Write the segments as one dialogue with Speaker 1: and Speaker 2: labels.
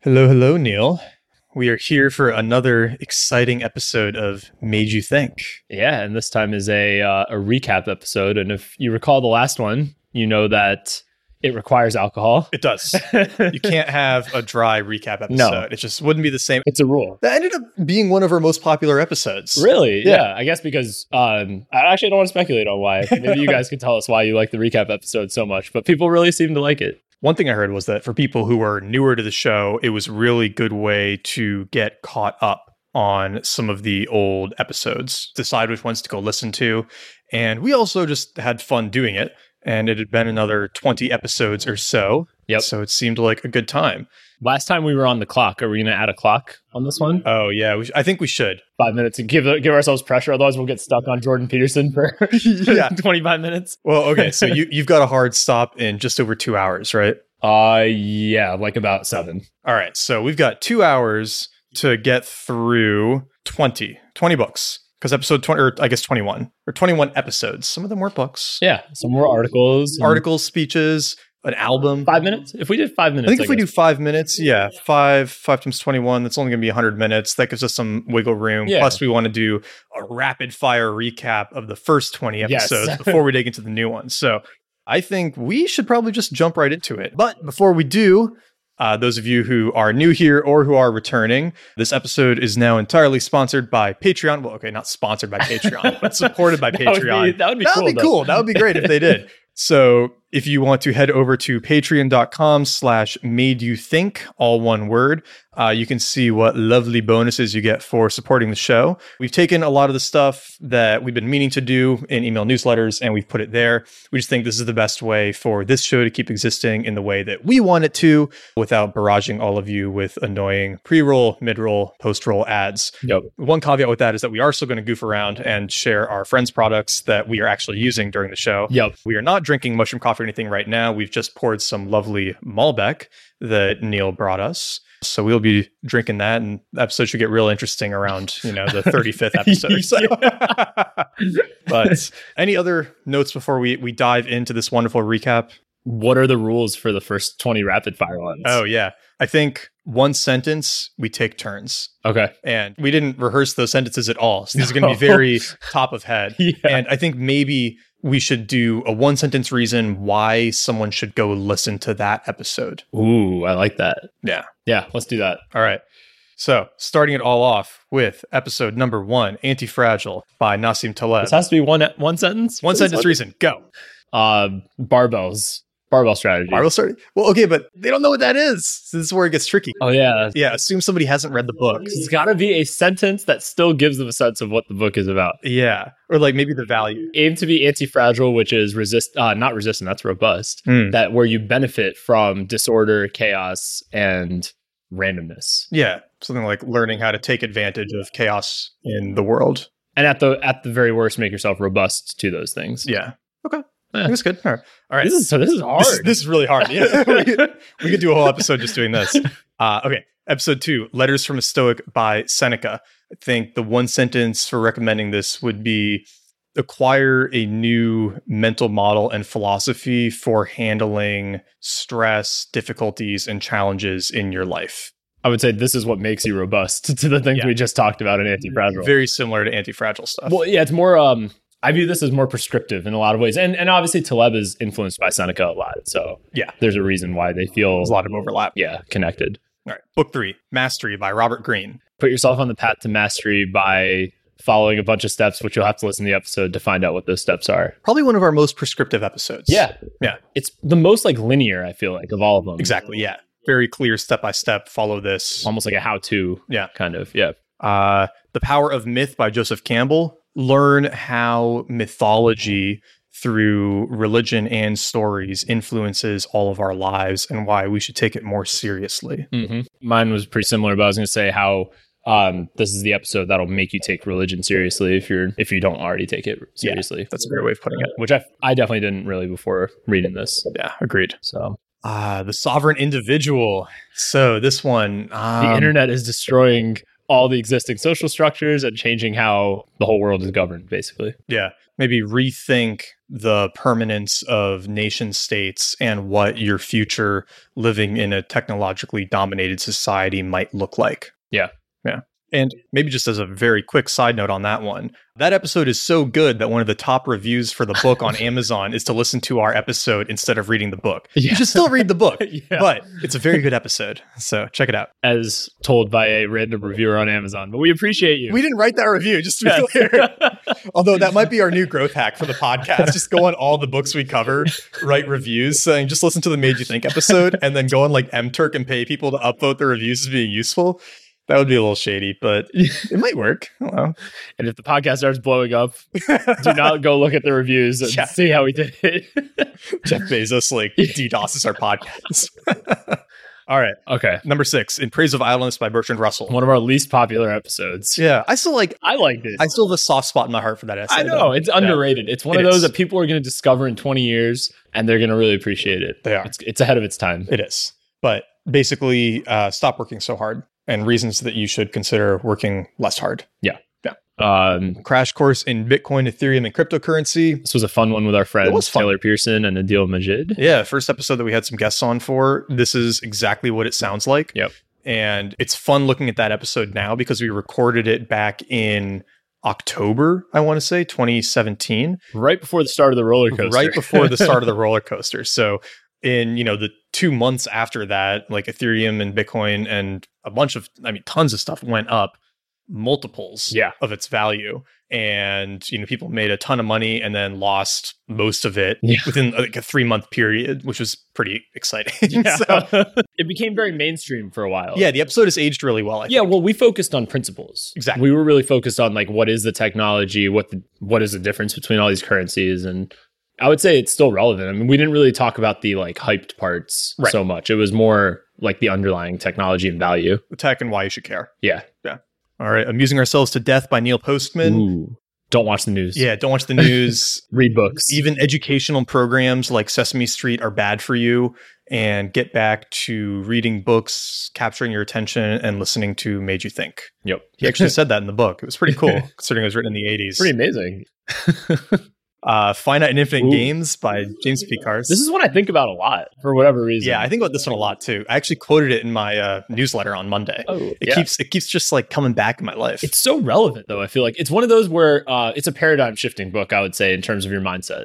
Speaker 1: Hello, hello, Neil. We are here for another exciting episode of Made You Think.
Speaker 2: Yeah, and this time is a uh, a recap episode. And if you recall the last one, you know that it requires alcohol.
Speaker 1: It does. you can't have a dry recap episode.
Speaker 2: No.
Speaker 1: It just wouldn't be the same.
Speaker 2: It's a rule.
Speaker 1: That ended up being one of our most popular episodes.
Speaker 2: Really?
Speaker 1: Yeah.
Speaker 2: Yeah. I guess because um, I actually don't want to speculate on why. Maybe you guys can tell us why you like the recap episode so much, but people really seem to like it.
Speaker 1: One thing I heard was that for people who are newer to the show, it was a really good way to get caught up on some of the old episodes, decide which ones to go listen to. And we also just had fun doing it. And it had been another 20 episodes or so.
Speaker 2: Yep.
Speaker 1: So it seemed like a good time.
Speaker 2: Last time we were on the clock. Are we going to add a clock on this one?
Speaker 1: Oh, yeah. We sh- I think we should.
Speaker 2: Five minutes and give give ourselves pressure. Otherwise, we'll get stuck on Jordan Peterson for
Speaker 1: Yeah.
Speaker 2: 25 minutes.
Speaker 1: Well, okay. So you, you've got a hard stop in just over two hours, right?
Speaker 2: Uh, yeah, like about seven.
Speaker 1: All right. So we've got two hours to get through 20, 20 books. Because episode 20, or I guess 21, or 21 episodes. Some of them were books,
Speaker 2: Yeah, some more articles. and-
Speaker 1: articles, speeches, an album.
Speaker 2: Five minutes? If we did five
Speaker 1: I
Speaker 2: minutes,
Speaker 1: think if we
Speaker 2: guess.
Speaker 1: do five minutes, yeah, five, five times 21, that's only going to be 100 minutes. That gives us some wiggle room.
Speaker 2: Yeah.
Speaker 1: Plus, we want to do a rapid fire recap of the first 20
Speaker 2: Yes.
Speaker 1: episodes before we dig into the new ones. So I think we should probably just jump right into it. But before we do, uh, those of you who are new here or who are returning, this episode is now entirely sponsored by Patreon. Well, okay, not sponsored by Patreon, but supported by
Speaker 2: That would
Speaker 1: Patreon
Speaker 2: be- That would be,
Speaker 1: that
Speaker 2: cool.
Speaker 1: would be
Speaker 2: though.
Speaker 1: cool. That would be great if they did. So if you want to head over to patreon.com slash made you think, all one word, uh, you can see what lovely bonuses you get for supporting the show. We've taken a lot of the stuff that we've been meaning to do in email newsletters and we've put it there. We just think this is the best way for this show to keep existing in the way that we want it to without barraging all of you with annoying pre roll, mid roll, post roll ads
Speaker 2: Yep.
Speaker 1: one caveat with that is that we are still going to goof around and share our friends' products that we are actually using during the show.
Speaker 2: Yep.
Speaker 1: We are not drinking mushroom coffee or anything right now. We've just poured some lovely Malbec that Neil brought us. So we'll be drinking that, and the episode should get real interesting around you know the 35th episode. Or so. but any other notes before we we dive into this wonderful recap?
Speaker 2: What are the rules for the first 20 rapid fire ones?
Speaker 1: Oh yeah, I think one sentence. We take turns,
Speaker 2: okay.
Speaker 1: and we didn't rehearse those sentences at all. So these are going to
Speaker 2: No.
Speaker 1: be very top of head.
Speaker 2: Yeah.
Speaker 1: And I think maybe we should do a one sentence reason why someone should go listen to that episode.
Speaker 2: Ooh, I like that.
Speaker 1: Yeah.
Speaker 2: Yeah. Let's do that.
Speaker 1: All right. So, starting it all off with episode number one Anti Fragile by Nassim Taleb.
Speaker 2: This has to be one one sentence.
Speaker 1: One
Speaker 2: Please,
Speaker 1: sentence
Speaker 2: what-
Speaker 1: reason, go.
Speaker 2: Uh, barbells. Barbell strategy.
Speaker 1: Marvel started. Well, okay, but they don't know what that is. So this is where it gets tricky.
Speaker 2: oh, yeah.
Speaker 1: Yeah, assume somebody hasn't read the book.
Speaker 2: It's got to be a sentence that still gives them a sense of what the book is about.
Speaker 1: Yeah, or like maybe the value.
Speaker 2: Aim to be anti fragile, which is resist, uh, not resistant, that's robust,
Speaker 1: Hmm.
Speaker 2: that where you benefit from disorder, chaos, and randomness.
Speaker 1: Yeah, something like learning how to take advantage of chaos in the world.
Speaker 2: and at the at the very worst make yourself robust to those things
Speaker 1: Yeah. Okay.
Speaker 2: Yeah.
Speaker 1: That's good. All right. All right.
Speaker 2: this is so this is hard
Speaker 1: This, this is really hard. Yeah. we, could, we could do a whole episode just doing this. Uh, okay. Episode two Letters from a Stoic by Seneca. I think the one sentence for recommending this would be acquire a new mental model and philosophy for handling stress, difficulties, and challenges in your life.
Speaker 2: i would say this is what makes you robust to the things
Speaker 1: Yeah.
Speaker 2: we just talked about in anti-fragile
Speaker 1: Very similar to anti fragile stuff.
Speaker 2: well yeah it's more um i view this as more prescriptive in a lot of ways and and obviously taleb is influenced by seneca a lot so
Speaker 1: Yeah.
Speaker 2: there's a reason why they feel
Speaker 1: There's a lot of overlap.
Speaker 2: yeah connected
Speaker 1: All right. Book three Mastery by Robert Greene.
Speaker 2: put yourself on the path to mastery by following a bunch of steps which you'll have to listen to the episode to find out what those steps are
Speaker 1: Probably one of our most prescriptive episodes.
Speaker 2: yeah
Speaker 1: Yeah.
Speaker 2: it's the most like linear i feel like of all of them
Speaker 1: Exactly. Yeah. Very clear step by step. Follow this.
Speaker 2: almost like a how-to
Speaker 1: Yeah.
Speaker 2: kind of yeah
Speaker 1: Uh, the Power of Myth by Joseph Campbell. Learn how mythology through religion and stories influences all of our lives and why we should take it more seriously.
Speaker 2: hmm Mine was pretty similar, but I was going to say how um, this is the episode that'll make you take religion seriously if you're if you don't already take it
Speaker 1: Yeah.
Speaker 2: seriously.
Speaker 1: That's a great way of putting it.
Speaker 2: Which I I definitely didn't really before reading this.
Speaker 1: Yeah, agreed.
Speaker 2: So
Speaker 1: Uh, the Sovereign Individual. So this one, um,
Speaker 2: the internet is destroying all the existing social structures and changing how the whole world is governed, basically.
Speaker 1: Yeah. Maybe rethink the permanence of nation states and what your future living in a technologically dominated society might look like.
Speaker 2: Yeah.
Speaker 1: Yeah. And maybe just as a very quick side note on that one, that episode is so good that one of the top reviews for the book on Amazon is to listen to our episode instead of reading the book. You
Speaker 2: Yeah.
Speaker 1: should still read the book,
Speaker 2: Yeah.
Speaker 1: but it's a very good episode. So check it out.
Speaker 2: As told by a random reviewer on Amazon, but we appreciate you.
Speaker 1: We didn't write that review, just to be
Speaker 2: Yes.
Speaker 1: clear. Although that might be our new growth hack for the podcast. Just go on all the books we cover, write reviews saying just listen to the Made You Think episode, and then go on like MTurk and pay people to upvote their reviews as being useful. That would be a little shady, but it might work. I don't know.
Speaker 2: and if the podcast starts blowing up, do not go look at the reviews and
Speaker 1: Yeah.
Speaker 2: see how we did it.
Speaker 1: Jeff Bezos like DDoSes our podcast. all right.
Speaker 2: okay.
Speaker 1: Number six, In Praise of Idleness by Bertrand Russell.
Speaker 2: One of our least popular episodes.
Speaker 1: Yeah. I still like
Speaker 2: I liked it.
Speaker 1: I still have a soft spot in my heart for that essay.
Speaker 2: I know
Speaker 1: though.
Speaker 2: it's
Speaker 1: Yeah.
Speaker 2: underrated. It's one
Speaker 1: It
Speaker 2: of
Speaker 1: is.
Speaker 2: those that people are going to discover in 20 years, and they're going to really appreciate it.
Speaker 1: They are.
Speaker 2: It's, it's ahead of its time.
Speaker 1: It is. But basically, uh, stop working so hard and reasons that you should consider working less hard.
Speaker 2: Um,
Speaker 1: Crash course in Bitcoin, Ethereum, and cryptocurrency.
Speaker 2: this was a fun one with our friend
Speaker 1: was fun.
Speaker 2: Taylor Pearson and Adil Majid.
Speaker 1: Yeah, first episode that we had some guests on for. This is exactly what it sounds like.
Speaker 2: Yep.
Speaker 1: And it's fun looking at that episode now because we recorded it back in October, I want to say, 2017.
Speaker 2: Right before the start of the roller coaster.
Speaker 1: right before the start of the roller coaster. So in you know the two months after that, like Ethereum and Bitcoin and a bunch of I mean tons of stuff went up multiples
Speaker 2: Yeah.
Speaker 1: of its value and you know people made a ton of money and then lost most of it
Speaker 2: Yeah.
Speaker 1: within like a 3 month period which was pretty exciting
Speaker 2: Yeah.
Speaker 1: so
Speaker 2: it became very mainstream for a while.
Speaker 1: yeah the episode has aged really well I
Speaker 2: yeah well we focused on principles
Speaker 1: Exactly.
Speaker 2: we were really focused on like what is the technology what the, what is the difference between all these currencies and i would say it's still relevant i mean we didn't really talk about the like hyped parts
Speaker 1: Right.
Speaker 2: so much it was more like the underlying technology and value
Speaker 1: think. tech and why you should care
Speaker 2: yeah
Speaker 1: all right amusing ourselves to death by neil postman
Speaker 2: Ooh. don't watch the news
Speaker 1: yeah don't watch the news
Speaker 2: read books
Speaker 1: even educational programs like Sesame Street are bad for you and get back to reading books, capturing your attention and listening to made you think.
Speaker 2: yep
Speaker 1: He actually said that in the book. It was pretty cool considering it was written in the 80s.
Speaker 2: pretty amazing
Speaker 1: uh, Finite and Infinite
Speaker 2: Ooh.
Speaker 1: Games by James P. Cars.
Speaker 2: this is one i think about a lot for whatever reason
Speaker 1: yeah, I think about this one a lot too. I actually quoted it in my uh, newsletter on Monday.
Speaker 2: oh
Speaker 1: It
Speaker 2: yeah.
Speaker 1: keeps it keeps just like coming back in my life.
Speaker 2: It's so relevant, though. I feel like it's one of those where uh, it's a paradigm shifting book, I would say, in terms of your mindset.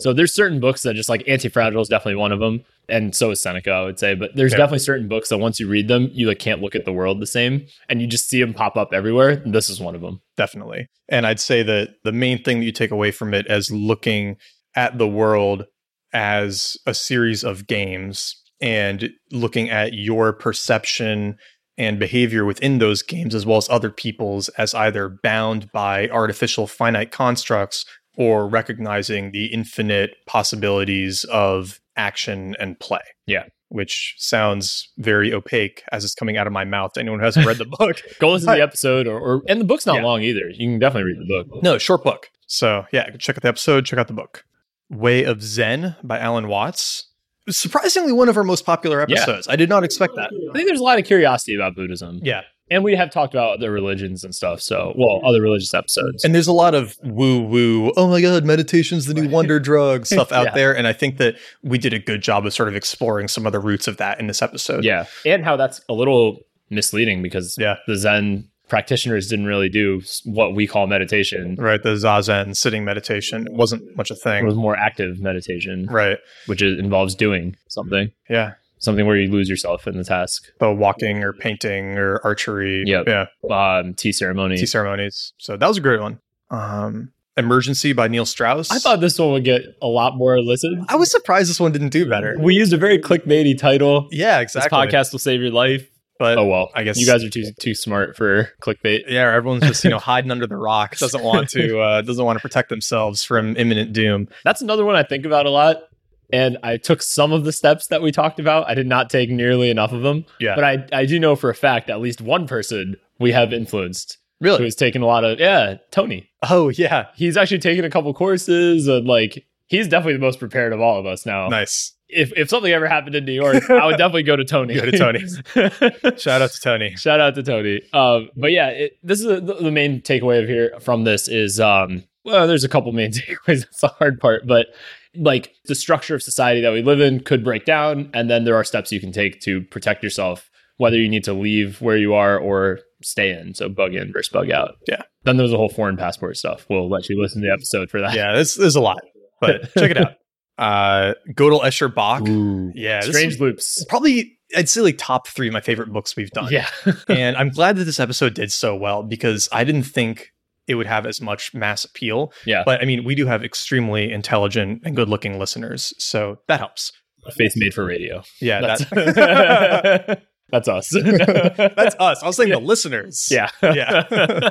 Speaker 2: So there's certain books that just like anti-fragile is definitely one of them, and so is Seneca, I would say. But there's
Speaker 1: Yeah.
Speaker 2: definitely certain books that once you read them, you like can't look at the world the same, and you just see them pop up everywhere. This is one of them.
Speaker 1: definitely. And I'd say that the main thing that you take away from it as looking at the world as a series of games and looking at your perception and behavior within those games as well as other people's as either bound by artificial finite constructs or recognizing the infinite possibilities of action and play.
Speaker 2: Yeah.
Speaker 1: Which sounds very opaque as it's coming out of my mouth. to Anyone who hasn't read the book,
Speaker 2: Go listen to
Speaker 1: Right.
Speaker 2: the episode, or, or and the book's not
Speaker 1: Yeah.
Speaker 2: long either. You can definitely read the book.
Speaker 1: No, short book. So yeah, check out the episode, check out the book. Way of Zen by Alan Watts. Surprisingly, one of our most popular
Speaker 2: Yeah.
Speaker 1: episodes. I did not expect that.
Speaker 2: I think there's a lot of curiosity about Buddhism,
Speaker 1: Yeah.
Speaker 2: and we have talked about other religions and stuff. So, well, other religious episodes.
Speaker 1: And there's a lot of woo woo, oh my God, meditation's the new wonder drug stuff out
Speaker 2: Yeah.
Speaker 1: there. And I think that we did a good job of sort of exploring some of the roots of that in this episode.
Speaker 2: Yeah. And how that's a little misleading because
Speaker 1: Yeah.
Speaker 2: the Zen practitioners didn't really do s- what we call meditation.
Speaker 1: Right. The Zazen sitting meditation wasn't much a
Speaker 2: It
Speaker 1: thing.
Speaker 2: was more active meditation,
Speaker 1: right.
Speaker 2: which is, involves doing something,
Speaker 1: Yeah.
Speaker 2: something where you lose yourself in the task.
Speaker 1: The walking or painting or archery.
Speaker 2: Yep.
Speaker 1: Yeah.
Speaker 2: Um, tea ceremony.
Speaker 1: Tea ceremonies. So that was a great one. Um, Emergency by Neil Strauss.
Speaker 2: I thought this one would get a lot more listens.
Speaker 1: I was surprised this one didn't do better.
Speaker 2: We used a very clickbaity title.
Speaker 1: Yeah, exactly.
Speaker 2: This podcast will save your life.
Speaker 1: but
Speaker 2: oh well,
Speaker 1: I guess-
Speaker 2: you guys are too too smart for clickbait.
Speaker 1: yeah, everyone's just you know hiding under the rock. Doesn't want to uh, doesn't want to protect themselves from imminent doom.
Speaker 2: That's another one I think about a lot. And I took some of the steps that we talked about. I did not take nearly enough of them.
Speaker 1: Yeah,
Speaker 2: But I, I do know for a fact at least one person we have influenced who has taken a lot of yeah Tony.
Speaker 1: Oh yeah,
Speaker 2: He's actually taken a couple courses and like he's definitely the most prepared of all of us now.
Speaker 1: nice.
Speaker 2: if if something ever happened in New York, I would definitely go to Tony.
Speaker 1: Go to Tony.
Speaker 2: Tony.
Speaker 1: Shout out to Tony.
Speaker 2: Shout out to Tony. Um, but yeah, it, this is the, the main takeaway of here from this is um, well, there's a couple main takeaways. That's the hard part, but like the structure of society that we live in could break down, and then there are steps you can take to protect yourself, whether you need to leave where you are or stay in. So bug in versus bug out.
Speaker 1: Yeah.
Speaker 2: Then there's a whole foreign passport stuff. We'll let you listen to the episode for that.
Speaker 1: Yeah, this there's a lot, but check it out. Uh, Gödel Escher Bach.
Speaker 2: Ooh.
Speaker 1: Yeah, this
Speaker 2: Strange
Speaker 1: is
Speaker 2: loops.
Speaker 1: Probably I'd say like top three of my favorite books we've done.
Speaker 2: Yeah.
Speaker 1: and I'm glad that this episode did so well because I didn't think it would have as much mass appeal.
Speaker 2: Yeah.
Speaker 1: But I mean, we do have extremely intelligent and good looking listeners. So that helps.
Speaker 2: A face made for radio.
Speaker 1: Yeah.
Speaker 2: That's,
Speaker 1: that-
Speaker 2: that's us.
Speaker 1: that's us. I was saying the listeners.
Speaker 2: yeah.
Speaker 1: Yeah.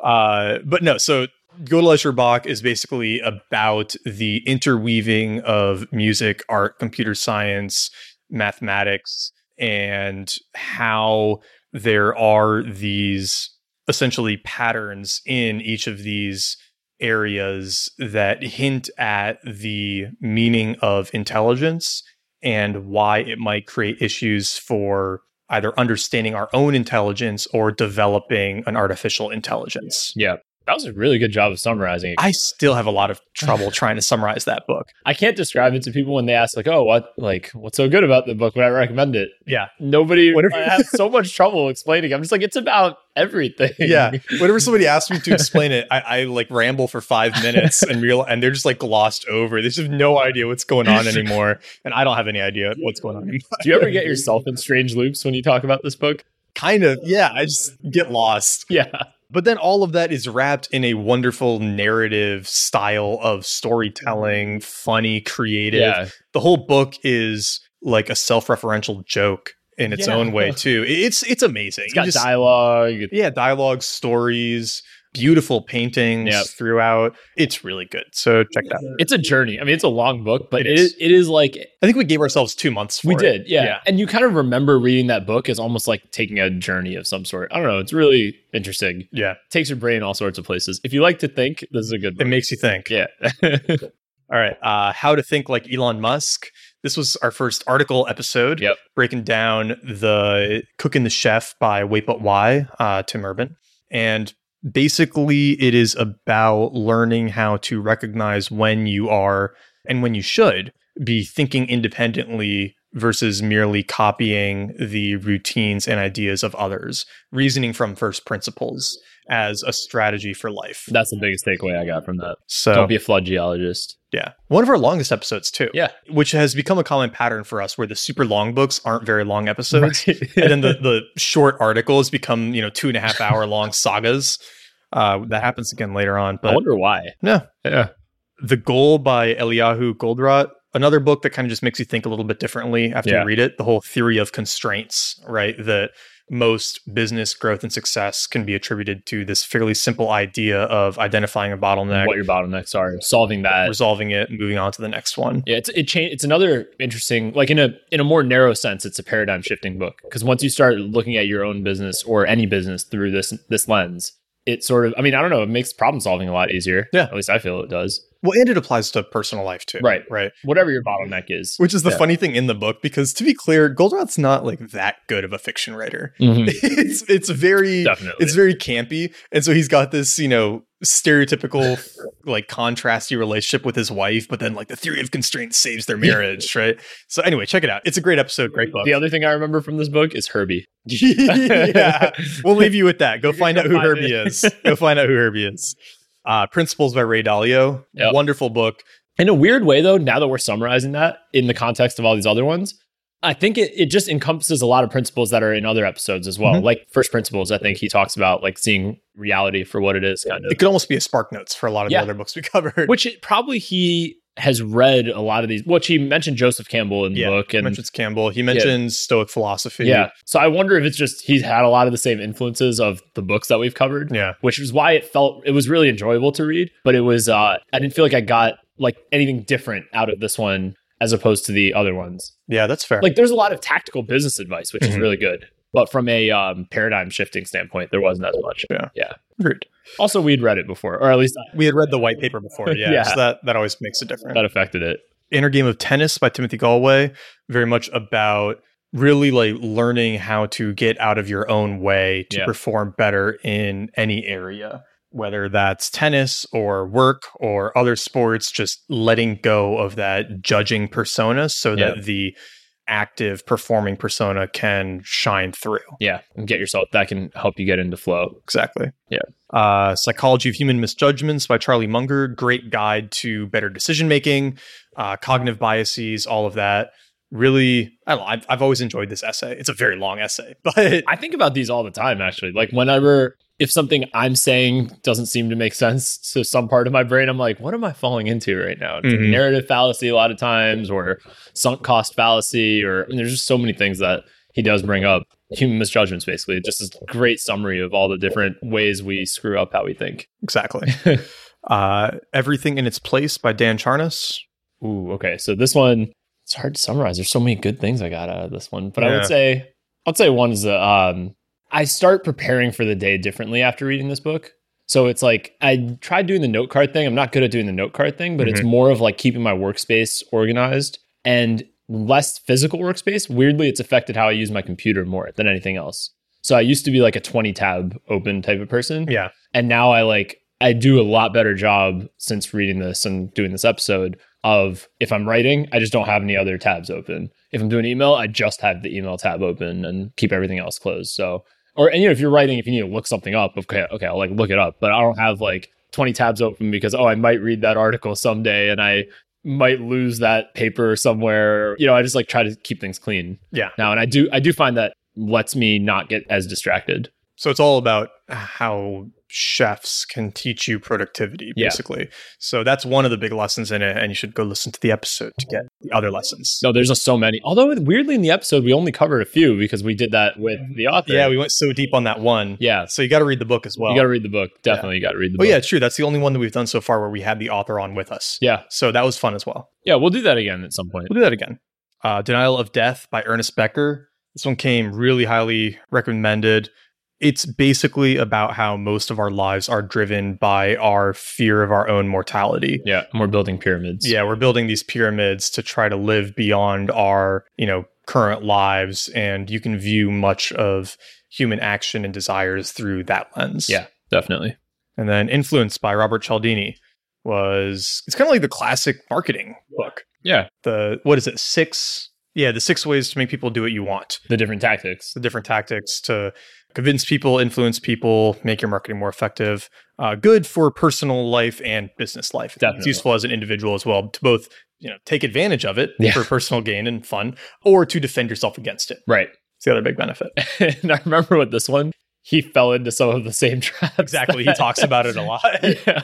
Speaker 1: Uh, but no, so Gödel Bach is basically about the interweaving of music, art, computer science, mathematics, and how there are these essentially patterns in each of these areas that hint at the meaning of intelligence and why it might create issues for either understanding our own intelligence or developing an artificial intelligence.
Speaker 2: yeah. That was a really good job of summarizing it.
Speaker 1: I still have a lot of trouble trying to summarize that book.
Speaker 2: I can't describe it to people when they ask, like, oh, what, like, what's so good about the book? Would I recommend it?
Speaker 1: Yeah.
Speaker 2: Nobody
Speaker 1: Whatever-
Speaker 2: I have so much trouble explaining. I'm just like, it's about everything.
Speaker 1: Yeah. Whenever somebody asks me to explain it, I, I like ramble for five minutes and real and they're just like glossed over. They just have no idea what's going on anymore. And I don't have any idea what's going on anymore.
Speaker 2: Do you ever get yourself in strange loops when you talk about this book?
Speaker 1: Kind of, yeah, I just get lost.
Speaker 2: Yeah.
Speaker 1: But then all of that is wrapped in a wonderful narrative style of storytelling, funny, creative.
Speaker 2: Yeah.
Speaker 1: The whole book is like a self-referential joke in its
Speaker 2: Yeah.
Speaker 1: own way too. It's it's amazing.
Speaker 2: It's
Speaker 1: You
Speaker 2: got
Speaker 1: just-
Speaker 2: dialogue.
Speaker 1: yeah, dialogue, stories, beautiful paintings
Speaker 2: Yep.
Speaker 1: throughout. It's really good. So check that. out.
Speaker 2: It's a journey. I mean, it's a long book, but
Speaker 1: It
Speaker 2: it
Speaker 1: is.
Speaker 2: is, it is like
Speaker 1: I think we gave ourselves two months. For
Speaker 2: we
Speaker 1: it.
Speaker 2: did yeah.
Speaker 1: Yeah.
Speaker 2: and you kind of remember reading that book as almost like taking a journey of some sort i don't know it's really interesting
Speaker 1: Yeah,
Speaker 2: takes your brain all sorts of places if you like to think this is a good
Speaker 1: it
Speaker 2: book
Speaker 1: makes you think.
Speaker 2: yeah
Speaker 1: All right. Uh, how to think like Elon Musk. This was our first article episode,
Speaker 2: Yep.
Speaker 1: breaking down the Cook and the Chef by Wait But Why, uh, Tim Urban. And basically, it is about learning how to recognize when you are and when you should be thinking independently versus merely copying the routines and ideas of others, reasoning from first principles as a strategy for life.
Speaker 2: that's the biggest takeaway i got from that
Speaker 1: So
Speaker 2: don't be a flood geologist
Speaker 1: yeah. One of our longest episodes, too.
Speaker 2: Yeah.
Speaker 1: Which has become a common pattern for us where the super long books aren't very long episodes. and then the, the short articles become, you know, two and a half hour long sagas. Uh, that happens again later on.
Speaker 2: i
Speaker 1: But
Speaker 2: wonder why
Speaker 1: No.
Speaker 2: yeah
Speaker 1: The Goal by Eliyahu Goldratt, another book that kind of just makes you think a little bit differently after
Speaker 2: Yeah.
Speaker 1: you read it. The whole theory of constraints, right? That most business growth and success can be attributed to this fairly simple idea of identifying a bottleneck,
Speaker 2: what your bottlenecks are solving that
Speaker 1: resolving it, and moving on to the next one.
Speaker 2: Yeah, it's it cha- It's another interesting, like in a in a more narrow sense, it's a paradigm shifting book because once you start looking at your own business or any business through this this lens, it sort of, I mean, I don't know, it makes problem solving a lot easier.
Speaker 1: Yeah.
Speaker 2: at least I feel it does.
Speaker 1: Well, and it applies to personal life too.
Speaker 2: Right.
Speaker 1: Right.
Speaker 2: Whatever your bottleneck is,
Speaker 1: Which is the
Speaker 2: Yeah.
Speaker 1: funny thing in the book, because to be clear, Goldratt's not like that good of a fiction writer. it's it's very
Speaker 2: Mm-hmm. Hmm. definitely.
Speaker 1: it's very campy. And so he's got this, you know, stereotypical like contrasty relationship with his wife, but then like the theory of constraints saves their marriage, right? So anyway, check it out. It's a great episode, great book.
Speaker 2: the other thing I remember from this book is Herbie.
Speaker 1: yeah. We'll leave you with that. Go
Speaker 2: You can
Speaker 1: find
Speaker 2: go
Speaker 1: out who
Speaker 2: find
Speaker 1: Herbie
Speaker 2: it.
Speaker 1: is. Go find out who Herbie is. Uh, Principles by Ray Dalio.
Speaker 2: Yep.
Speaker 1: Wonderful book.
Speaker 2: In a weird way, though, now that we're summarizing that in the context of all these other ones, I think it, it just encompasses a lot of principles that are in other episodes as well.
Speaker 1: Mhm.
Speaker 2: Like first principles, I think he talks about like seeing reality for what it is, kind of.
Speaker 1: It could almost be a spark notes for a lot of
Speaker 2: Yeah.
Speaker 1: the other books we covered.
Speaker 2: which it, probably he has read a lot of these. Which he mentioned Joseph Campbell in the
Speaker 1: Yeah,
Speaker 2: book,
Speaker 1: he
Speaker 2: and
Speaker 1: mentions Campbell. He mentions Stoic philosophy.
Speaker 2: yeah. So I wonder if it's just he's had a lot of the same influences of the books that we've covered,
Speaker 1: yeah,
Speaker 2: which is why it felt it was really enjoyable to read. But it was uh, I didn't feel like I got like anything different out of this one as opposed to the other ones.
Speaker 1: yeah. That's fair.
Speaker 2: Like there's a lot of tactical business advice, which is
Speaker 1: Mhm.
Speaker 2: really good. But from a um, paradigm shifting standpoint, there wasn't as much.
Speaker 1: Yeah.
Speaker 2: Yeah.
Speaker 1: Agreed.
Speaker 2: Also, we'd read it before, or at least
Speaker 1: we had read the white paper before. Yeah,
Speaker 2: Yeah.
Speaker 1: so that that always makes a difference.
Speaker 2: that affected it.
Speaker 1: Inner Game of Tennis by Timothy Galway, very much about really like learning how to get out of your own way to
Speaker 2: Yeah.
Speaker 1: perform better in any area, whether that's tennis or work or other sports, just letting go of that judging persona so
Speaker 2: Yeah.
Speaker 1: that the active performing persona can shine through.
Speaker 2: Yeah, and get yourself that can help you get into flow.
Speaker 1: Exactly.
Speaker 2: Yeah.
Speaker 1: Uh, Psychology of Human Misjudgments by Charlie Munger. Great guide to better decision making, uh, cognitive biases, all of that. Really, I don't know. I've, I've always enjoyed this essay. It's a very long essay, but
Speaker 2: I think about these all the time, actually. Like whenever if something I'm saying doesn't seem to make sense to some part of my brain, I'm like, what am I falling into right now? It's like
Speaker 1: Mhm.
Speaker 2: narrative fallacy a lot of times, or sunk cost fallacy, or I mean, there's just so many things that he does bring up. Human misjudgments, basically. Just this great summary of all the different ways we screw up how we think.
Speaker 1: exactly. uh, Everything in Its Place by Dan Charnas.
Speaker 2: Ooh, okay. So this one, it's hard to summarize. There's so many good things I got out of this one, but I
Speaker 1: Yeah.
Speaker 2: would say, I'd say one is the um, I start preparing for the day differently after reading this book. So it's like I tried doing the note card thing. I'm not good at doing the note card thing, but it's
Speaker 1: Mm-hmm.
Speaker 2: more of like keeping my workspace organized and less physical workspace. Weirdly, it's affected how I use my computer more than anything else. So I used to be like a 20 tab open type of person
Speaker 1: Yeah.
Speaker 2: and now i like i do a lot better job since reading this and doing this episode of if i'm writing i just don't have any other tabs open if i'm doing email i just have the email tab open and keep everything else closed so or and you know if you're writing if you need to look something up okay okay i'll like look it up but i don't have like 20 tabs open because oh i might read that article someday and i might lose that paper somewhere you know i just like try to keep things clean
Speaker 1: Yeah.
Speaker 2: now and i do i do find that lets me not get as distracted
Speaker 1: So it's all about how chefs can teach you productivity,
Speaker 2: Yeah.
Speaker 1: basically. So that's one of the big lessons in it. And you should go listen to the episode to get the other lessons.
Speaker 2: No, there's just so many. Although weirdly in the episode we only covered a few because we did that with the author.
Speaker 1: Mm-hmm. Yeah, we went so deep on that one.
Speaker 2: yeah.
Speaker 1: So you got to read the book as well.
Speaker 2: you got to read the book. Definitely, you got to read the
Speaker 1: Oh
Speaker 2: book.
Speaker 1: yeah, true. That's the only one that we've done so far where we had the author on with us.
Speaker 2: yeah,
Speaker 1: So that was fun as well.
Speaker 2: yeah. We'll do that again at some point.
Speaker 1: We'll do that again. Uh, Denial of Death by Ernest Becker. This one came really highly recommended. It's basically about how most of our lives are driven by our fear of our own mortality.
Speaker 2: Yeah, and we're building pyramids.
Speaker 1: Yeah, we're building these pyramids to try to live beyond our, you know, current lives and you can view much of human action and desires through that lens.
Speaker 2: Yeah. definitely.
Speaker 1: And then Influenced by Robert Cialdini was it's kind of like the classic marketing book.
Speaker 2: Yeah,
Speaker 1: The what is it? Six yeah, the six ways to make people do what you want.
Speaker 2: the different tactics.
Speaker 1: The different tactics to convince people, influence people, make your marketing more effective. Uh, good for personal life and business life. It's
Speaker 2: Definitely.
Speaker 1: useful as an individual as well to both, you know, take advantage of it
Speaker 2: Yeah.
Speaker 1: for personal gain and fun, or to defend yourself against it.
Speaker 2: Right.
Speaker 1: It's the other big benefit.
Speaker 2: and I remember with this one, he fell into some of the same traps.
Speaker 1: Exactly. He
Speaker 2: that-
Speaker 1: talks about it a lot.
Speaker 2: yeah.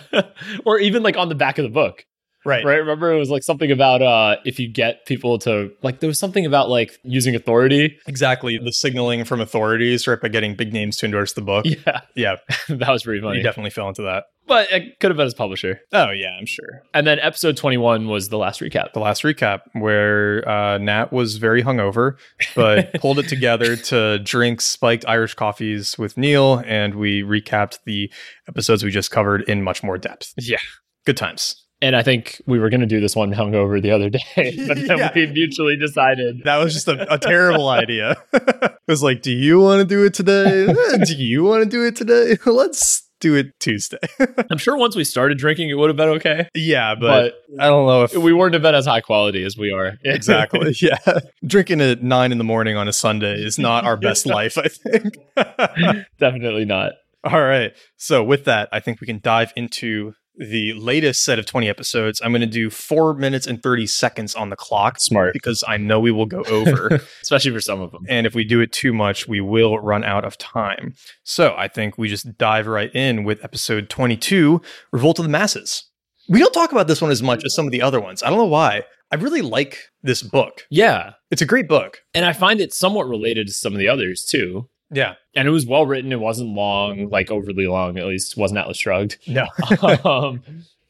Speaker 2: or even like on the back of the book.
Speaker 1: Right.
Speaker 2: right remember it was like something about uh if you get people to like there was something about like using authority
Speaker 1: Exactly. The signaling from authorities, right, by getting big names to endorse the book.
Speaker 2: yeah
Speaker 1: Yeah,
Speaker 2: that was pretty
Speaker 1: you
Speaker 2: funny
Speaker 1: definitely fell into that.
Speaker 2: but it could have been his publisher.
Speaker 1: Oh yeah, I'm sure.
Speaker 2: And then episode 21 was the last recap.
Speaker 1: The last recap where uh, Nat was very hungover, but pulled it together to drink spiked Irish coffees with Neil, and we recapped the episodes we just covered in much more depth.
Speaker 2: Yeah.
Speaker 1: good times.
Speaker 2: And I think we were going to do this one hungover the other day, but then
Speaker 1: Yeah.
Speaker 2: we mutually decided.
Speaker 1: That was just a, a terrible idea. it was like, do you want to do it today? Eh, do you want to do it today? Let's do it Tuesday.
Speaker 2: I'm sure once we started drinking, it would have been okay,
Speaker 1: yeah, but,
Speaker 2: but,
Speaker 1: I don't know if
Speaker 2: we wouldn't have been as high quality as we are.
Speaker 1: exactly. Yeah. Drinking at nine in the morning on a Sunday is not our best life, I think.
Speaker 2: Definitely not.
Speaker 1: All right. So, with that, I think we can dive into the latest set of 20 episodes. I'm going to do four minutes and 30 seconds on the clock
Speaker 2: Smart.
Speaker 1: because I know we will go over.
Speaker 2: Especially for some of them.
Speaker 1: and if we do it too much, we will run out of time. So, I think we just dive right in with episode 22 Revolt of the Masses. We don't talk about this one as much as some of the other ones. I don't know why. I really like this book.
Speaker 2: Yeah.
Speaker 1: It's a great book.
Speaker 2: And I find it somewhat related to some of the others too.
Speaker 1: Yeah.
Speaker 2: And it was well written. It wasn't long, like overly long, at least wasn't Atlas Shrugged.
Speaker 1: No.
Speaker 2: um,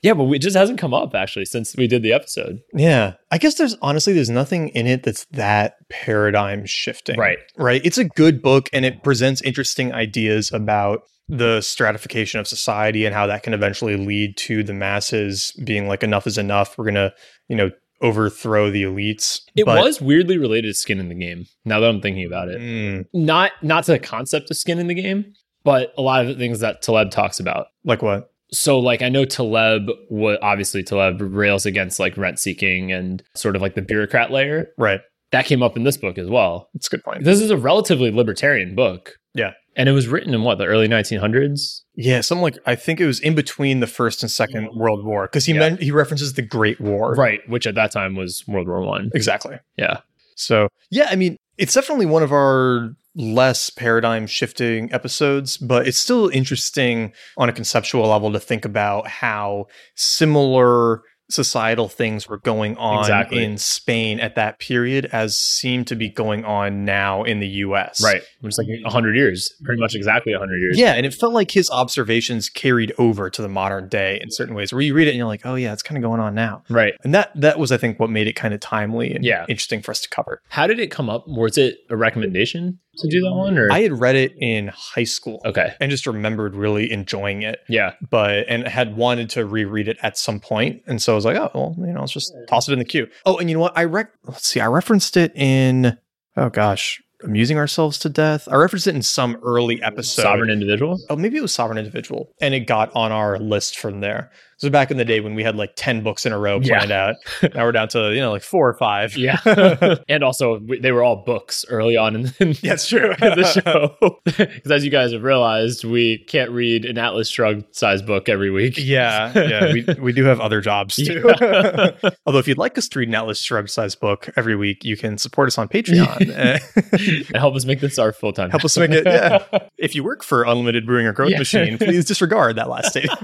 Speaker 2: yeah, but we- it just hasn't come up actually since we did the episode.
Speaker 1: Yeah. I guess there's honestly there's nothing in it that's that paradigm shifting.
Speaker 2: Right.
Speaker 1: Right? It's a good book and it presents interesting ideas about the stratification of society and how that can eventually lead to the masses being like enough is enough. We're going to, you know, overthrow the elites.
Speaker 2: It
Speaker 1: but-
Speaker 2: was weirdly related to skin in the game. Now that I'm thinking about it,
Speaker 1: Mm,
Speaker 2: not not to the concept of skin in the game, but a lot of the things that Taleb talks about.
Speaker 1: like what?
Speaker 2: So like I know Taleb wa obviously Taleb rails against like rent seeking and sort of like the bureaucrat layer
Speaker 1: Right.
Speaker 2: that came up in this book as well.
Speaker 1: That's a good point.
Speaker 2: This is a relatively libertarian book.
Speaker 1: Yeah.
Speaker 2: And it was written in what, the early 1900s?
Speaker 1: Yeah, something like I think it was in between the first and second World War because he
Speaker 2: Yeah.
Speaker 1: meant he references the Great War.
Speaker 2: Right, which at that time was World War 1.
Speaker 1: Exactly.
Speaker 2: Yeah.
Speaker 1: So yeah, I mean, it's definitely one of our less paradigm shifting episodes, but it's still interesting on a conceptual level to think about how similar societal things were going on
Speaker 2: Exactly.
Speaker 1: in Spain at that period as seem to be going on now in the US.
Speaker 2: Right. Which is like 100 years, pretty much exactly 100 years.
Speaker 1: Yeah, and it felt like his observations carried over to the modern day in certain ways where you read it and you're like, oh yeah, it's kind of going on now.
Speaker 2: Right.
Speaker 1: And that that was I think what made it kind of timely and
Speaker 2: Yeah.
Speaker 1: interesting for us to cover.
Speaker 2: How did it come up? Was it a recommendation to do that one or
Speaker 1: I had read it in high school
Speaker 2: Okay.
Speaker 1: and just remembered really enjoying it,
Speaker 2: Yeah.
Speaker 1: but and had wanted to reread it at some point, and so I was like, oh well, you know, let's just toss it in the queue. Oh, and you know what? I rec- let's see, I referenced it in oh gosh, amusing ourselves to death. I referenced it in some early episode.
Speaker 2: Sovereign individual?
Speaker 1: Oh, maybe it was Sovereign Individual, and it got on our list from there. So back in the day when we had like ten books in a row
Speaker 2: Yeah.
Speaker 1: planned out, now we're down to you know like four or five.
Speaker 2: Yeah. and also we- they were all books early on in, in
Speaker 1: That's true.
Speaker 2: the show. Because as you guys have realized, we can't read an Atlas Shrugged size book every week.
Speaker 1: Yeah, yeah, we, we do have other jobs too.
Speaker 2: Yeah.
Speaker 1: Although, if you'd like us to read an Atlas Shrugged size book every week, you can support us on Patreon. Eh,
Speaker 2: and help us make this our full time.
Speaker 1: Help us make it. Yeah. If you work for Unlimited Brewing or Growth
Speaker 2: Yeah.
Speaker 1: Machine, please disregard that last statement.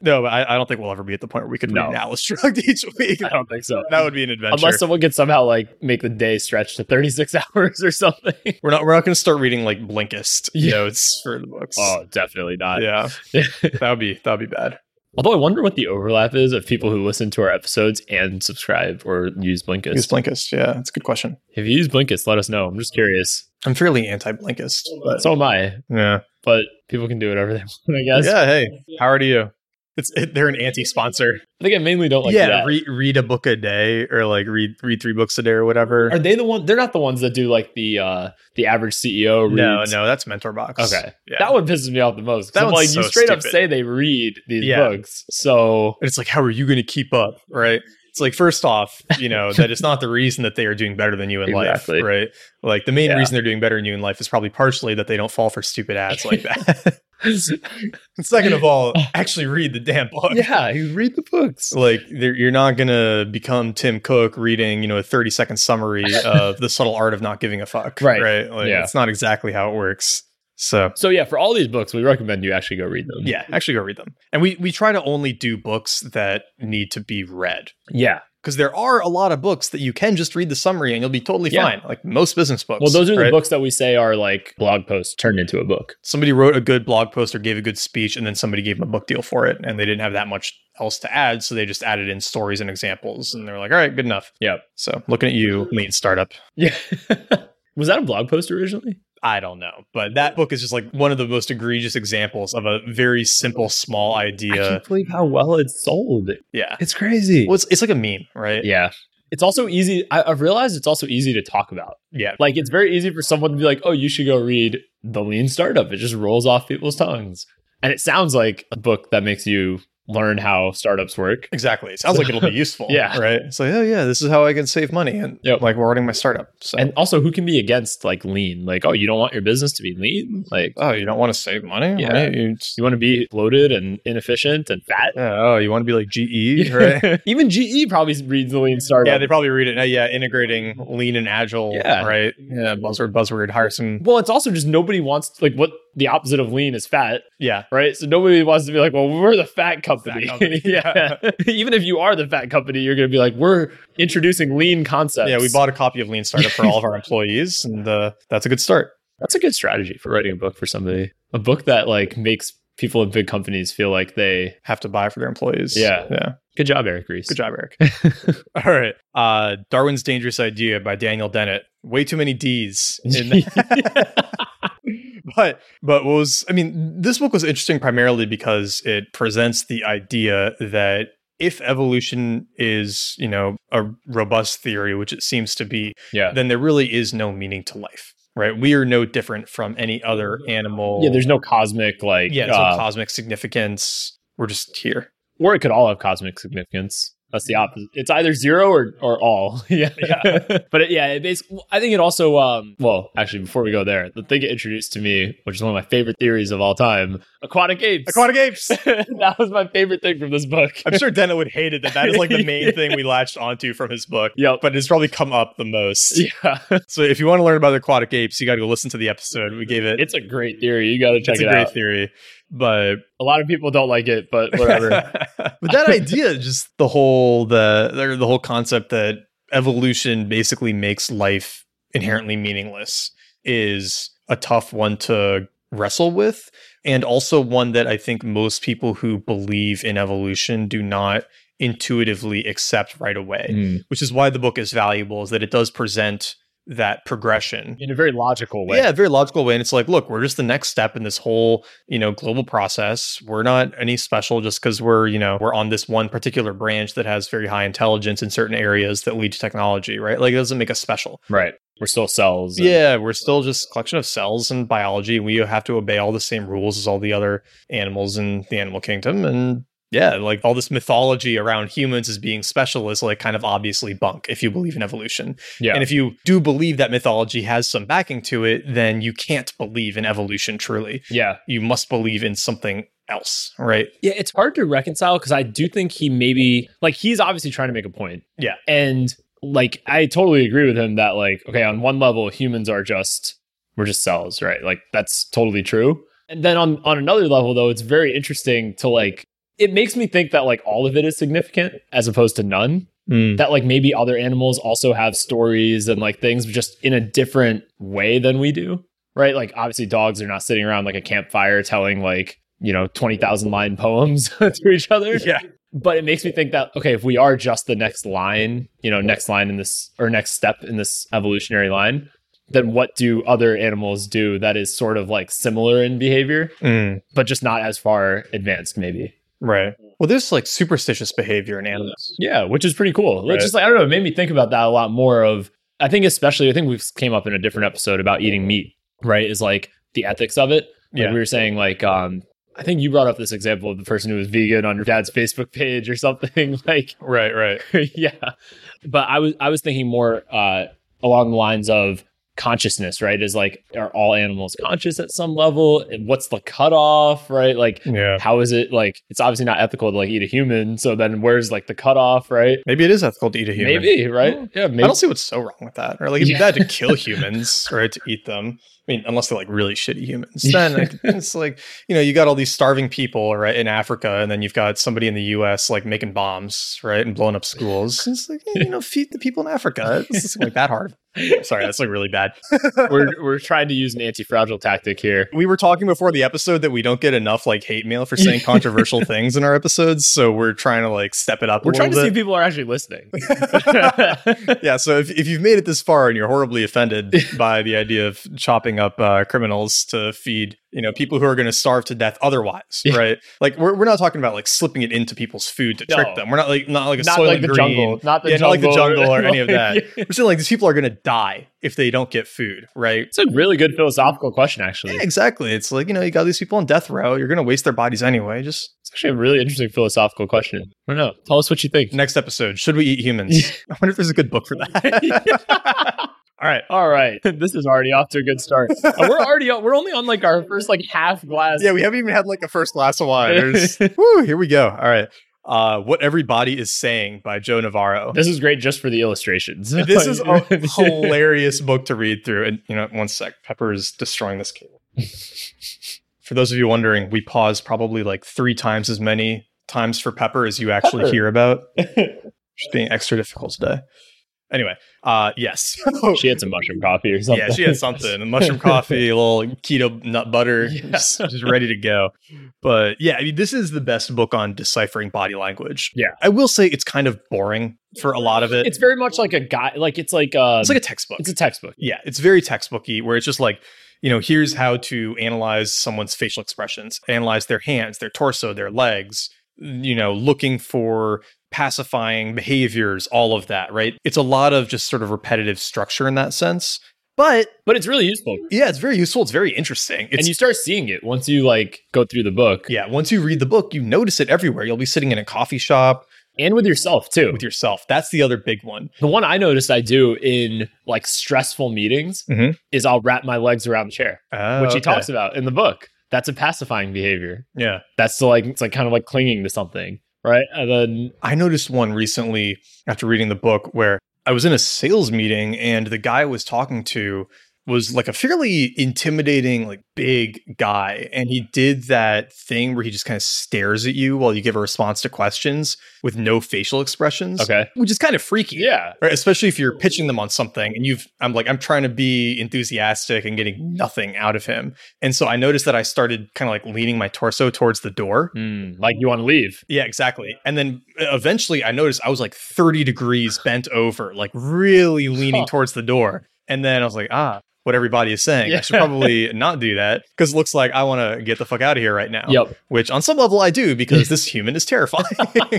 Speaker 1: no, but I, I don't think we'll ever be at the point where we could
Speaker 2: No.
Speaker 1: read an Atlas Shrugged each week.
Speaker 2: I don't think so.
Speaker 1: That would be an adventure.
Speaker 2: Unless someone could somehow like make the day stretch to 36 hours or something.
Speaker 1: we're not we're not going to start reading like Blinkist
Speaker 2: Yeah.
Speaker 1: notes for the books.
Speaker 2: Oh, definitely not.
Speaker 1: yeah, that would be that would be bad.
Speaker 2: Although I wonder what the overlap is of people who listen to our episodes and subscribe or use Blinkist.
Speaker 1: Use Blinkist. Yeah, that's a good question.
Speaker 2: if you use Blinkist, let us know. I'm just curious.
Speaker 1: I'm fairly anti-Blinkist, but
Speaker 2: So am I,
Speaker 1: yeah.
Speaker 2: but people can do whatever they want, I guess.
Speaker 1: yeah, hey, how are you? It's it, they're an anti-sponsor.
Speaker 2: I think I mainly don't like
Speaker 1: yeah,
Speaker 2: that.
Speaker 1: read read a book a day or like read read three books a day or whatever.
Speaker 2: Are they the one? They're not the ones that do like the uh the average CEO
Speaker 1: No,
Speaker 2: reads.
Speaker 1: no, that's Mentor Box.
Speaker 2: Okay.
Speaker 1: yeah.
Speaker 2: That one pisses me off the most. 'cause
Speaker 1: That
Speaker 2: I'm like
Speaker 1: one's
Speaker 2: you
Speaker 1: so
Speaker 2: straight up
Speaker 1: stupid.
Speaker 2: say they read these
Speaker 1: Yeah.
Speaker 2: books. So
Speaker 1: And it's like, how are you going to keep up, right? It's like, first off, you know that it's not the reason that they are doing better than you in
Speaker 2: Exactly.
Speaker 1: life, right? Like the main
Speaker 2: Yeah.
Speaker 1: reason they're doing better than you in life is probably partially that they don't fall for stupid ads like that. and second of all, actually read the damn book.
Speaker 2: yeah, you read the books.
Speaker 1: like there- you're not gonna become Tim Cook reading, you know, a 30 second summary of the subtle art of not giving a fuck,
Speaker 2: Right.
Speaker 1: Right? Like
Speaker 2: Yeah.
Speaker 1: it's not exactly how it works. So
Speaker 2: So yeah, for all these books, we recommend you actually go read them.
Speaker 1: yeah, actually go read them. And we we try to only do books that need to be read
Speaker 2: yeah.
Speaker 1: because there are a lot of books that you can just read the summary and you'll be totally
Speaker 2: Yeah.
Speaker 1: fine. Like most business books.
Speaker 2: Well, those are the
Speaker 1: right?
Speaker 2: books that we say are like blog posts turned into a book.
Speaker 1: Somebody wrote a good blog post or gave a good speech, and then somebody gave them a book deal for it, and they didn't have that much else to add, so they just added in stories and examples, and they're like, "All right, good enough."
Speaker 2: Yeah.
Speaker 1: So looking at you, lean startup.
Speaker 2: Yeah. Was that a blog post originally?
Speaker 1: I don't know, but that book is just like one of the most egregious examples of a very simple, small idea.
Speaker 2: believe how well it sold.
Speaker 1: Yeah,
Speaker 2: It's crazy.
Speaker 1: well, it's, it's like a meme, right?
Speaker 2: yeah. It's also easy. I, I've realized it's also easy to talk about.
Speaker 1: yeah.
Speaker 2: Like, it's very easy for someone to be like, oh, you should go read The Lean Startup. It just rolls off people's tongues. And it sounds like a book that makes you learn how startups work.
Speaker 1: Exactly. It sounds like it'll be useful.
Speaker 2: Yeah.
Speaker 1: Right. It's like, oh yeah, this is how I can save money, and
Speaker 2: Yep.
Speaker 1: like we're running my startup. So,
Speaker 2: And also, who can be against like lean? Like, oh, you don't want your business to be lean? Like,
Speaker 1: oh, you don't want to save money?
Speaker 2: Yeah.
Speaker 1: Right? You just-
Speaker 2: you want to be bloated and inefficient and fat?
Speaker 1: yeah, oh, you want to be like GE, right?
Speaker 2: Even GE probably reads the lean startup.
Speaker 1: yeah, they probably read it. uh, Yeah, integrating lean and agile.
Speaker 2: Yeah.
Speaker 1: Right. Yeah. Buzzword. Buzzword. Hire some.
Speaker 2: well, it's also just nobody wants like what the opposite of lean is fat,
Speaker 1: Yeah.
Speaker 2: right? So nobody wants to be like, well, we're the fat company.
Speaker 1: Fat company.
Speaker 2: yeah. Even if you are the fat company, you're going to be like, we're introducing lean concepts.
Speaker 1: Yeah. We bought a copy of Lean Startup for all of our employees, and uh, that's a good start.
Speaker 2: That's a good strategy for writing a book for somebody. A book that like makes people in big companies feel like they.
Speaker 1: have to buy for their employees.
Speaker 2: Yeah.
Speaker 1: Yeah.
Speaker 2: Good job, Eric Reese.
Speaker 1: Good job, Eric. All right. Uh, Darwin's Dangerous Idea by Daniel Dennett. Way too many D's in that. but but what was I mean, this book was interesting primarily because it presents the idea that if evolution is, you know, a robust theory, which it seems to be,
Speaker 2: Yeah.
Speaker 1: then there really is no meaning to life, right? We are no different from any other animal.
Speaker 2: yeah, there's no cosmic like
Speaker 1: yeah, there's no
Speaker 2: uh,
Speaker 1: cosmic significance. We're just here.
Speaker 2: or it could all have cosmic significance. That's the opposite. It's either zero or, or all. yeah. but it, yeah, it basically, I think it also, um, well, actually, before we go there, the thing it introduced to me, which is one of my favorite theories of all time aquatic apes.
Speaker 1: Aquatic apes.
Speaker 2: that was my favorite thing from this book.
Speaker 1: I'm sure Dana would hate it that that is like the main thing we latched onto from his book,
Speaker 2: Yep.
Speaker 1: but it's probably come up the most.
Speaker 2: Yeah.
Speaker 1: So if you want to learn about aquatic apes, you got to go listen to the episode. We gave it.
Speaker 2: It's a great theory. You got to check
Speaker 1: it's
Speaker 2: it
Speaker 1: a great
Speaker 2: out.
Speaker 1: theory, but
Speaker 2: A lot of people don't like it, but whatever.
Speaker 1: but that idea, just the whole the or the whole concept that evolution basically makes life inherently meaningless is a tough one to wrestle with and also one that I think most people who believe in evolution do not intuitively accept right away,
Speaker 2: Mm.
Speaker 1: which is why the book is valuable is that it does present that progression
Speaker 2: In a very logical way.
Speaker 1: yeah, very logical way. And it's like, look, we're just the next step in this whole, you know, global process. We're not any special just because we're, you know, we're on this one particular branch that has very high intelligence in certain areas that lead to technology, right? Like it doesn't make us special.
Speaker 2: Right. We're still cells. and-
Speaker 1: Yeah, we're still just a collection of cells and biology. We have to obey all the same rules as all the other animals in the animal kingdom. And yeah, like all this mythology around humans as being special is like kind of obviously bunk if you believe in evolution.
Speaker 2: Yeah.
Speaker 1: And if you do believe that mythology has some backing to it, then you can't believe in evolution truly.
Speaker 2: yeah.
Speaker 1: You must believe in something else, right?
Speaker 2: Yeah, it's hard to reconcile because I do think he maybe like he's obviously trying to make a point.
Speaker 1: Yeah.
Speaker 2: And like I totally agree with him that like, okay, on one level, humans are just we're just cells, right? Like that's totally true. And then on on another level though, it's very interesting to like it makes me think that like all of it is significant as opposed to none.
Speaker 1: Mm.
Speaker 2: That like maybe other animals also have stories and like things but just in a different way than we do. Right? Like obviously dogs are not sitting around like a campfire telling like, you know, 20,000 line poems to each other
Speaker 1: Yeah.
Speaker 2: but it makes me think that okay if we are just the next line you know next line in this or next step in this evolutionary line then what do other animals do that is sort of like similar in behavior
Speaker 1: Mm,
Speaker 2: but just not as far advanced maybe
Speaker 1: right. Well, there's like superstitious behavior in animals.
Speaker 2: yeah which is pretty cool
Speaker 1: Right.
Speaker 2: it's just like i don't know it made me think about that a lot more of i think especially i think we've came up in a different episode about eating meat right is like the ethics of it Like
Speaker 1: Yeah.
Speaker 2: we were saying, like, um, I think you brought up this example of the person who was vegan on your dad's Facebook page or something. like,
Speaker 1: Right, right.
Speaker 2: yeah. But I was I was thinking more uh, along the lines of consciousness, right? Is like, are all animals conscious at some level? And What's the cutoff, right? Like,
Speaker 1: Yeah.
Speaker 2: how is it like? It's obviously not ethical to like eat a human. So then, where's like the cutoff, right?
Speaker 1: Maybe it is ethical to eat a human.
Speaker 2: Maybe, right? Yeah,
Speaker 1: I
Speaker 2: maybe.
Speaker 1: don't see what's so wrong with that. Or like, it'd be
Speaker 2: Yeah.
Speaker 1: bad to kill humans, right? To eat them. I mean, unless they're like really shitty humans. Then like, it's like, you know, you got all these starving people, right, in Africa, and then you've got somebody in the US like making bombs, right, and blowing up schools. It's like, eh, you know, feed the people in Africa. It's just, like that hard. Sorry, that's like really bad.
Speaker 2: we're we're trying to use an anti fragile tactic here.
Speaker 1: we were talking before the episode that we don't get enough like hate mail for saying controversial things in our episodes, so we're trying to like step it up. a
Speaker 2: We're trying to
Speaker 1: little
Speaker 2: see
Speaker 1: bit.
Speaker 2: if people are actually listening.
Speaker 1: yeah, so if, if you've made it this far and you're horribly offended by the idea of chopping up uh, criminals to feed, you know, people who are going to starve to death otherwise,
Speaker 2: Yeah.
Speaker 1: right? Like we're, we're not talking about like slipping it into people's food to trick
Speaker 2: No.
Speaker 1: them. We're not like not like a
Speaker 2: not
Speaker 1: Soylent
Speaker 2: like the
Speaker 1: Green.
Speaker 2: jungle, not the
Speaker 1: Yeah,
Speaker 2: jungle,
Speaker 1: not like the jungle or any of
Speaker 2: like-
Speaker 1: We're saying like these people are going to die if they don't get food, right?
Speaker 2: It's a really good philosophical question, actually.
Speaker 1: Yeah, exactly. It's like you know you got these people on death row. You're going to waste their bodies anyway. Just
Speaker 2: It's actually a really interesting philosophical question. I don't know. Tell us what you think.
Speaker 1: next episode, should we eat humans? I wonder if there's a good book for that. All right.
Speaker 2: All right, this is already off to a good start. And we're already we're only on like our first like half glass.
Speaker 1: Yeah, we haven't even had like a first glass of wine. There's, woo, here we go. All right. Uh, what Everybody is Saying by Joe Navarro.
Speaker 2: This is great just for the illustrations.
Speaker 1: This is a hilarious book to read through. And, you know, one sec, Pepper is destroying this cable. For those of you wondering, we paused probably like three times as many times for Pepper as you actually
Speaker 2: Pepper.
Speaker 1: hear about. Just being extra difficult today. Anyway, uh, yes.
Speaker 2: she had some mushroom coffee or something.
Speaker 1: Yeah, she had something. A mushroom coffee, a little keto nut butter,
Speaker 2: Yeah.
Speaker 1: just, just ready to go. But yeah, I mean, this is the best book on deciphering body language.
Speaker 2: Yeah.
Speaker 1: I will say it's kind of boring for a lot of it. It's,
Speaker 2: It's very much like a guy. Like it's like uh,
Speaker 1: like a textbook.
Speaker 2: it's a textbook.
Speaker 1: yeah, it's very textbooky where it's just like, you know, here's how to analyze someone's facial expressions, analyze their hands, their torso, their legs, you know, looking for pacifying behaviors, all of that, right? It's a lot of just sort of repetitive structure in that sense. But
Speaker 2: But it's really useful.
Speaker 1: yeah, it's very useful. It's very interesting. It's,
Speaker 2: and you start seeing it once you like go through the book
Speaker 1: yeah, once you read the book, you notice it everywhere. You'll be sitting in a coffee shop
Speaker 2: and with yourself too.
Speaker 1: with yourself. That's the other big one.
Speaker 2: The one I noticed I do in like stressful meetings
Speaker 1: Mhm.
Speaker 2: is I'll wrap my legs around the chair,
Speaker 1: Oh,
Speaker 2: which he
Speaker 1: okay.
Speaker 2: talks about in the book. That's a pacifying behavior.
Speaker 1: Yeah.
Speaker 2: That's the, like it's like kind of like clinging to something, right? And then
Speaker 1: I noticed one recently after reading the book where I was in a sales meeting and the guy I was talking to was like a fairly intimidating, like big guy. And he did that thing where he just kind of stares at you while you give a response to questions with no facial expressions,
Speaker 2: okay,
Speaker 1: which is kind of freaky.
Speaker 2: yeah,
Speaker 1: Right, especially if you're pitching them on something and you've I'm like I'm trying to be enthusiastic and getting nothing out of him. And so I noticed that I started kind of like leaning my torso towards the door.
Speaker 2: Hmm, like you want to leave.
Speaker 1: Yeah, exactly. And then uh, eventually I noticed I was like 30 degrees bent over, like really leaning
Speaker 2: Huh.
Speaker 1: towards the door. And then I was like, ah, what everybody is saying. I
Speaker 2: Yeah.
Speaker 1: should probably not do that because it looks like I want to get the fuck out of here right now.
Speaker 2: Yep,
Speaker 1: Which on some level I do because this human is terrifying.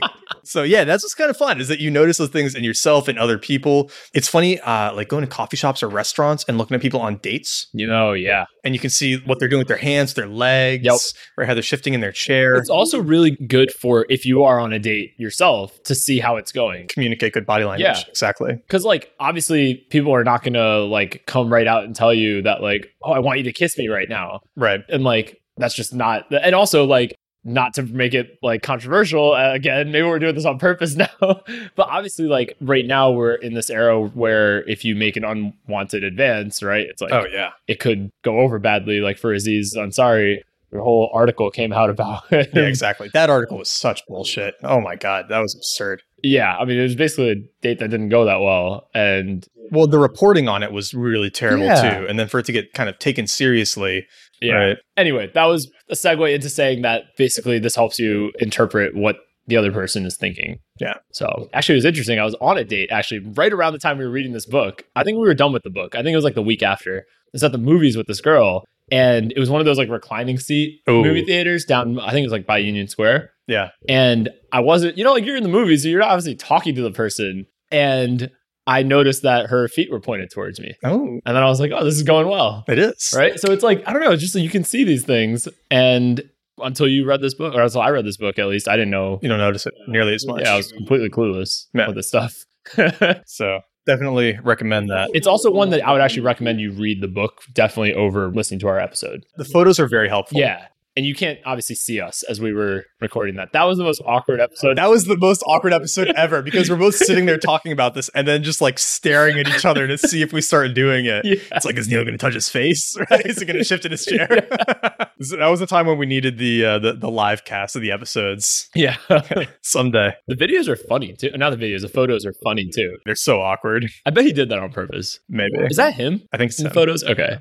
Speaker 1: so yeah, that's what's kind of fun is that you notice those things in yourself and other people. It's funny, uh, like going to coffee shops or restaurants and looking at people on dates
Speaker 2: you know, yeah.
Speaker 1: and you can see what they're doing with their hands, their legs,
Speaker 2: Yep.
Speaker 1: or how they're shifting in their chair.
Speaker 2: It's also really good for if you are on a date yourself to see how it's going.
Speaker 1: communicate good body language.
Speaker 2: Yeah.
Speaker 1: Exactly.
Speaker 2: Cause like obviously people are not gonna like come right out and tell you that like, oh, I want you to kiss me right now.
Speaker 1: Right.
Speaker 2: and like that's just not and also like not to make it like controversial uh, again maybe we're doing this on purpose now but obviously like right now we're in this era where if you make an unwanted advance right it's like
Speaker 1: Oh, yeah.
Speaker 2: it could go over badly like for aziz ansari the whole article came out about it.
Speaker 1: Yeah, exactly. That article was such bullshit. Oh my god, that was absurd.
Speaker 2: yeah i mean it was basically a date that didn't go that well and
Speaker 1: Well, the reporting on it was really terrible
Speaker 2: Yeah.
Speaker 1: too, and then for it to get kind of taken seriously,
Speaker 2: yeah
Speaker 1: right?
Speaker 2: anyway that was a segue into saying that basically this helps you interpret what the other person is thinking
Speaker 1: Yeah.
Speaker 2: So actually, it was interesting. I was on a date actually right around the time we were reading this book. I think we were done with the book. I think it was like the week after. I was at the movies with this girl, and it was one of those like reclining seat
Speaker 1: Ooh.
Speaker 2: movie theaters down. I think it was like by Union Square.
Speaker 1: Yeah.
Speaker 2: And I wasn't, you know, like you're in the movies, you're obviously talking to the person, and I noticed that her feet were pointed towards me,
Speaker 1: Oh,
Speaker 2: and then I was like, oh, this is going well,
Speaker 1: it is.
Speaker 2: right? So it's like I don't know, it's just you can see these things, and until you read this book, or until I read this book, at least I didn't know
Speaker 1: You don't notice it nearly as much.
Speaker 2: yeah, I was completely clueless
Speaker 1: Yeah.
Speaker 2: with this stuff.
Speaker 1: so definitely recommend that.
Speaker 2: it's also one that I would actually recommend you read the book definitely over listening to our episode.
Speaker 1: The photos are very helpful.
Speaker 2: Yeah. And you can't obviously see us as we were recording that. That was the most awkward episode.
Speaker 1: That was the most awkward episode ever because we're both sitting there talking about this and then just like staring at each other to see if we start doing it.
Speaker 2: yeah.
Speaker 1: It's like, is Neil going to touch his face? Right? Is he going to shift in his chair? So that was the time when we needed the, uh, the the live cast of the episodes.
Speaker 2: Yeah.
Speaker 1: Someday
Speaker 2: the videos are funny too. Not the videos, the photos are funny too.
Speaker 1: they're so awkward.
Speaker 2: I bet he did that on purpose.
Speaker 1: Maybe
Speaker 2: Is that him
Speaker 1: I think
Speaker 2: in
Speaker 1: so.
Speaker 2: the photos? Okay.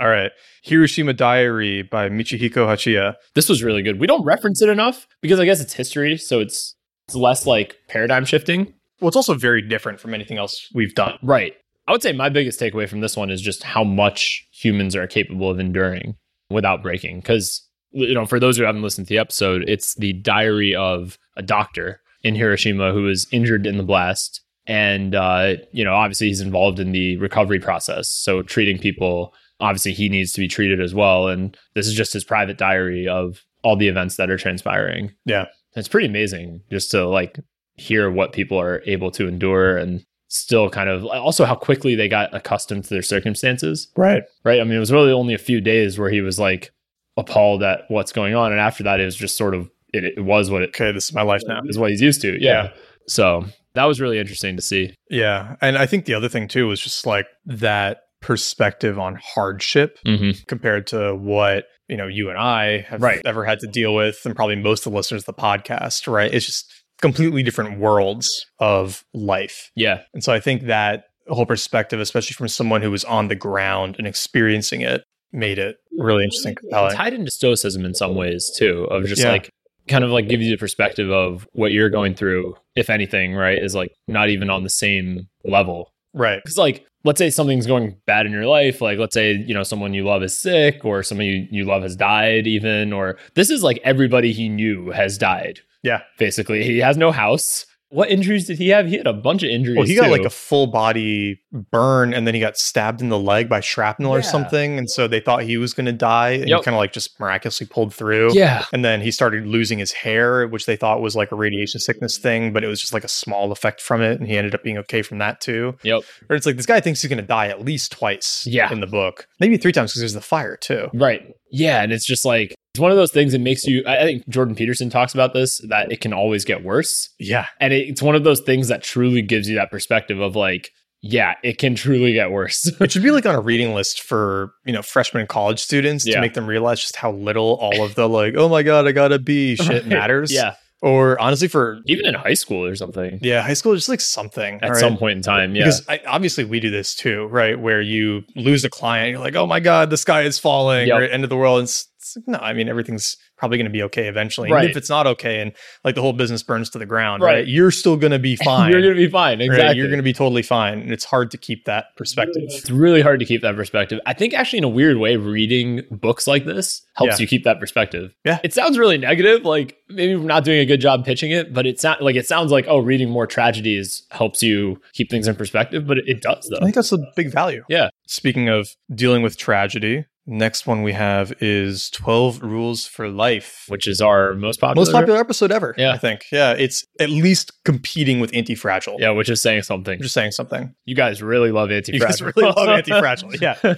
Speaker 1: All right, Hiroshima Diary by Michihiko Hachiya.
Speaker 2: This was really good. We don't reference it enough because I guess it's history, so it's it's less like paradigm shifting.
Speaker 1: Well, it's also very different from anything else we've done.
Speaker 2: Right. I would say my biggest takeaway from this one is just how much humans are capable of enduring without breaking. Because, you know, for those who haven't listened to the episode, it's the diary of a doctor in Hiroshima who was injured in the blast. And, uh, you know, obviously he's involved in the recovery process. So treating people, obviously he needs to be treated as well. And this is just his private diary of all the events that are transpiring.
Speaker 1: Yeah.
Speaker 2: It's pretty amazing just to like hear what people are able to endure and still kind of also how quickly they got accustomed to their circumstances,
Speaker 1: Right.
Speaker 2: right? I mean, it was really only a few days where he was like appalled at what's going on, and after that, it was just sort of it, it was what it
Speaker 1: Okay, this is my life now.
Speaker 2: is what he's used to. Yeah.
Speaker 1: Yeah.
Speaker 2: So that was really interesting to see.
Speaker 1: Yeah, and I think the other thing too was just like that perspective on hardship
Speaker 2: Mm-hmm.
Speaker 1: compared to what you know you and I have
Speaker 2: Right.
Speaker 1: ever had to deal with, and probably most of the listeners of the podcast. Right? It's just completely different worlds of life.
Speaker 2: Yeah.
Speaker 1: And so I think that whole perspective, especially from someone who was on the ground and experiencing it, made it really interesting, compelling.
Speaker 2: tied into stoicism in some ways too, of just
Speaker 1: Yeah.
Speaker 2: like kind of like give you the perspective of what you're going through, if anything, right? Is like not even on the same level
Speaker 1: Right.
Speaker 2: because like let's say something's going bad in your life like let's say you know someone you love is sick or someone you, you love has died even or this is like everybody he knew has died
Speaker 1: Yeah.
Speaker 2: Basically, he has no house. What injuries did he have? He had a bunch of injuries.
Speaker 1: Well, he got
Speaker 2: too.
Speaker 1: like a full body burn and then he got stabbed in the leg by shrapnel or
Speaker 2: Yeah.
Speaker 1: something. And so they thought he was going to die. And
Speaker 2: Yep.
Speaker 1: he kind of like just miraculously pulled through.
Speaker 2: yeah.
Speaker 1: And then he started losing his hair, which they thought was like a radiation sickness
Speaker 2: Mm.
Speaker 1: thing, but it was just like a small effect from it. And he ended up being okay from that too.
Speaker 2: Yep.
Speaker 1: Or it's like this guy thinks he's going to die at least twice
Speaker 2: Yeah.
Speaker 1: in the book, maybe three times because there's the fire too.
Speaker 2: Right. Yeah. And it's just like, it's one of those things that makes you, I I think Jordan Peterson talks about this, that it can always get worse.
Speaker 1: Yeah.
Speaker 2: And it, it's one of those things that truly gives you that perspective of like, yeah, it can truly get worse.
Speaker 1: It should be like on a reading list for you know freshman and college students
Speaker 2: Yeah.
Speaker 1: to make them realize just how little all of the like oh my god I got a B shit matters.
Speaker 2: yeah.
Speaker 1: Or honestly for
Speaker 2: Even in high school or something
Speaker 1: yeah high school just like something
Speaker 2: at
Speaker 1: all
Speaker 2: some
Speaker 1: right?
Speaker 2: point in time. Yeah.
Speaker 1: Because I, obviously we do this too, right? Where you lose a client, you're like, "Oh my god, the sky is falling,"
Speaker 2: Yep.
Speaker 1: or "End of the world." And it's, it's like, no, I mean everything's probably going to be okay eventually.
Speaker 2: Right.
Speaker 1: Even if it's not okay, and like the whole business burns to the ground,
Speaker 2: Right.
Speaker 1: right? You're still going to be fine.
Speaker 2: You're going to be fine.
Speaker 1: right?
Speaker 2: Exactly.
Speaker 1: You're going to be totally fine, and it's hard to keep that perspective.
Speaker 2: It's really hard to keep that perspective. I think actually in a weird way, reading books like this helps
Speaker 1: Yeah.
Speaker 2: you keep that perspective.
Speaker 1: Yeah.
Speaker 2: It sounds really negative, like maybe we're not doing a good job pitching it, but it's not like it sounds like, oh, reading more tragedies helps you keep things in perspective, but it, it does
Speaker 1: I
Speaker 2: though.
Speaker 1: think that's a big value.
Speaker 2: Yeah.
Speaker 1: Speaking of dealing with tragedy, next one we have is 12 Rules for Life.
Speaker 2: Which is our most popular.
Speaker 1: Most popular episode ever,
Speaker 2: Yeah.
Speaker 1: I think. Yeah, it's at least competing with Anti-Fragile.
Speaker 2: Yeah, which is saying
Speaker 1: I'm
Speaker 2: something.
Speaker 1: just saying something.
Speaker 2: You guys really love anti
Speaker 1: You guys really love Anti-Fragile. Yeah.
Speaker 2: yeah.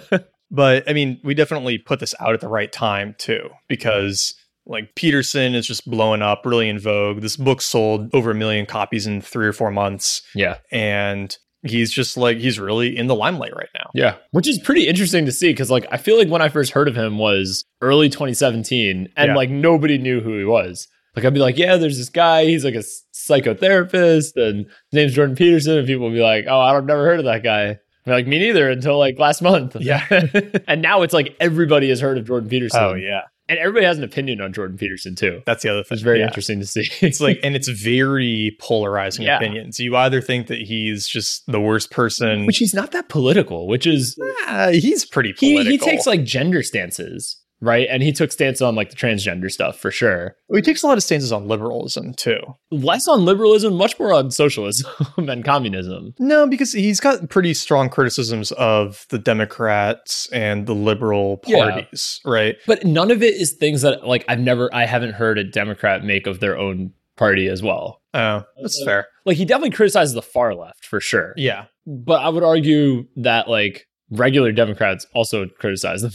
Speaker 1: But I mean, we definitely put this out at the right time too, because like Peterson is just blowing up, really in vogue. This book sold over a million copies in three or four months.
Speaker 2: yeah.
Speaker 1: And he's just like, he's really in the limelight right now.
Speaker 2: Yeah. Which is pretty interesting to see because, like, I feel like when I first heard of him was early 2017 and,
Speaker 1: Yeah.
Speaker 2: like, nobody knew who he was. Like, I'd be like, yeah, there's this guy. He's like a s- psychotherapist and his name's Jordan Peterson. And people would be like, oh, I've never heard of that guy. I'd be like, me neither until like last month.
Speaker 1: Yeah. Oh,
Speaker 2: and now it's like everybody has heard of Jordan Peterson.
Speaker 1: yeah.
Speaker 2: And everybody has an opinion on Jordan Peterson, too.
Speaker 1: That's the other thing.
Speaker 2: Oh, It's very
Speaker 1: Yeah.
Speaker 2: interesting to see.
Speaker 1: it's like and it's very polarizing
Speaker 2: Yeah.
Speaker 1: opinions you either think that he's just the worst person
Speaker 2: which he's not that political, which is
Speaker 1: Ah, he's pretty
Speaker 2: he,
Speaker 1: political
Speaker 2: he takes like gender stances right and he took stances on like the transgender stuff for sure
Speaker 1: he takes a lot of stances on liberalism too
Speaker 2: less on liberalism much more on socialism and communism
Speaker 1: no because he's got pretty strong criticisms of the democrats and the liberal
Speaker 2: Yeah.
Speaker 1: parties right
Speaker 2: but none of it is things that like i've never i haven't heard a democrat make of their own party as well
Speaker 1: oh
Speaker 2: Uh,
Speaker 1: that's fair
Speaker 2: like he definitely criticizes the far left for sure
Speaker 1: yeah
Speaker 2: but i would argue that like regular democrats also criticize the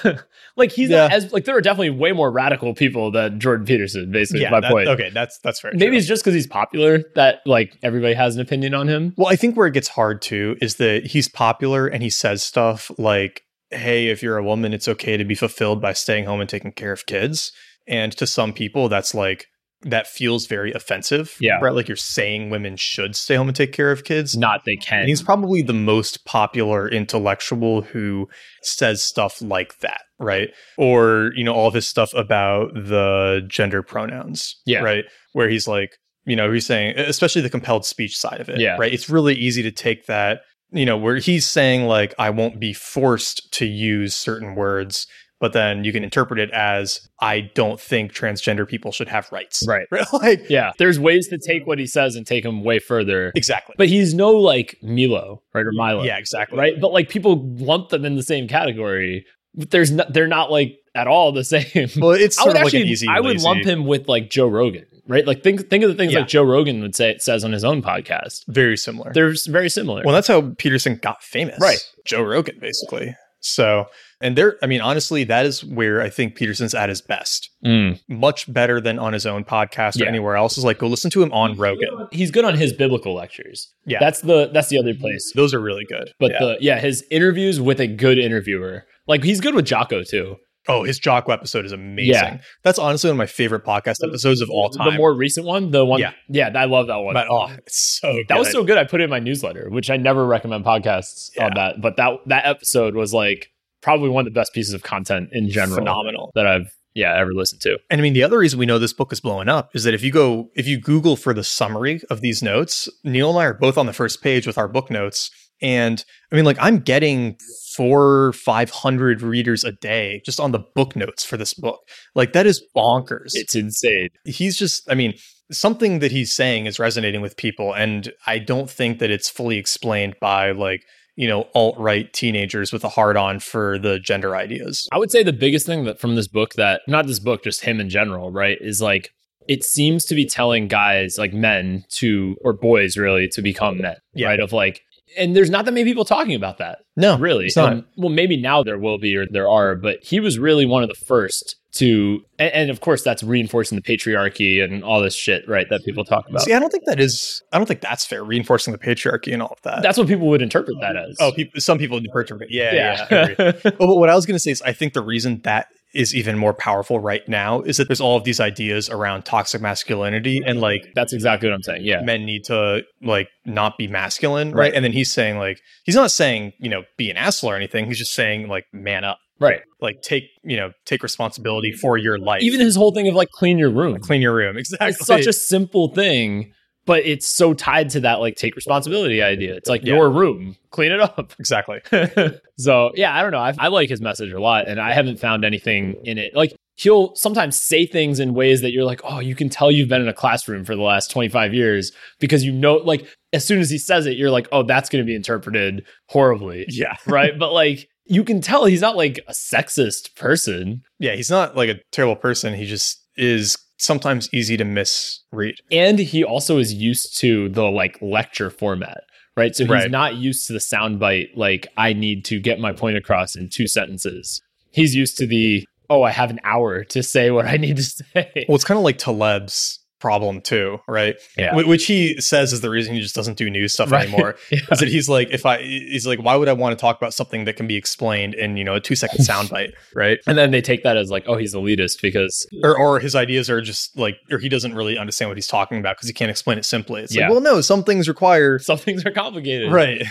Speaker 2: far left like he's not
Speaker 1: Yeah.
Speaker 2: as like there are definitely way more radical people than jordan peterson basically
Speaker 1: yeah
Speaker 2: is my
Speaker 1: that-
Speaker 2: point
Speaker 1: okay that's that's fair
Speaker 2: Maybe
Speaker 1: true.
Speaker 2: it's just because he's popular that like everybody has an opinion on him.
Speaker 1: Well, I think where it gets hard too is that he's popular and he says stuff like, hey, if you're a woman, it's okay to be fulfilled by staying home and taking care of kids. And to some people, that's like, that feels very offensive.
Speaker 2: Yeah.
Speaker 1: Right. Like you're saying women should stay home and take care of
Speaker 2: It's
Speaker 1: kids.
Speaker 2: not they can.
Speaker 1: And he's probably the most popular intellectual who says stuff like that, right? Or, you know, all of his stuff about the gender pronouns,
Speaker 2: Yeah.
Speaker 1: right? Where he's like, you know, he's saying, especially the compelled speech side of it,
Speaker 2: Yeah.
Speaker 1: right? It's really easy to take that, you know, where he's saying, like, I won't be forced to use certain words. But then you can interpret it as I don't think transgender people should have rights.
Speaker 2: Right.
Speaker 1: like,
Speaker 2: yeah, there's ways to take what he says and take him way further.
Speaker 1: exactly.
Speaker 2: But he's no like Milo, right, or Milo,
Speaker 1: yeah, exactly.
Speaker 2: right. But like people lump them in the same category. But there's not, they're not like at all the same.
Speaker 1: Well, it's
Speaker 2: I
Speaker 1: sort
Speaker 2: would
Speaker 1: of
Speaker 2: actually,
Speaker 1: like an easy.
Speaker 2: I would
Speaker 1: lazy-
Speaker 2: lump him with like Joe Rogan, right? Like think think of the things
Speaker 1: Yeah.
Speaker 2: like Joe Rogan would say says on his own podcast.
Speaker 1: Very similar.
Speaker 2: They're s- very similar.
Speaker 1: Well, that's how Peterson got famous.
Speaker 2: Right.
Speaker 1: Joe Rogan, basically. So, and there, I mean, honestly, that is where I think Peterson's at his best.
Speaker 2: Mm.
Speaker 1: Much better than on his own podcast
Speaker 2: Yeah.
Speaker 1: or anywhere else. Is like, go listen to him on Rogan.
Speaker 2: He's good on his biblical lectures.
Speaker 1: Yeah.
Speaker 2: that's the that's the other place.
Speaker 1: Those are really good.
Speaker 2: But
Speaker 1: Yeah.
Speaker 2: the yeah, his interviews with a good interviewer. Like he's good with Jocko too.
Speaker 1: oh, his Jocko episode is amazing.
Speaker 2: Yeah.
Speaker 1: That's honestly one of my favorite podcast episodes of all time.
Speaker 2: The more recent one, the one
Speaker 1: Yeah.
Speaker 2: I love that one.
Speaker 1: but oh, it's so good.
Speaker 2: that was so good. I put it in my newsletter, which I never recommend podcasts on that. But that that episode was like probably one of the best pieces of content in general
Speaker 1: phenomenal.
Speaker 2: that I've yeah, ever listened to.
Speaker 1: And I mean, the other reason we know this book is blowing up is that if you go, if you Google for the summary of these notes, Neil and I are both on the first page with our book notes. And I mean, like I'm getting four, five hundred readers a day just on the book notes for this book. Like that is bonkers.
Speaker 2: It's insane.
Speaker 1: he's just, I mean, something that he's saying is resonating with people, and I don't think that it's fully explained by like you know alt right teenagers with a hard on for the gender ideas.
Speaker 2: I would say the biggest thing that from this book that not this book, just him in general, right, is like it seems to be telling guys like men to or boys really to become men,
Speaker 1: Yeah.
Speaker 2: right? Of like, and there's not that many people talking about that
Speaker 1: No,
Speaker 2: really.
Speaker 1: it's not.
Speaker 2: And- well, maybe now there will be or there are, but he was really one of the first to, and, and of course that's reinforcing the patriarchy and all this shit, right? That people talk about.
Speaker 1: See, I don't think that is. I don't think that's fair. Reinforcing the patriarchy and all of that.
Speaker 2: that's what people would interpret that as.
Speaker 1: oh, people, some people interpret it. Yeah, yeah. I
Speaker 2: yeah.
Speaker 1: agree. well, but what I was going to say is, I think the reason that is even more powerful right now is that there's all of these ideas around toxic masculinity and like
Speaker 2: that's exactly what I'm saying. Yeah.
Speaker 1: men need to like not be masculine, right?
Speaker 2: Right.
Speaker 1: And then he's saying like he's not saying you know be an asshole or anything. He's just saying like man up,
Speaker 2: Right.
Speaker 1: like take you know take responsibility for your life,
Speaker 2: Even his whole thing of like clean your room.
Speaker 1: clean your room. Exactly.
Speaker 2: It's such a simple thing, but it's so tied to that like take responsibility idea. It's like
Speaker 1: Yeah.
Speaker 2: your room, clean it up.
Speaker 1: exactly.
Speaker 2: so yeah, I don't know. I, I like his message a lot, and I haven't found anything in it. Like he'll sometimes say things in ways that you're like, oh, you can tell you've been in a classroom for the last 25 years because you know, like as soon as he says it, you're like, oh, that's going to be interpreted horribly,
Speaker 1: Yeah.
Speaker 2: right? but like you can tell he's not like a sexist person.
Speaker 1: yeah, he's not like a terrible person. He just is sometimes easy to misread.
Speaker 2: and he also is used to the like lecture format right so he's
Speaker 1: Right.
Speaker 2: not used to the soundbite like i need to get my point across in two sentences he's used to the oh i have an hour to say what i need to say
Speaker 1: Well, it's kind of like Taleb's problem too, right?
Speaker 2: Yeah.
Speaker 1: Wh- Which he says is the reason he just doesn't do news stuff
Speaker 2: Right.
Speaker 1: anymore.
Speaker 2: Yeah.
Speaker 1: Is that he's like, if I, he's like, why would I want to talk about something that can be explained in you know a two second soundbite, right?
Speaker 2: and then they take that as like oh he's elitist because
Speaker 1: Or or his ideas are just like, or he doesn't really understand what he's talking about because he can't explain it simply. It's
Speaker 2: Yeah.
Speaker 1: like, well, no, some things require
Speaker 2: some things are complicated
Speaker 1: right,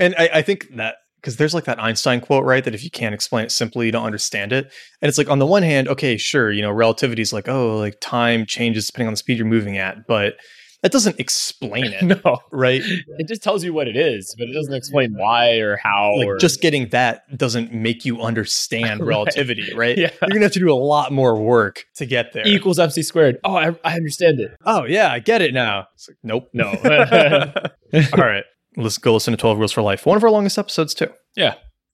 Speaker 1: and I, I think that. Because there's like that Einstein quote, right? That if you can't explain it simply, you don't understand it. And it's like, on the one hand, okay, sure, you know, relativity is like, oh, like time changes depending on the speed you're moving at, but that doesn't explain it,
Speaker 2: no
Speaker 1: right?
Speaker 2: it just tells you what it is but it doesn't explain why or how or
Speaker 1: Like, just getting that doesn't make you understand
Speaker 2: Right.
Speaker 1: relativity, right?
Speaker 2: Yeah.
Speaker 1: You're gonna have to do a lot more work to get there.
Speaker 2: equals mc squared oh i, I understand it
Speaker 1: oh, yeah, I get it now. It's like, nope.
Speaker 2: No.
Speaker 1: All right, let's go listen to 12 Rules for Life, one of our longest episodes, too.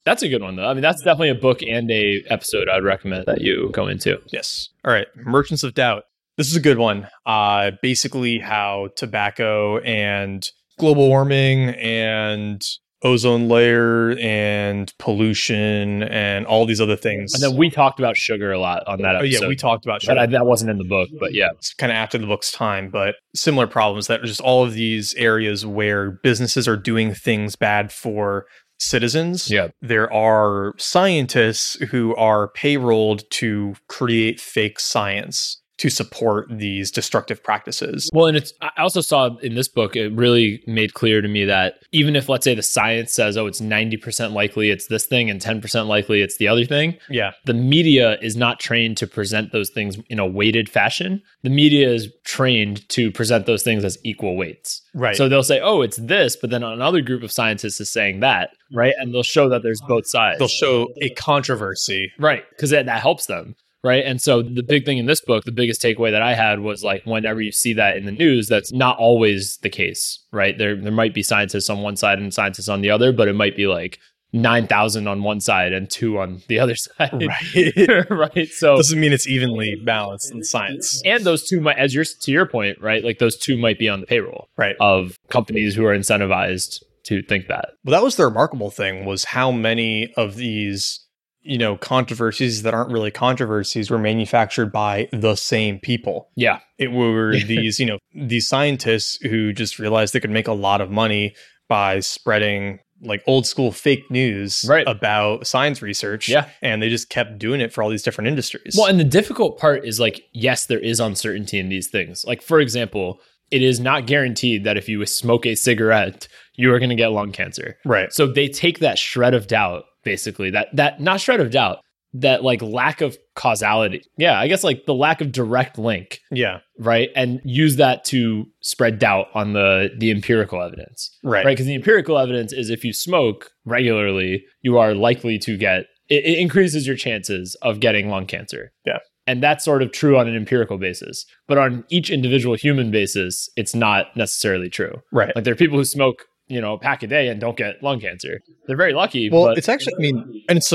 Speaker 2: that's a good one though i mean that's definitely a book and a episode i'd recommend that you go into
Speaker 1: Yes. All right. Merchants of Doubt. This is a good one. Uh, basically, how tobacco and global warming and ozone layer and pollution and all these other things.
Speaker 2: And then we talked about sugar a lot on that
Speaker 1: oh,
Speaker 2: episode.
Speaker 1: yeah, we talked about
Speaker 2: But I,
Speaker 1: sugar.
Speaker 2: that wasn't in the book, but yeah.
Speaker 1: It's kind of after the book's time, but similar problems that are just all of these areas where businesses are doing things bad for citizens.
Speaker 2: Yeah.
Speaker 1: there are scientists who are payrolled to create fake science to support these destructive practices.
Speaker 2: Well, and it's I also saw in this book it really made clear to me that even if let's say the science says oh it's 90% likely it's this thing and 10% likely it's the other thing,
Speaker 1: Yeah.
Speaker 2: the media is not trained to present those things in a weighted fashion. The media is trained to present those things as equal weights.
Speaker 1: Right.
Speaker 2: So they'll say, "Oh, it's this," but then another group of scientists is saying that, right? And they'll show that there's both sides.
Speaker 1: they'll show a controversy.
Speaker 2: Right. Because that, that helps them. Right. And so the big thing in this book, the biggest takeaway that I had was like whenever you see that in the news, that's not always the case. Right. There there might be scientists on one side and scientists on the other, but it might be like nine thousand on one side and two on the other side.
Speaker 1: Right.
Speaker 2: right. So
Speaker 1: Doesn't mean it's evenly balanced in science.
Speaker 2: and those two might as your to your point, right? Like those two might be on the payroll
Speaker 1: Right.
Speaker 2: of companies who are incentivized to think that.
Speaker 1: Well, that was the remarkable thing was how many of these, you know, controversies that aren't really controversies were manufactured by the same people.
Speaker 2: Yeah.
Speaker 1: it were these you know these scientists who just realized they could make a lot of money by spreading like old school fake news
Speaker 2: Right.
Speaker 1: about science research
Speaker 2: Yeah.
Speaker 1: and they just kept doing it for all these different industries
Speaker 2: Well, and the difficult part is like, yes, there is uncertainty in these things. Like, for example, it is not guaranteed that if you smoke a cigarette, you are going to get lung cancer.
Speaker 1: right
Speaker 2: So they take that shred of doubt, basically, that, that not shred of doubt, that like lack of causality. Yeah, I guess like the lack of direct link,
Speaker 1: Yeah.
Speaker 2: right? And use that to spread doubt on the the empirical evidence.
Speaker 1: Right.
Speaker 2: Right? Because the empirical evidence is if you smoke regularly, you are likely to get it, it increases your chances of getting lung cancer.
Speaker 1: Yeah.
Speaker 2: And that's sort of true on an empirical basis. But on each individual human basis, it's not necessarily true.
Speaker 1: Right.
Speaker 2: Like there are people who smoke, you know, a pack a day and don't get lung cancer. They're very lucky.
Speaker 1: Well,
Speaker 2: but
Speaker 1: it's actually, I mean, and it's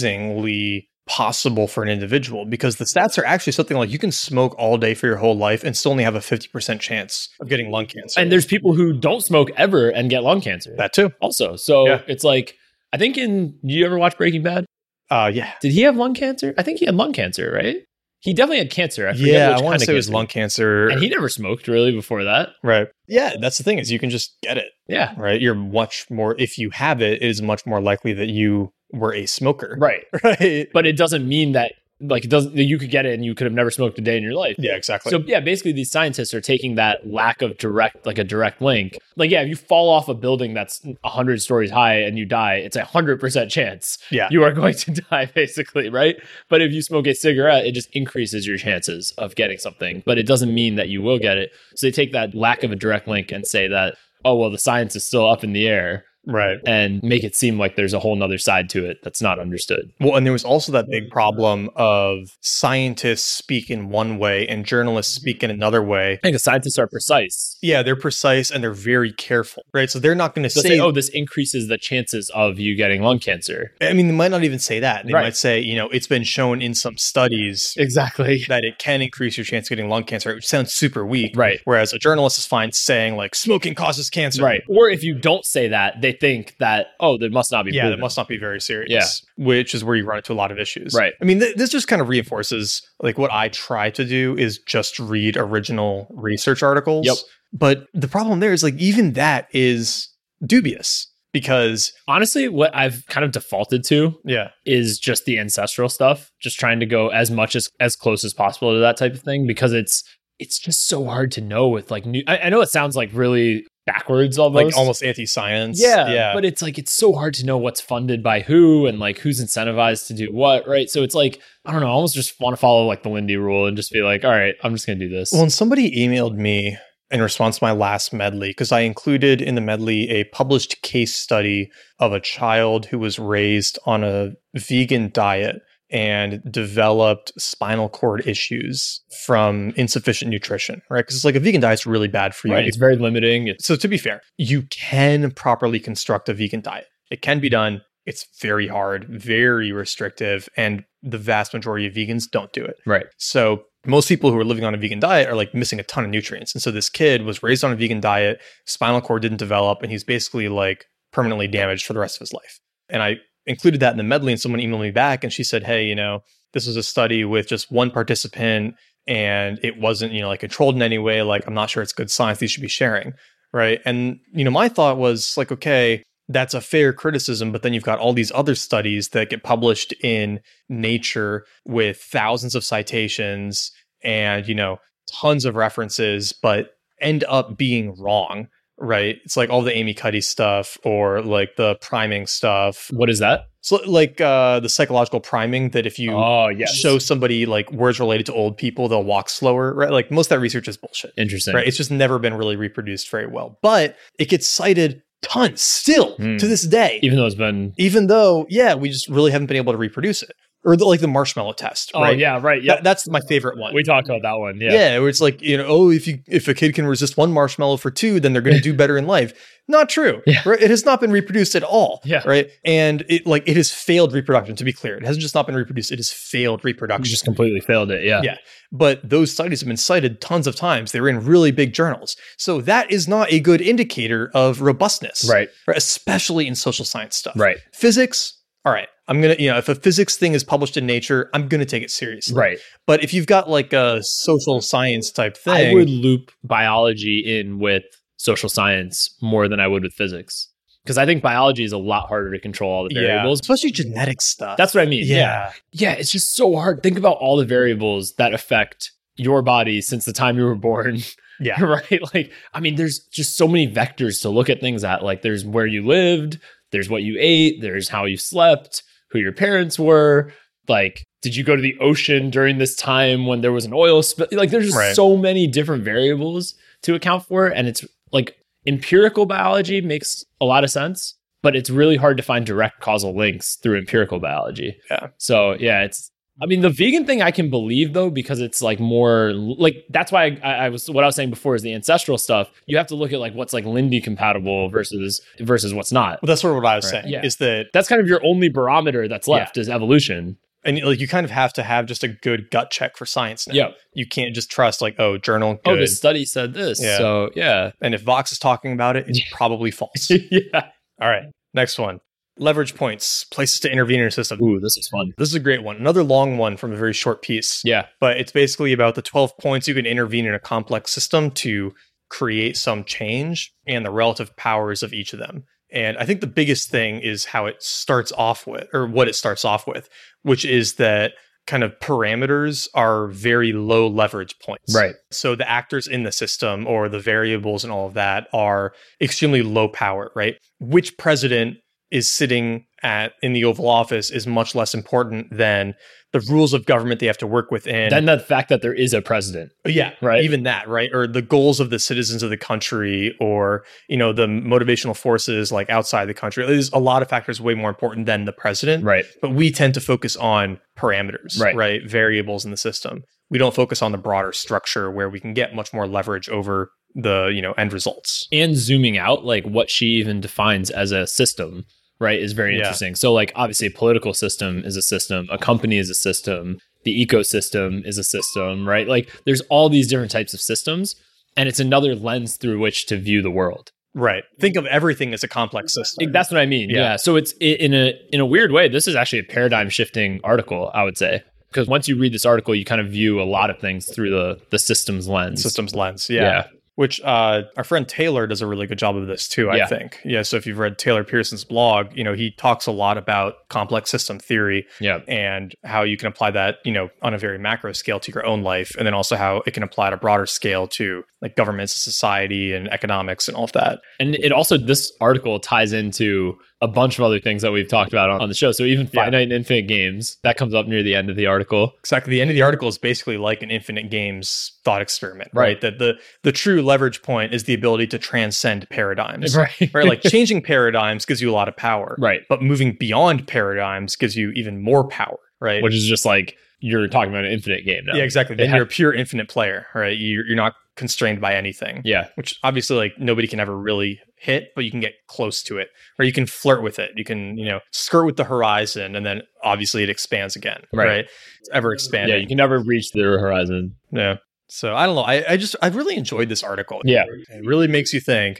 Speaker 1: surprisingly possible for an individual because the stats are actually something like you can smoke all day for your whole life and still only have a 50% chance of getting lung cancer.
Speaker 2: and there's people who don't smoke ever and get lung cancer.
Speaker 1: that too.
Speaker 2: also. So
Speaker 1: Yeah.
Speaker 2: it's like I think in you ever watch Breaking Bad?
Speaker 1: Uh, yeah.
Speaker 2: Did he have lung cancer? I think he had lung cancer, right? He definitely had cancer. I forget
Speaker 1: Yeah.
Speaker 2: which
Speaker 1: I want
Speaker 2: kind
Speaker 1: to
Speaker 2: of
Speaker 1: say it was
Speaker 2: cancer.
Speaker 1: lung cancer.
Speaker 2: And he never smoked really before that.
Speaker 1: right. Yeah. That's the thing is you can just get it,
Speaker 2: Yeah.
Speaker 1: right? You're much more, if you have it, it is much more likely that you were a smoker.
Speaker 2: Right.
Speaker 1: Right.
Speaker 2: But it doesn't mean that like it doesn't that you could get it and you could have never smoked a day in your life.
Speaker 1: Yeah, exactly.
Speaker 2: So yeah, basically these scientists are taking that lack of direct like a direct link. Like yeah, if you fall off a building that's 100 stories high and you die, it's a 100% chance
Speaker 1: Yeah.
Speaker 2: you are going to die basically, right? But if you smoke a cigarette, it just increases your chances of getting something, but it doesn't mean that you will get it. So they take that lack of a direct link and say that oh well the science is still up in the air
Speaker 1: right.
Speaker 2: and make it seem like there's a whole nother side to it that's not understood.
Speaker 1: Well, and there was also that big problem of scientists speak in one way and journalists speak in another way.
Speaker 2: I think the scientists are precise.
Speaker 1: Yeah, they're precise and they're very careful, right? So they're not going to
Speaker 2: They'll
Speaker 1: say,
Speaker 2: say, oh, this increases the chances of you getting lung cancer.
Speaker 1: I mean, they might not even say that. They
Speaker 2: Right.
Speaker 1: might say, you know, it's been shown in some studies
Speaker 2: Exactly.
Speaker 1: that it can increase your chance of getting lung cancer, which sounds super weak.
Speaker 2: Right.
Speaker 1: Whereas a journalist is fine saying, like, smoking causes cancer.
Speaker 2: Right. Or if you don't say that, they think that, oh, there must not be
Speaker 1: Yeah, that
Speaker 2: proven.
Speaker 1: must not be very serious.
Speaker 2: Yeah.
Speaker 1: Which is where you run into a lot of issues.
Speaker 2: Right.
Speaker 1: I mean, th- this just kind of reinforces like what I try to do is just read original research articles.
Speaker 2: Yep.
Speaker 1: But the problem there is like even that is dubious because
Speaker 2: Honestly, what I've kind of defaulted to
Speaker 1: yeah,
Speaker 2: is just the ancestral stuff, just trying to go as much as as close as possible to that type of thing because it's it's just so hard to know with like new I, I know it sounds like really backwards almost.
Speaker 1: like almost anti-science.
Speaker 2: Yeah,
Speaker 1: Yeah.
Speaker 2: But it's like it's so hard to know what's funded by who and like who's incentivized to do what, right? So it's like I don't know. I almost just want to follow like the Lindy rule and just be like, all right, I'm just gonna do this.
Speaker 1: Well, and somebody emailed me in response to my last medley because I included in the medley a published case study of a child who was raised on a vegan diet and developed spinal cord issues from insufficient nutrition, right? Because it's like a vegan diet's really bad for you.
Speaker 2: right? It's very limiting. It's
Speaker 1: So, to be fair, you can properly construct a vegan diet, it can be done. It's very hard, very restrictive, and the vast majority of vegans don't do it.
Speaker 2: right.
Speaker 1: So most people who are living on a vegan diet are like missing a ton of nutrients. And so this kid was raised on a vegan diet, spinal cord didn't develop, and he's basically like permanently damaged for the rest of his life. And I included that in the medley, and someone emailed me back and she said, Hey, you know, this was a study with just one participant and it wasn't, you know, like controlled in any way. Like, I'm not sure it's good science these should be sharing. Right. And, you know, my thought was like, okay, that's a fair criticism, but then you've got all these other studies that get published in Nature with thousands of citations and, you know, tons of references, but end up being wrong, right? It's like all the Amy Cuddy stuff or like the priming stuff.
Speaker 2: What is that?
Speaker 1: So, like uh, the psychological priming that if you
Speaker 2: oh yes.
Speaker 1: show somebody like words related to old people, they'll walk slower, right? Like most of that research is bullshit.
Speaker 2: interesting.
Speaker 1: Right. It's just never been really reproduced very well, but it gets cited tons still
Speaker 2: Hmm.
Speaker 1: to this day,
Speaker 2: Even though it's been.
Speaker 1: even though, yeah, we just really haven't been able to reproduce it. Or the, like the marshmallow test,
Speaker 2: Oh
Speaker 1: right?
Speaker 2: yeah, right. Yeah,
Speaker 1: That- that's my favorite one.
Speaker 2: we talked about that one. Yeah.
Speaker 1: yeah. where it's like you know, oh, if you if a kid can resist one marshmallow for two, then they're going to do better in life. Not true.
Speaker 2: Yeah.
Speaker 1: Right? It has not been reproduced at all.
Speaker 2: Yeah.
Speaker 1: right. And it like it has failed reproduction. To be clear, it hasn't just not been reproduced; it has failed
Speaker 2: You
Speaker 1: reproduction.
Speaker 2: just completely failed it. Yeah.
Speaker 1: Yeah.
Speaker 2: Mm-hmm.
Speaker 1: But those studies have been cited tons of times. They're in really big journals, so that is not a good indicator of robustness,
Speaker 2: Right.
Speaker 1: Right, Especially in social science stuff,
Speaker 2: Right.
Speaker 1: Physics. All right, I'm gonna you know if a physics thing is published in Nature, I'm gonna take it seriously,
Speaker 2: Right.
Speaker 1: but if you've got like a social science type thing,
Speaker 2: I would loop biology in with social science more than I would with physics because I think biology is a lot harder to control all the variables.
Speaker 1: especially genetic stuff.
Speaker 2: That's what I mean.
Speaker 1: yeah,
Speaker 2: Yeah, it's just so hard. Think about all the variables that affect your body since the time you were born,
Speaker 1: yeah,
Speaker 2: right? Like, I mean, there's just so many vectors to look at things at. Like, there's where you lived, there's what you ate, there's how you slept, who your parents were, like did you go to the ocean during this time when there was an oil spill like there's just
Speaker 1: Right.
Speaker 2: so many different variables to account for and it's like empirical biology makes a lot of sense but it's really hard to find direct causal links through empirical biology
Speaker 1: Yeah.
Speaker 2: so yeah it's i mean the vegan thing i can believe though because it's like more like that's why i, I was what i was saying before is the ancestral stuff you have to look at like what's like lindy compatible versus versus what's not
Speaker 1: Well, that's sort of what I was
Speaker 3: Right.
Speaker 1: saying
Speaker 2: Yeah.
Speaker 1: is that,
Speaker 2: that's kind of your only barometer that's left is evolution
Speaker 1: and like you kind of have to have just a good gut check for science now.
Speaker 2: yeah
Speaker 1: You can't just trust like, oh, journal,
Speaker 2: oh
Speaker 1: good.
Speaker 2: the study said this
Speaker 1: Yeah.
Speaker 2: so yeah
Speaker 1: and if Vox is talking about it, it's probably false.
Speaker 2: yeah
Speaker 1: All right, next one. Leverage points, places to intervene in a system.
Speaker 2: ooh this is fun
Speaker 1: This is a great one. Another long one from a very short piece.
Speaker 2: yeah
Speaker 1: but it's basically about the 12 points you can intervene in a complex system to create some change and the relative powers of each of them. And I think the biggest thing is how it starts off with, or what it starts off with, which is that kind of parameters are very low leverage points.
Speaker 2: right
Speaker 1: So the actors in the system or the variables and all of that are extremely low power, right? Which president is sitting at in the Oval Office is much less important than the rules of government they have to work within.
Speaker 2: then the fact that there is a president
Speaker 1: yeah,
Speaker 2: right.
Speaker 1: Even that, right? Or the goals of the citizens of the country, or you know the motivational forces like outside the country. There's a lot of factors way more important than the president
Speaker 2: right
Speaker 1: but we tend to focus on parameters,
Speaker 2: Right.
Speaker 1: right. Variables in the system. We don't focus on the broader structure where we can get much more leverage over the, you know, end results.
Speaker 2: and zooming out like what she even defines as a system right is very
Speaker 1: Yeah.
Speaker 2: interesting so like obviously a political system is a system a company is a system the ecosystem is a system right like there's all these different types of systems and it's another lens through which to view the world
Speaker 1: Right. Think of everything as a complex system.
Speaker 2: that's what i mean yeah,
Speaker 1: Yeah.
Speaker 2: so it's i- in a in a weird way this is actually a paradigm shifting article i would say because once you read this article you kind of view a lot of things through the the systems lens
Speaker 1: Systems lens. Yeah. Which uh, our friend Taylor does a really good job of this too, I
Speaker 2: Yeah.
Speaker 1: think. Yeah. So if you've read Taylor Pearson's blog, you know, he talks a lot about complex system theory
Speaker 2: yeah
Speaker 1: and how you can apply that, you know, on a very macro scale to your own life. And then also how it can apply at a broader scale to like governments, society, and economics and all of that.
Speaker 2: And it also, this article ties into a bunch of other things that we've talked about on, on the show. So even
Speaker 1: Yeah.
Speaker 2: finite and infinite games, that comes up near the end of the article.
Speaker 1: Exactly. The end of the article is basically like an infinite games thought experiment, right?
Speaker 2: Right.
Speaker 1: That the the true leverage point is the ability to transcend paradigms. Right.
Speaker 2: Right.
Speaker 1: Like changing paradigms gives you a lot of power.
Speaker 2: right.
Speaker 1: But moving beyond paradigms gives you even more power, right?
Speaker 2: Which is just like, you're talking about an infinite game now.
Speaker 1: yeah, exactly.
Speaker 2: It
Speaker 1: Then
Speaker 2: ha-
Speaker 1: you're a pure infinite player, right? You're, you're not constrained by anything,
Speaker 2: Yeah.
Speaker 1: which obviously like nobody can ever really hit, but you can get close to it or you can flirt with it. You can, you know, skirt with the horizon and then obviously it expands again,
Speaker 2: Right.
Speaker 1: right? It's ever expanding.
Speaker 2: Yeah. You can never reach the horizon.
Speaker 1: Yeah. So I don't know. I, I just I really enjoyed this article.
Speaker 2: Yeah.
Speaker 1: It really makes you think.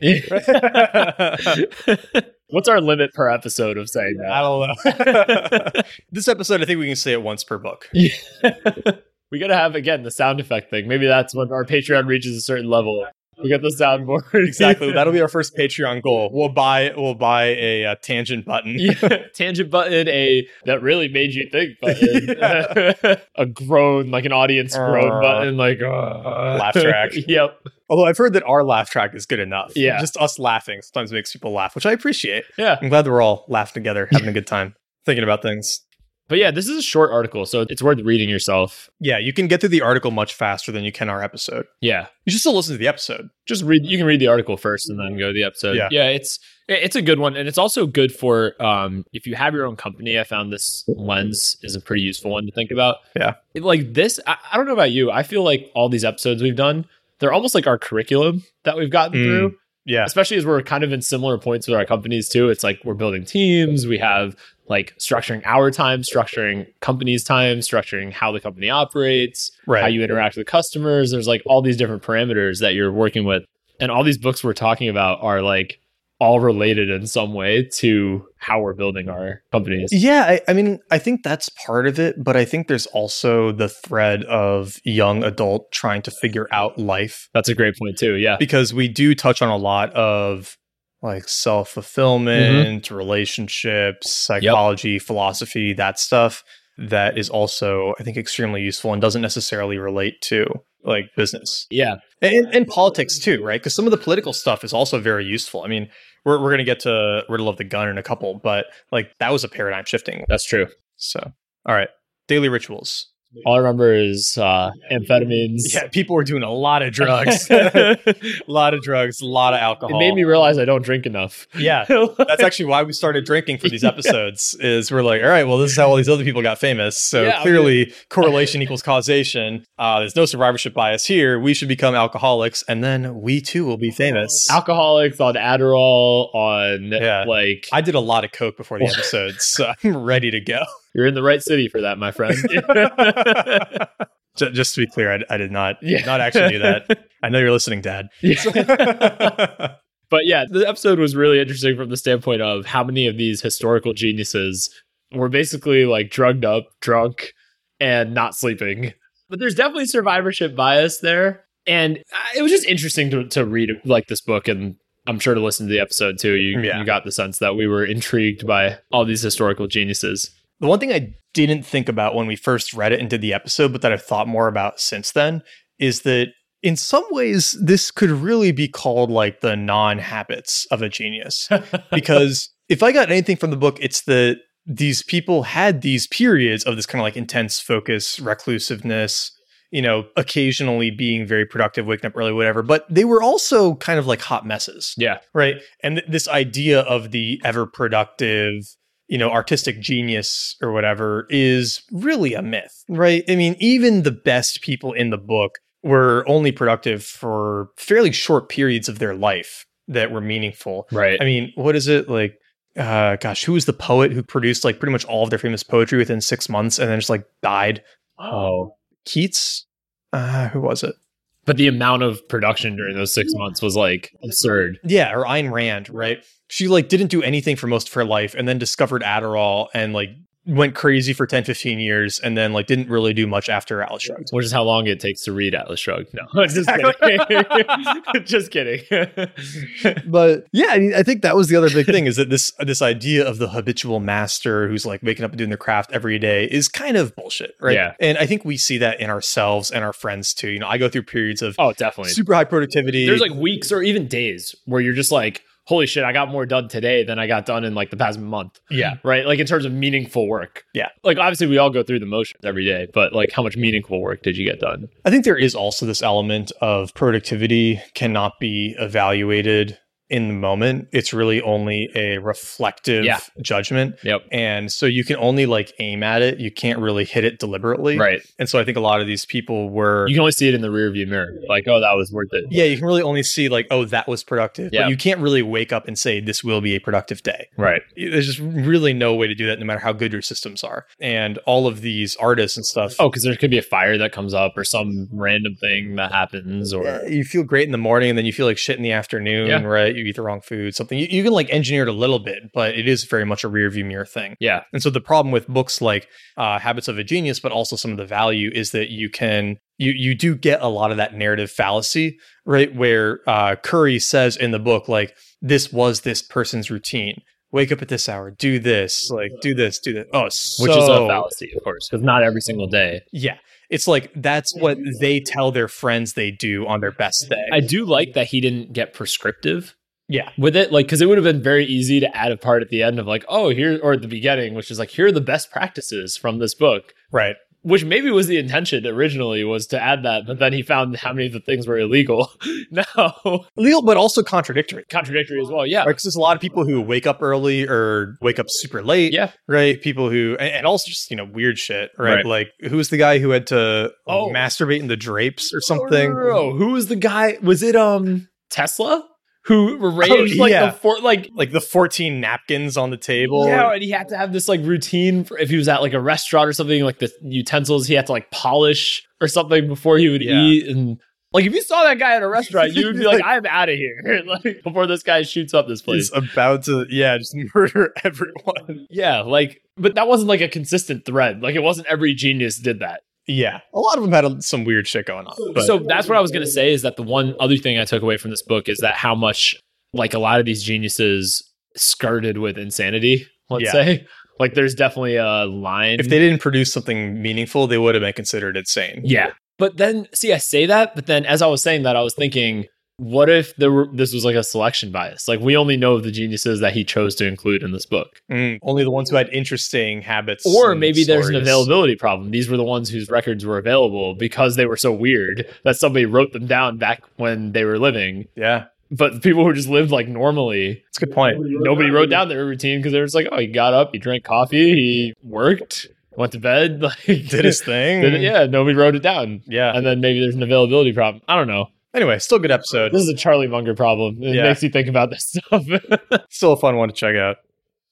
Speaker 2: What's our limit per episode of saying
Speaker 1: I don't know. this episode, I think we can say it once per book.
Speaker 2: that? we got to have, again, the sound effect thing. Maybe that's when our Patreon reaches a certain level. We got the soundboard.
Speaker 1: Exactly. That'll be our first Patreon goal. We'll buy we'll buy a, uh tangent button.
Speaker 2: yeah, tangent button a that really made you think button a groan like an audience groan
Speaker 1: Uh,
Speaker 2: button like uh,
Speaker 1: laugh track.
Speaker 2: yep
Speaker 1: Although I've heard that our laugh track is good enough.
Speaker 2: Yeah.
Speaker 1: Just us laughing sometimes makes people laugh, which I appreciate.
Speaker 2: yeah
Speaker 1: I'm glad that we're all laughing together, having a good time, thinking about things.
Speaker 2: but yeah this is a short article so it's worth reading yourself
Speaker 1: Yeah, you can get through the article much faster than you can our episode.
Speaker 2: yeah
Speaker 1: You should still listen to the episode.
Speaker 2: just read you can read the article first and then go to the episode
Speaker 1: Yeah.
Speaker 2: it's it's a good one and it's also good for um if you have your own company i found this lens is a pretty useful one to think about
Speaker 1: Yeah.
Speaker 2: It- like this I, I don't know about you i feel like all these episodes we've done they're almost like our curriculum that we've gotten
Speaker 1: Mm.
Speaker 2: through
Speaker 1: Yeah.
Speaker 2: especially as we're kind of in similar points with our companies too. It's like we're building teams, we have like structuring our time, structuring companies' time, structuring how the company operates,
Speaker 1: Right.
Speaker 2: how you interact with customers. There's like all these different parameters that you're working with. And all these books we're talking about are like all related in some way to how we're building our companies.
Speaker 1: Yeah, I, I mean, I think that's part of it, but I think there's also the thread of young adult trying to figure out life
Speaker 2: That's a great point too. Yeah.
Speaker 1: because we do touch on a lot of like self fulfillment, relationships, psychology, philosophy, that stuff that is also, I think, extremely useful and doesn't necessarily relate to like business
Speaker 2: Yeah.
Speaker 1: and, and politics too, right? Because some of the political stuff is also very useful. I mean, we're we're gonna get to riddle of the gun in a couple, but like that was a paradigm shifting.
Speaker 2: That's true.
Speaker 1: So, all right, daily rituals.
Speaker 2: All I remember is uh, amphetamines.
Speaker 1: Yeah, people were doing a lot of drugs, a
Speaker 2: it
Speaker 1: lot of drugs, a lot of alcohol.
Speaker 2: made me realize I don't drink enough.
Speaker 1: yeah, that's actually why we started drinking for these episodes. Is we're like, all right, well, this is how all these other people got famous. So
Speaker 2: Yeah, I mean-
Speaker 1: clearly, correlation equals causation. Uh, there's no survivorship bias here. We should become alcoholics, and then we too will be famous.
Speaker 2: alcoholics on Adderall on
Speaker 1: Yeah.
Speaker 2: like
Speaker 1: I did a lot of coke before the episodes, so I'm ready to go.
Speaker 2: you're in the right city for that, my friend.
Speaker 1: Ju- Just to be clear, I, I did not
Speaker 2: Yeah.
Speaker 1: not actually do that. I know you're listening, Dad.
Speaker 2: But yeah, the episode was really interesting from the standpoint of how many of these historical geniuses were basically like drugged up, drunk, and not sleeping. But there's definitely survivorship bias there. And uh, it was just interesting to, to read like this book and I'm sure to listen to the episode too. You,
Speaker 1: Yeah.
Speaker 2: you got the sense that we were intrigued by all these historical geniuses.
Speaker 1: The one thing I didn't think about when we first read it and did the episode, but that I've thought more about since then, is that in some ways, this could really be called like the non habits of a genius. because if I got anything from the book, it's that these people had these periods of this kind of like intense focus, reclusiveness, you know, occasionally being very productive, waking up early, whatever. But they were also kind of like hot messes
Speaker 2: Yeah.
Speaker 1: right and th- this idea of the ever productive you know artistic genius or whatever is really a myth right i mean even the best people in the book were only productive for fairly short periods of their life that were meaningful
Speaker 2: Right.
Speaker 1: i mean what is it like uh gosh who was the poet who produced like pretty much all of their famous poetry within 6 months and then just like died
Speaker 2: oh.
Speaker 1: keats uh who was it
Speaker 2: But the amount of production during those six months was like absurd.
Speaker 1: Yeah, or Ayn Rand, right? She like didn't do anything for most of her life and then discovered Adderall and like went crazy for 10, 15 years and then like didn't really do much after Alice Shrugged.
Speaker 2: Which is how long it takes to read Atlas Shrugged. No, just kidding. just kidding.
Speaker 1: But yeah, I, mean, I think that was the other big thing is that this this idea of the habitual master who's like waking up and doing their craft every day is kind of bullshit, right?
Speaker 2: Yeah.
Speaker 1: And I think we see that in ourselves and our friends too. You know, I go through periods of
Speaker 2: oh, definitely.
Speaker 1: super high productivity.
Speaker 2: There's like weeks or even days where you're just like, holy shit, I got more done today than I got done in like the past month,
Speaker 1: yeah.
Speaker 2: right? Like in terms of meaningful work.
Speaker 1: Yeah.
Speaker 2: Like obviously we all go through the motions every day, but like how much meaningful work did you get done?
Speaker 1: I think there is also this element of productivity cannot be evaluated in the moment. It's really only a reflective
Speaker 2: Yeah.
Speaker 1: judgment.
Speaker 2: Yep.
Speaker 1: And so you can only like aim at it. You can't really hit it deliberately.
Speaker 2: Right.
Speaker 1: And so I think a lot of these people were
Speaker 2: You can only see it in the rear view mirror. Like, oh, that was worth it.
Speaker 1: yeah, you can really only see like, oh, that was productive.
Speaker 2: Yeah.
Speaker 1: But you can't really wake up and say this will be a productive day.
Speaker 2: Right.
Speaker 1: There's just really no way to do that no matter how good your systems are. And all of these artists and stuff
Speaker 2: Oh, because there could be a fire that comes up or some random thing that happens or
Speaker 1: Yeah, you feel great in the morning and then you feel like shit in the afternoon,
Speaker 2: Yeah.
Speaker 1: right? You eat the wrong food, something. You, you can like engineer it a little bit, but it is very much a rear view mirror thing.
Speaker 2: Yeah.
Speaker 1: And so the problem with books like uh, Habits of a Genius, but also some of the value is that you can you you do get a lot of that narrative fallacy, right? Where uh, Curry says in the book, like this was this person's routine. Wake up at this hour, do this, like do this, do that. Oh,
Speaker 2: which is a
Speaker 1: so-
Speaker 2: fallacy, of course, because not every single day.
Speaker 1: Yeah, it's like that's what they tell their friends they do on their best day.
Speaker 2: I do like that he didn't get prescriptive
Speaker 1: yeah,
Speaker 2: with it, like because it would have been very easy to add a part at the end of like, oh, here or at the beginning, which is like, here are the best practices from this book,
Speaker 1: right.
Speaker 2: which maybe was the intention originally was to add that, but then he found how many of the things were illegal. now
Speaker 1: legal but also contradictory
Speaker 2: contradictory as well, yeah.
Speaker 1: because there's a lot of people who wake up early or wake up super late
Speaker 2: Yeah.
Speaker 1: right people who and, and also just you know weird shit right,
Speaker 2: Right.
Speaker 1: like who's the guy who had to
Speaker 2: Oh.
Speaker 1: masturbate in the drapes or
Speaker 2: No,
Speaker 1: something
Speaker 2: no, no, no. Who was the guy? Was it um Tesla who arranged like
Speaker 1: yeah.
Speaker 2: the four like
Speaker 1: like the 14 napkins on the table
Speaker 2: Yeah, and he had to have this like routine for if he was at like a restaurant or something, like the utensils he had to like polish or something before he would
Speaker 1: Yeah.
Speaker 2: eat. And like if you saw that guy at a restaurant, you would be like, I'm out of here. like before this guy shoots up this place.
Speaker 1: He's about to, yeah, just murder everyone.
Speaker 2: yeah, like but that wasn't like a consistent thread. Like it wasn't every genius did that.
Speaker 1: Yeah, a lot of them had a- some weird shit going on. But
Speaker 2: so that's what I was gonna say is that the one other thing I took away from this book is that how much like a lot of these geniuses skirted with insanity, let's
Speaker 1: Yeah.
Speaker 2: say. Like there's definitely a line
Speaker 1: if they didn't produce something meaningful, they would have been considered insane.
Speaker 2: Yeah. But then, see, I say that, but then as I was saying that, I was thinking, what if there were this was like a selection bias? Like we only know of the geniuses that he chose to include in this book.
Speaker 1: Mm, only the ones who had interesting habits.
Speaker 2: Or
Speaker 1: and
Speaker 2: maybe there's an
Speaker 1: stories.
Speaker 2: availability problem. These were the ones whose records were available because they were so weird that somebody wrote them down back when they were living.
Speaker 1: Yeah,
Speaker 2: But the people who just lived like normally,
Speaker 1: it's a good point.
Speaker 2: nobody wrote down their routine because they were just like, oh, he got up, he drank coffee, he worked, went to bed, like
Speaker 1: Did his thing.
Speaker 2: did it- yeah, nobody wrote it down.
Speaker 1: Yeah.
Speaker 2: And then maybe there's an availability problem. I don't know.
Speaker 1: Anyway, still a good episode.
Speaker 2: This is a Charlie Munger problem. It
Speaker 1: Yeah.
Speaker 2: makes you think about this stuff.
Speaker 1: Still a fun one to check out.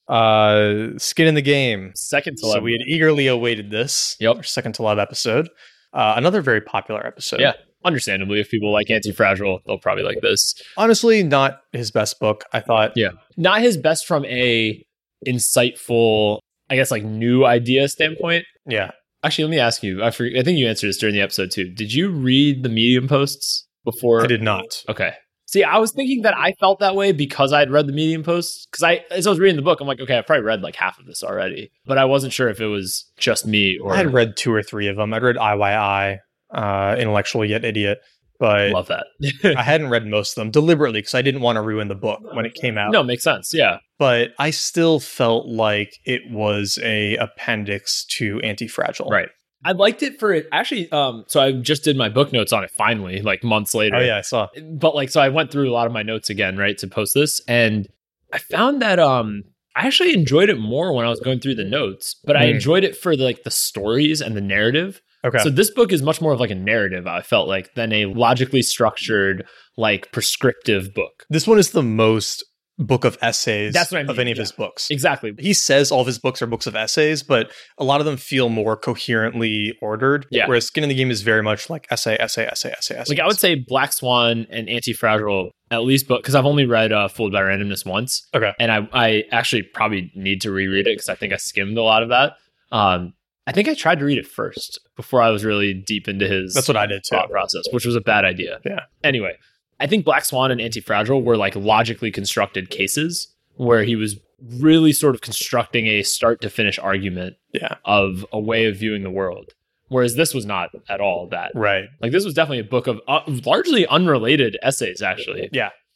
Speaker 1: Uh, skin in the game.
Speaker 2: Second to
Speaker 1: So we had eagerly awaited this.
Speaker 2: Yep.
Speaker 1: Our second to lab episode. Uh, another very popular episode.
Speaker 2: Yeah. understandably, if people like Anti Fragile, they'll probably like this.
Speaker 1: Honestly, not his best book. I thought.
Speaker 2: Yeah. Not his best from a insightful, I guess, like new idea standpoint.
Speaker 1: Yeah.
Speaker 2: Actually, let me ask you. I for, I think you answered this during the episode too. Did you read the Medium posts before?
Speaker 1: I did not.
Speaker 2: Okay. See, I was thinking that I felt that way because I had read the Medium posts. Because I, as I was reading the book, I'm like, okay, I've probably read like half of this already, but I wasn't sure if it was just me or
Speaker 1: I had read two or three of them. I'd read IYI, uh, Intellectual Yet Idiot, but
Speaker 2: love that.
Speaker 1: I hadn't read most of them deliberately because I didn't want to ruin the book when it came out.
Speaker 2: no, makes sense. Yeah,
Speaker 1: But I still felt like it was a appendix to Anti-Fragile.
Speaker 2: right. I liked it for it actually. Um, so I just did my book notes on it finally, like months later.
Speaker 1: Oh yeah, I saw.
Speaker 2: but like so i went through a lot of my notes again right to post this and i found that um i actually enjoyed it more when i was going through the notes but i
Speaker 1: Hmm.
Speaker 2: enjoyed it for the, like the stories and the narrative
Speaker 1: Okay.
Speaker 2: so this book is much more of like a narrative i felt like than a logically structured like prescriptive book
Speaker 1: This one is the most book of essays
Speaker 2: That's what I
Speaker 1: of
Speaker 2: mean,
Speaker 1: any of
Speaker 2: yeah.
Speaker 1: his books.
Speaker 2: exactly
Speaker 1: He says all of his books are books of essays, but a lot of them feel more coherently ordered.
Speaker 2: Yeah.
Speaker 1: Whereas Skin in the Game is very much like essay, essay, essay, essay, essay.
Speaker 2: like i would say black swan and anti-fragile at least but because i've only read uh, fooled by randomness once
Speaker 1: Okay.
Speaker 2: and I, I actually probably need to reread it because I think I skimmed a lot of that. Um, I think I tried to read it first before I was really deep into his
Speaker 1: That's what I did too.
Speaker 2: thought process, which was a bad idea.
Speaker 1: Yeah.
Speaker 2: Anyway, I think Black Swan and Antifragile were like logically constructed cases where he was really sort of constructing a start to finish argument
Speaker 1: Yeah.
Speaker 2: of a way of viewing the world. Whereas this was not at all that.
Speaker 1: Right.
Speaker 2: Like this was definitely a book of uh, largely unrelated essays, actually.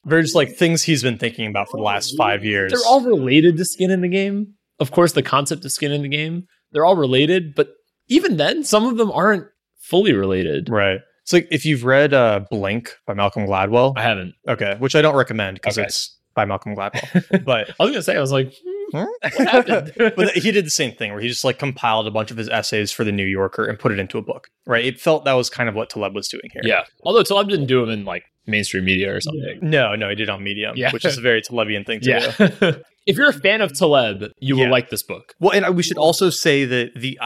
Speaker 1: Very just like things he's been thinking about for the last five years.
Speaker 2: They're all related to skin in the game. Of course, the concept of skin in the game. They're all related, but even then, some of them aren't fully related.
Speaker 1: right. It's like if you've read uh, Blink by Malcolm Gladwell,
Speaker 2: I haven't.
Speaker 1: okay, which I don't recommend because
Speaker 2: Okay.
Speaker 1: it's by Malcolm Gladwell, but
Speaker 2: I was gonna say, I was like, hmm,
Speaker 1: Hmm?
Speaker 2: what happened?
Speaker 1: but he did the same thing where he just like compiled a bunch of his essays for the New Yorker and put it into a book. Right. It felt that was kind of what Taleb was doing here.
Speaker 2: yeah. Although Taleb didn't do them in like mainstream media or something.
Speaker 1: No, no, he did on Medium,
Speaker 2: Yeah.
Speaker 1: which is a very Talebian thing to do.
Speaker 2: if you're a fan of Taleb, you will
Speaker 1: Yeah.
Speaker 2: like this book.
Speaker 1: Well, and uh, we should also say that the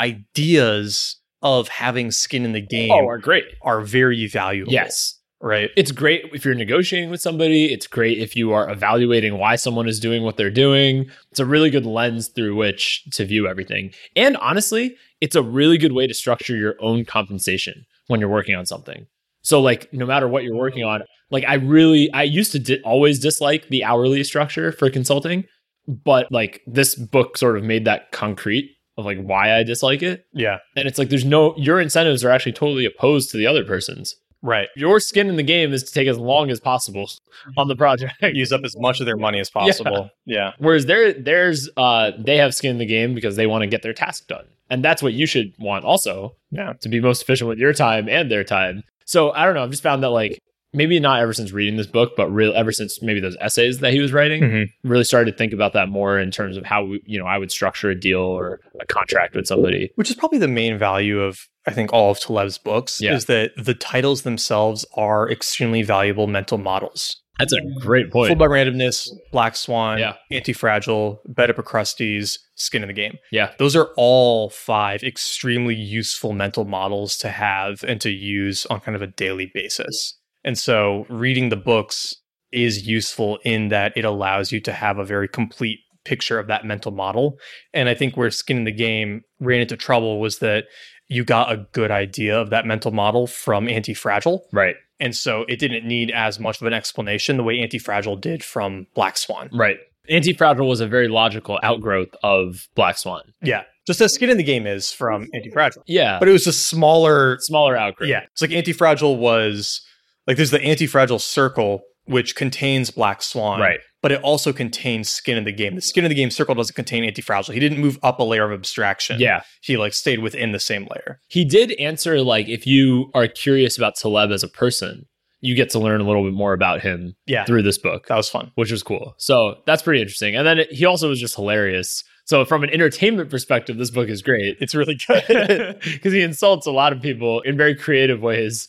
Speaker 1: ideas of having skin in the game
Speaker 2: Oh,
Speaker 1: are,
Speaker 2: are great.
Speaker 1: very valuable.
Speaker 2: Yes.
Speaker 1: Right.
Speaker 2: It's great if you're negotiating with somebody. It's great if you are evaluating why someone is doing what they're doing. It's a really good lens through which to view everything. And honestly, it's a really good way to structure your own compensation when you're working on something. So like no matter what you're working on, like I really I used to di- always dislike the hourly structure for consulting, but like this book sort of made that concrete of like why I dislike it.
Speaker 1: Yeah.
Speaker 2: And it's like there's no your incentives are actually totally opposed to the other person's
Speaker 1: Right.
Speaker 2: your skin in the game is to take as long as possible on the project.
Speaker 1: Use up as much of their money as possible. Yeah.
Speaker 2: Whereas there, there's uh, they have skin in the game because they want to get their task done, and that's what you should want also.
Speaker 1: Yeah.
Speaker 2: To be most efficient with your time and their time. So I don't know. I've just found that like maybe not ever since reading this book, but real ever since maybe those essays that he was writing,
Speaker 1: Mhm.
Speaker 2: really started to think about that more in terms of how we, you know I would structure a deal or a contract with somebody.
Speaker 1: Which is probably the main value of I think all of Taleb's books
Speaker 2: Yeah.
Speaker 1: is that the titles themselves are extremely valuable mental models.
Speaker 2: That's a great point.
Speaker 1: Fooled by Randomness, Black Swan,
Speaker 2: Yeah.
Speaker 1: Anti-Fragile, Bed of Procrustes, Skin in the Game.
Speaker 2: Yeah.
Speaker 1: Those are all five extremely useful mental models to have and to use on kind of a daily basis. And so reading the books is useful in that it allows you to have a very complete picture of that mental model. And I think where Skin in the Game ran into trouble was that you got a good idea of that mental model from Anti-Fragile.
Speaker 2: Right.
Speaker 1: And so it didn't need as much of an explanation the way Anti-Fragile did from Black Swan.
Speaker 2: Right. Anti-fragile was a very logical outgrowth of Black Swan.
Speaker 1: Yeah. Just as Skin in the Game is from Anti-Fragile.
Speaker 2: Yeah.
Speaker 1: But it was a smaller
Speaker 2: smaller outgrowth.
Speaker 1: Yeah. It's like Anti-Fragile was Like there's the anti-fragile circle which contains Black Swan,
Speaker 2: Right.
Speaker 1: But it also contains Skin in the Game. The Skin in the Game circle doesn't contain anti-fragile. He didn't move up a layer of abstraction.
Speaker 2: Yeah.
Speaker 1: he like stayed within the same layer.
Speaker 2: He did answer like if you are curious about Taleb as a person, you get to learn a little bit more about him
Speaker 1: Yeah,
Speaker 2: through this book,
Speaker 1: that was fun.
Speaker 2: which was cool. So that's pretty interesting. And then it, he also was just hilarious. So from an entertainment perspective, this book is great
Speaker 1: It's really good.
Speaker 2: because he insults a lot of people in very creative ways,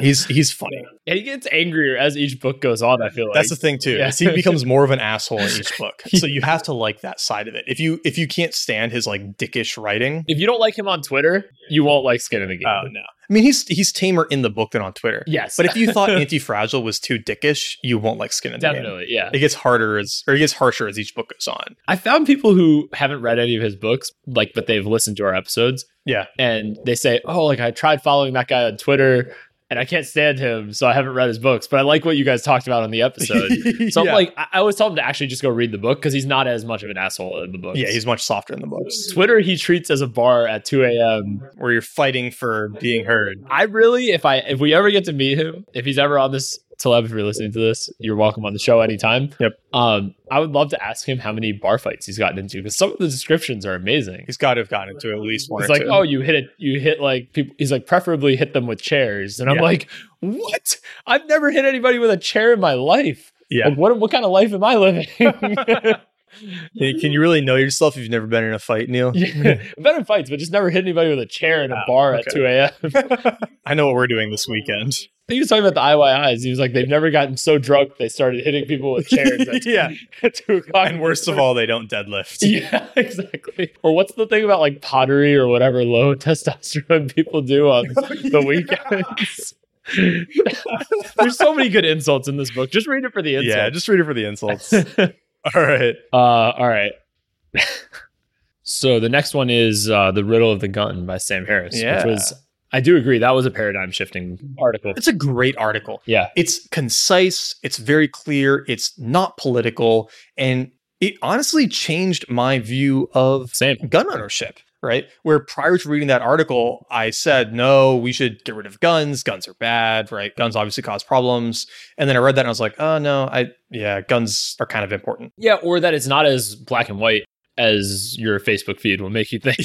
Speaker 1: he's he's funny.
Speaker 2: and he gets angrier as each book goes on. I feel like
Speaker 1: That's the thing too.
Speaker 2: yeah.
Speaker 1: Is he becomes more of an asshole in each book. So you have to like that side of it. If you if you can't stand his like dickish writing, uh,
Speaker 2: if you don't like him on Twitter, you won't like Skin in the Game.
Speaker 1: no. I mean, he's he's tamer in the book than on Twitter.
Speaker 2: yes,
Speaker 1: Oh. But if you thought anti-fragile was too dickish, you won't like Skin in the Game.
Speaker 2: definitely, yeah.
Speaker 1: It gets harder as or it gets harsher as each book goes on.
Speaker 2: I found people who haven't read any of his books, like, but they've listened to our episodes.
Speaker 1: Yeah.
Speaker 2: And they say, oh, like, I tried following that guy on Twitter and I can't stand him. So I haven't read his books, but I like what you guys talked about on the episode. So
Speaker 1: yeah.
Speaker 2: I'm like, I-, I always tell him to actually just go read the book because he's not as much of an asshole in the books.
Speaker 1: yeah, he's much softer in the books,
Speaker 2: Twitter, he treats as a bar at 2 a.m.
Speaker 1: where you're fighting for being heard.
Speaker 2: I really, if I, if we ever get to meet him, if he's ever on this, Taleb, if you're listening to this, you're welcome on the show anytime.
Speaker 1: Yep.
Speaker 2: Um, I would love to ask him how many bar fights he's gotten into because some of the descriptions are amazing.
Speaker 1: He's got to have gotten into at least one.
Speaker 2: It's
Speaker 1: or
Speaker 2: like,
Speaker 1: two.
Speaker 2: oh, you hit it. You hit like people. He's like, preferably hit them with chairs. And I'm
Speaker 1: Yeah.
Speaker 2: like, what? I've never hit anybody with a chair in my life.
Speaker 1: yeah.
Speaker 2: Like, what? What kind of life am I living?
Speaker 1: Can can you really know yourself if you've never been in a fight, Neil?
Speaker 2: yeah. I've been in fights, but just never hit anybody with a chair in a
Speaker 1: Ah,
Speaker 2: bar
Speaker 1: okay.
Speaker 2: at 2 a.m. I
Speaker 1: I know what we're doing this weekend.
Speaker 2: think he was talking about the IYIs. He was like, they've never gotten so drunk they started hitting people with chairs at,
Speaker 1: yeah.
Speaker 2: at 2 o'clock.
Speaker 1: And worst of all, they don't deadlift.
Speaker 2: Yeah, exactly. Or what's the thing about like pottery or whatever low testosterone people do on the weekends? There's so many good insults in this book. Just read it for the
Speaker 1: Yeah,
Speaker 2: insults.
Speaker 1: just read it for the insults. all right.
Speaker 2: uh, all right. so the next one is uh, The Riddle of the Gun by Sam Harris,
Speaker 1: Yeah.
Speaker 2: which was, I do agree, that was a paradigm shifting article.
Speaker 1: It's a great article.
Speaker 2: Yeah.
Speaker 1: it's concise, it's very clear, it's not political, and it honestly changed my view of
Speaker 2: Sam.
Speaker 1: gun ownership, right? Where prior to reading that article, I said, no, we should get rid of guns. Guns are bad, right? Guns obviously cause problems. And then I read that and I was like, oh no, I yeah, guns are kind of important.
Speaker 2: Yeah, or that it's not as black and white as your Facebook feed will make you think.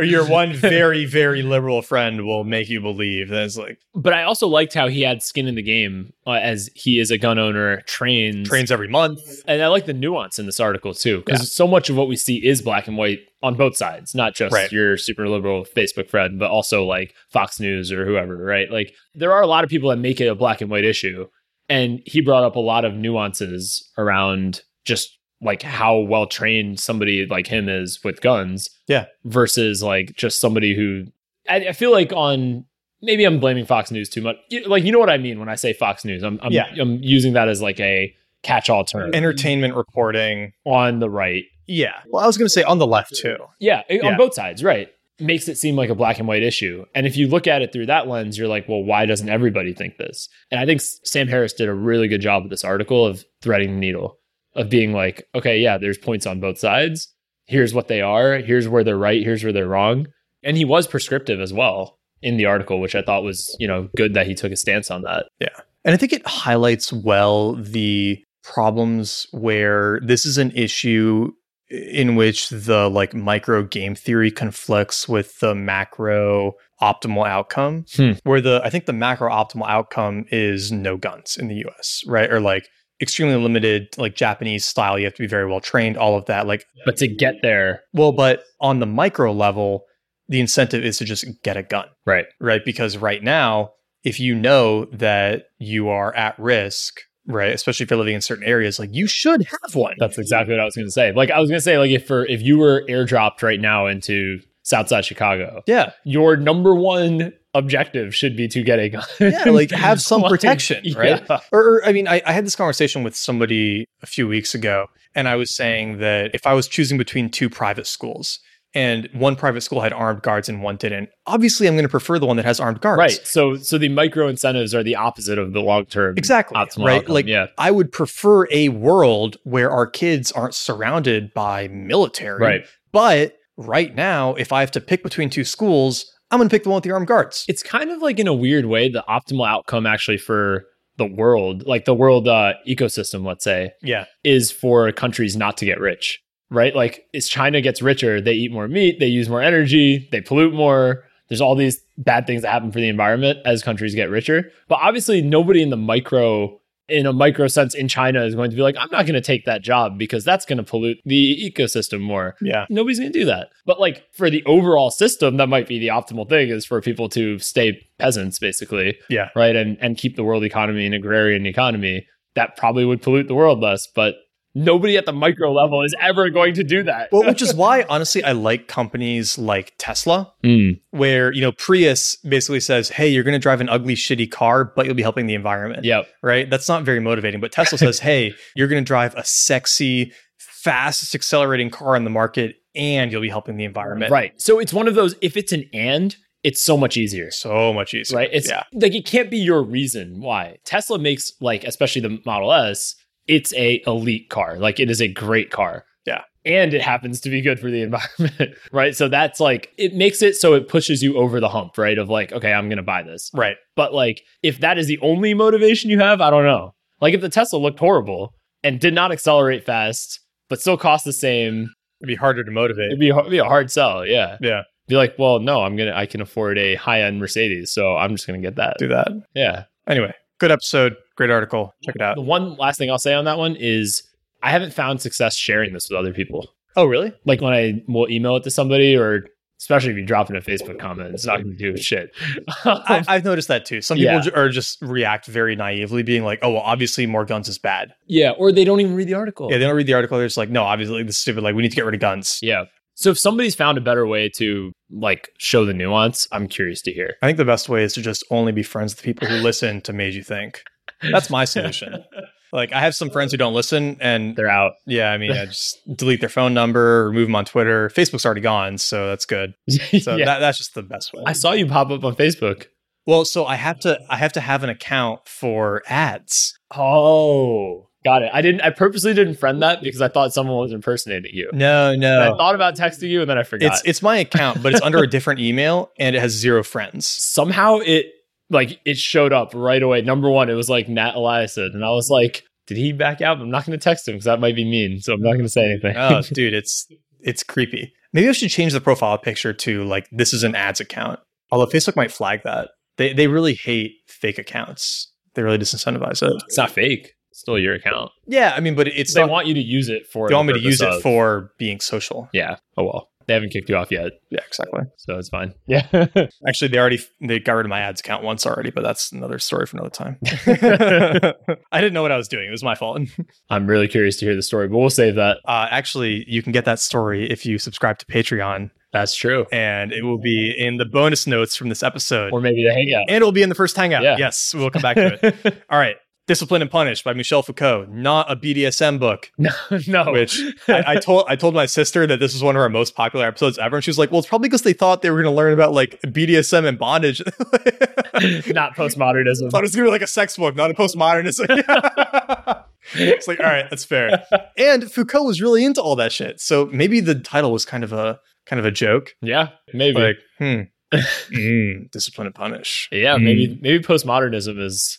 Speaker 1: Or your one very, very liberal friend will make you believe that it's like
Speaker 2: But I also liked how he had skin in the game uh, as he is a gun owner, trains.
Speaker 1: trains every month.
Speaker 2: And I like the nuance in this article too, because so much of what we see is black and white on both sides, not just
Speaker 1: Right.
Speaker 2: your super liberal Facebook friend, but also like Fox News or whoever, right? Like there are a lot of people that make it a black and white issue. And he brought up a lot of nuances around just like how well trained somebody like him is with guns.
Speaker 1: Yeah.
Speaker 2: Versus like just somebody who I, I feel like on maybe I'm blaming Fox News too much. You- Like you know what I mean when I say Fox News. I'm I'm,
Speaker 1: Yeah.
Speaker 2: I'm using that as like a catch-all term
Speaker 1: Entertainment reporting.
Speaker 2: on the right.
Speaker 1: Yeah. Well, I was gonna say on the left too.
Speaker 2: Yeah,
Speaker 1: Yeah.
Speaker 2: on both sides, right. Makes it seem like a black and white issue. And if you look at it through that lens, you're like, well, why doesn't everybody think this? And I think S- Sam Harris did a really good job with this article of threading the needle, of being like, okay, yeah, there's points on both sides. Here's what they are. Here's where they're right. Here's where they're wrong. And he was prescriptive as well in the article, which I thought was, you know, good that he took a stance on that.
Speaker 1: And I think it highlights well the problems where this is an issue in which the like micro game theory conflicts with the macro optimal outcome
Speaker 2: Hmm.
Speaker 1: where the I think the macro optimal outcome is no guns in the US, right? Or like extremely limited like Japanese style, you have to be very well trained, all of that. Like
Speaker 2: But to get there,
Speaker 1: well, but on the micro level, the incentive is to just get a gun
Speaker 2: right.
Speaker 1: right? Because right now, if you know that you are at risk, right, especially if you're living in certain areas, like you should have one.
Speaker 2: That's exactly what I was going to say. Like I was going to say, like if for if you were airdropped right now into Southside Chicago,
Speaker 1: yeah,
Speaker 2: your number one objective should be to get a gun.
Speaker 1: yeah, like have some
Speaker 2: Like,
Speaker 1: protection, right?
Speaker 2: yeah.
Speaker 1: Or, or I mean, I, I had this conversation with somebody a few weeks ago, and I was saying that if I was choosing between two private schools and one private school had armed guards and one didn't, obviously I'm going to prefer the one that has armed guards,
Speaker 2: Right. So so the micro incentives are the opposite of the long term.
Speaker 1: Exactly,
Speaker 2: Optimal
Speaker 1: right?
Speaker 2: outcome,
Speaker 1: Like
Speaker 2: yeah.
Speaker 1: I would prefer a world where our kids aren't surrounded by military,
Speaker 2: Right.
Speaker 1: But right now, if I have to pick between two schools, I'm going to pick the one with the armed guards.
Speaker 2: It's kind of like in a weird way the optimal outcome actually for the world, like the world uh, ecosystem, let's say,
Speaker 1: Yeah.
Speaker 2: is for countries not to get rich, right? Like as China gets richer, they eat more meat, they use more energy, they pollute more. There's all these bad things that happen for the environment as countries get richer. But obviously, nobody in the micro, in a micro sense in China is going to be like, I'm not going to take that job because that's going to pollute the ecosystem more.
Speaker 1: Yeah.
Speaker 2: Nobody's going to do that. But like for the overall system, that might be the optimal thing is for people to stay peasants, basically
Speaker 1: Yeah.
Speaker 2: right and and keep the world economy an agrarian economy that probably would pollute the world less but nobody at the micro level is ever going to do that
Speaker 1: Well, which is why, honestly, I like companies like Tesla,
Speaker 2: Hmm.
Speaker 1: where, you know, Prius basically says, hey, you're going to drive an ugly, shitty car, but you'll be helping the environment.
Speaker 2: yep
Speaker 1: right? That's not very motivating. But Tesla says, hey, you're going to drive a sexy, fastest accelerating car on the market and you'll be helping the environment.
Speaker 2: right so it's one of those if it's an and it's so much easier
Speaker 1: So much easier.
Speaker 2: right it's
Speaker 1: yeah.
Speaker 2: like it can't be your reason why tesla makes like especially the model s it's a elite car like it is a great car
Speaker 1: Yeah.
Speaker 2: and it happens to be good for the environment right so that's like it makes it so it pushes you over the hump right of like okay i'm gonna buy this
Speaker 1: Right.
Speaker 2: But like, if that is the only motivation you have, I don't know. Like, if the Tesla looked horrible and did not accelerate fast, but still cost the same,
Speaker 1: It'd be harder to motivate.
Speaker 2: it'd be, it'd be a hard sell. Yeah.
Speaker 1: Yeah.
Speaker 2: Be like, well, no, I'm gonna, I can afford a high end Mercedes, so I'm just gonna get that.
Speaker 1: Do that.
Speaker 2: Yeah.
Speaker 1: Anyway, good episode. Great article. Check it out.
Speaker 2: The one last thing I'll say on that one is, I haven't found success sharing this with other people.
Speaker 1: Oh, really?
Speaker 2: Like when I will email it to somebody, or especially if you drop in a Facebook comment, it's not gonna do shit.
Speaker 1: I, I've noticed that too. Some people
Speaker 2: Yeah.
Speaker 1: ju- are just react very naively, being like, oh, well, obviously more guns is bad.
Speaker 2: yeah, or they don't even read the article.
Speaker 1: Yeah, they don't read the article. They're just like, no, obviously this is stupid. Like, we need to get rid of guns.
Speaker 2: Yeah. So if somebody's found a better way to like show the nuance, I'm curious to hear.
Speaker 1: I think the best way is to just only be friends with people who listen to Made You Think. That's my solution. Like, I have some friends who don't listen, and
Speaker 2: They're out.
Speaker 1: Yeah, I mean, I just delete their phone number, remove them on Twitter. Facebook's already gone, so that's good. So
Speaker 2: yeah.
Speaker 1: that, that's just the best way.
Speaker 2: I saw you pop up on Facebook.
Speaker 1: well, so I have to I have to have an account for ads.
Speaker 2: Oh, got it. I didn't. I purposely didn't friend that because I thought someone was impersonating you.
Speaker 1: No,
Speaker 2: And I
Speaker 1: no.
Speaker 2: thought about texting you and then I forgot.
Speaker 1: It's it's my account, but it's under a different email and it has zero friends.
Speaker 2: Somehow it like it showed up right away. Number one, it was like Nat Eliason, and I was like, did he back out? I'm not going to text him because that might be mean. So I'm not going to say anything.
Speaker 1: Oh, dude, it's it's creepy. Maybe I should change the profile picture to like this is an ads account. Although Facebook might flag that. They they really hate fake accounts. They really disincentivize it.
Speaker 2: it's not fake. It's still your account.
Speaker 1: Yeah, I mean, but it's
Speaker 2: They
Speaker 1: not,
Speaker 2: want you to use it for.
Speaker 1: they
Speaker 2: the
Speaker 1: want me to use
Speaker 2: purpose
Speaker 1: it
Speaker 2: of-
Speaker 1: for being social.
Speaker 2: Yeah. Oh well. They haven't kicked you off yet.
Speaker 1: Yeah, exactly.
Speaker 2: so it's fine. Yeah.
Speaker 1: Actually, they already they got rid of my ads account once already, but that's another story for another time. I didn't know what I was doing; it was my fault.
Speaker 2: I'm really curious to hear the story, but we'll save that.
Speaker 1: Uh, actually, you can get that story if you subscribe to Patreon,
Speaker 2: That's true.
Speaker 1: and it will be in the bonus notes from this episode,
Speaker 2: Or maybe the hangout.
Speaker 1: and it'll be in the first hangout.
Speaker 2: Yeah.
Speaker 1: Yes, we'll come back to it. All right, "Discipline and Punish" by Michel Foucault, not a BDSM book.
Speaker 2: no, no.
Speaker 1: Which I, I told I told my sister that this was one of our most popular episodes ever, and she was like, "Well, it's probably because they thought they were going to learn about like BDSM and bondage."
Speaker 2: not postmodernism.
Speaker 1: thought it was gonna be like a sex book, not a postmodernist. it's like, all right, that's fair. And Foucault was really into all that shit, so maybe the title was kind of a kind of a joke.
Speaker 2: Yeah, maybe.
Speaker 1: Like, hmm, mm, discipline and punish.
Speaker 2: yeah,
Speaker 1: Hmm.
Speaker 2: maybe maybe postmodernism is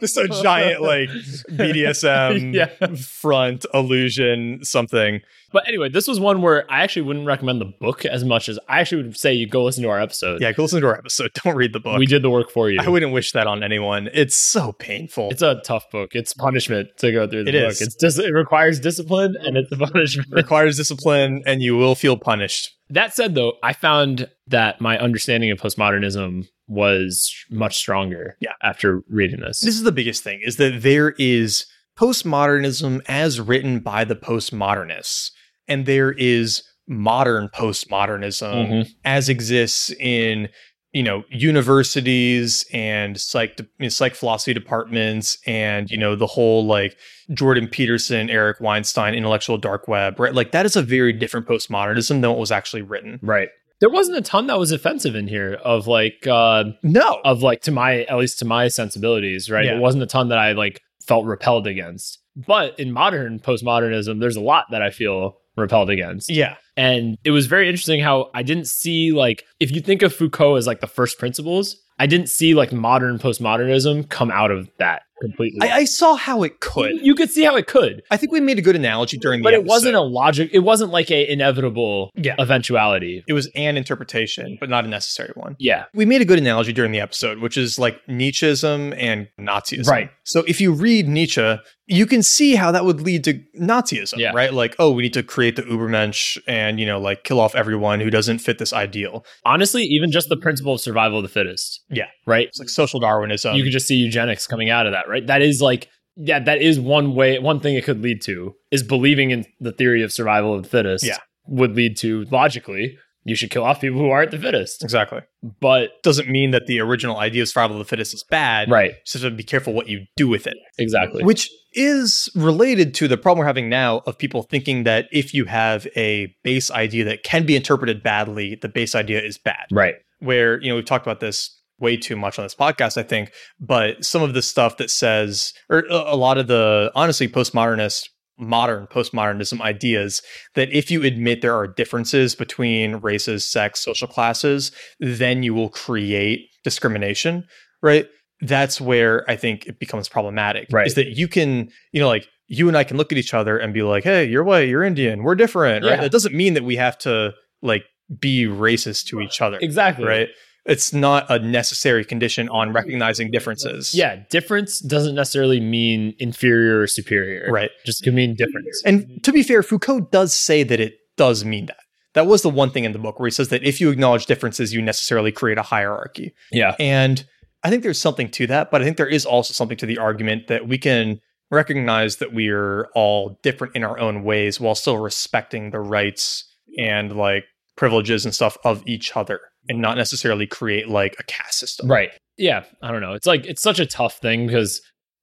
Speaker 1: Just a giant like BDSM
Speaker 2: Yeah.
Speaker 1: front illusion something.
Speaker 2: But anyway, this was one where I actually wouldn't recommend the book as much as I actually would say you go listen to our episode.
Speaker 1: Yeah, go listen to our episode. Don't read the book.
Speaker 2: We did the work for you.
Speaker 1: I wouldn't wish that on anyone. It's so painful.
Speaker 2: it's a tough book. It's punishment to go through the
Speaker 1: It
Speaker 2: book.
Speaker 1: is.
Speaker 2: It's dis- it requires discipline and it's a punishment.
Speaker 1: it requires discipline, and you will feel punished.
Speaker 2: That said, though, I found that my understanding of postmodernism was much stronger
Speaker 1: Yeah.
Speaker 2: after reading this.
Speaker 1: This is the biggest thing is that there is postmodernism as written by the postmodernists, and there is modern postmodernism
Speaker 2: Mhm.
Speaker 1: as exists in you know universities and psych you know, psych philosophy departments and you know the whole like Jordan Peterson, Eric Weinstein intellectual dark web, right? Like that is a very different postmodernism than what was actually written.
Speaker 2: Right. There wasn't a ton that was offensive in here of like uh
Speaker 1: No.
Speaker 2: of like to my at least to my sensibilities, right?
Speaker 1: Yeah.
Speaker 2: It wasn't a ton that I like felt repelled against. But in modern postmodernism, there's a lot that I feel repelled against.
Speaker 1: Yeah.
Speaker 2: And it was very interesting how I didn't see like if you think of Foucault as like the first principles, I didn't see like modern postmodernism come out of that completely.
Speaker 1: I, I saw how it could.
Speaker 2: you could see how it could,
Speaker 1: I think we made a good analogy during the
Speaker 2: but it
Speaker 1: episode.
Speaker 2: wasn't a logic. It wasn't like a inevitable
Speaker 1: Yeah.
Speaker 2: eventuality.
Speaker 1: It was an interpretation, but not a necessary one.
Speaker 2: Yeah,
Speaker 1: We made a good analogy during the episode, which is like Nietzscheism and Nazism.
Speaker 2: Right.
Speaker 1: So if you read Nietzsche, you can see how that would lead to Nazism,
Speaker 2: Yeah.
Speaker 1: right? Like, oh, we need to create the Ubermensch and, you know, like kill off everyone who doesn't fit this ideal.
Speaker 2: honestly, even just the principle of survival of the fittest.
Speaker 1: Yeah.
Speaker 2: right.
Speaker 1: It's like social Darwinism.
Speaker 2: you could just see eugenics coming out of that, right? That is like yeah, that is one way one thing it could lead to is believing in the theory of survival of the fittest
Speaker 1: Yeah.
Speaker 2: would lead to logically you should kill off people who aren't the fittest.
Speaker 1: exactly.
Speaker 2: But
Speaker 1: Doesn't mean that the original idea of survival of the fittest is bad.
Speaker 2: right,
Speaker 1: You just have to be careful what you do with it.
Speaker 2: exactly.
Speaker 1: Which is related to the problem we're having now of people thinking that if you have a base idea that can be interpreted badly, the base idea is bad.
Speaker 2: right.
Speaker 1: Where, you know, we've talked about this way too much on this podcast, I think, but some of the stuff that says, or a a lot of the honestly postmodernist, modern postmodernism ideas that if you admit there are differences between races, sex, social classes, then you will create discrimination, right? That's where I think it becomes problematic.
Speaker 2: Right.
Speaker 1: Is that you can, you know, like you and I can look at each other and be like, hey, you're white, you're Indian, we're different, right?
Speaker 2: Yeah.
Speaker 1: That doesn't mean that we have to like be racist to each other,
Speaker 2: Exactly.
Speaker 1: right? It's not a necessary condition on recognizing differences.
Speaker 2: Yeah, difference doesn't necessarily mean inferior or superior.
Speaker 1: Right.
Speaker 2: Just can mean difference.
Speaker 1: And to be fair, Foucault does say that it does mean that. That was the one thing in the book where he says that if you acknowledge differences, you necessarily create a hierarchy.
Speaker 2: Yeah.
Speaker 1: And I think there's something to that, but I think there is also something to the argument that we can recognize that we're all different in our own ways while still respecting the rights and like privileges and stuff of each other and not necessarily create like a caste system.
Speaker 2: Right. Yeah. I don't know. It's like it's such a tough thing because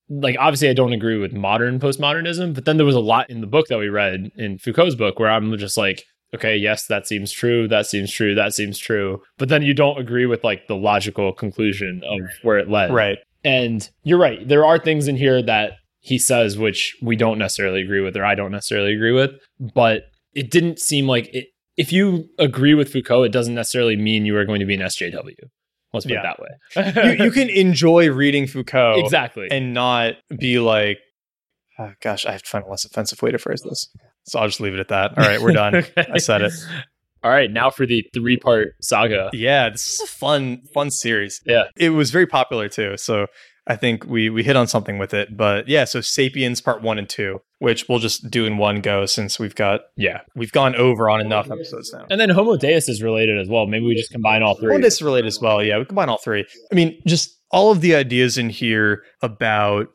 Speaker 2: like obviously I don't agree with modern postmodernism, but then there was a lot in the book that we read in Foucault's book where I'm just like, okay, yes, that seems true, that seems true, that seems true. But then you don't agree with like the logical conclusion of where it led.
Speaker 1: Right.
Speaker 2: And you're right. There are things in here that he says which we don't necessarily agree with or I don't necessarily agree with, but it didn't seem like it if you agree with Foucault, it doesn't necessarily mean you are going to be an SJW. Let's put
Speaker 1: Yeah.
Speaker 2: it that way.
Speaker 1: you, you can enjoy reading Foucault
Speaker 2: exactly.
Speaker 1: and not be like, oh, gosh, I have to find a less offensive way to phrase this. So I'll just leave it at that. All right, we're done. I said it.
Speaker 2: All right, now for the three part saga.
Speaker 1: Yeah, this is a fun, fun series.
Speaker 2: Yeah.
Speaker 1: It was very popular too. So I think we we hit on something with it. But yeah, so Sapiens part one and two, which we'll just do in one go since we've got
Speaker 2: Yeah.
Speaker 1: we've gone over on enough episodes now.
Speaker 2: And then Homo Deus is related as well. Maybe we just combine all three.
Speaker 1: Well, this is related as well. Yeah, we combine all three. I mean, just all of the ideas in here about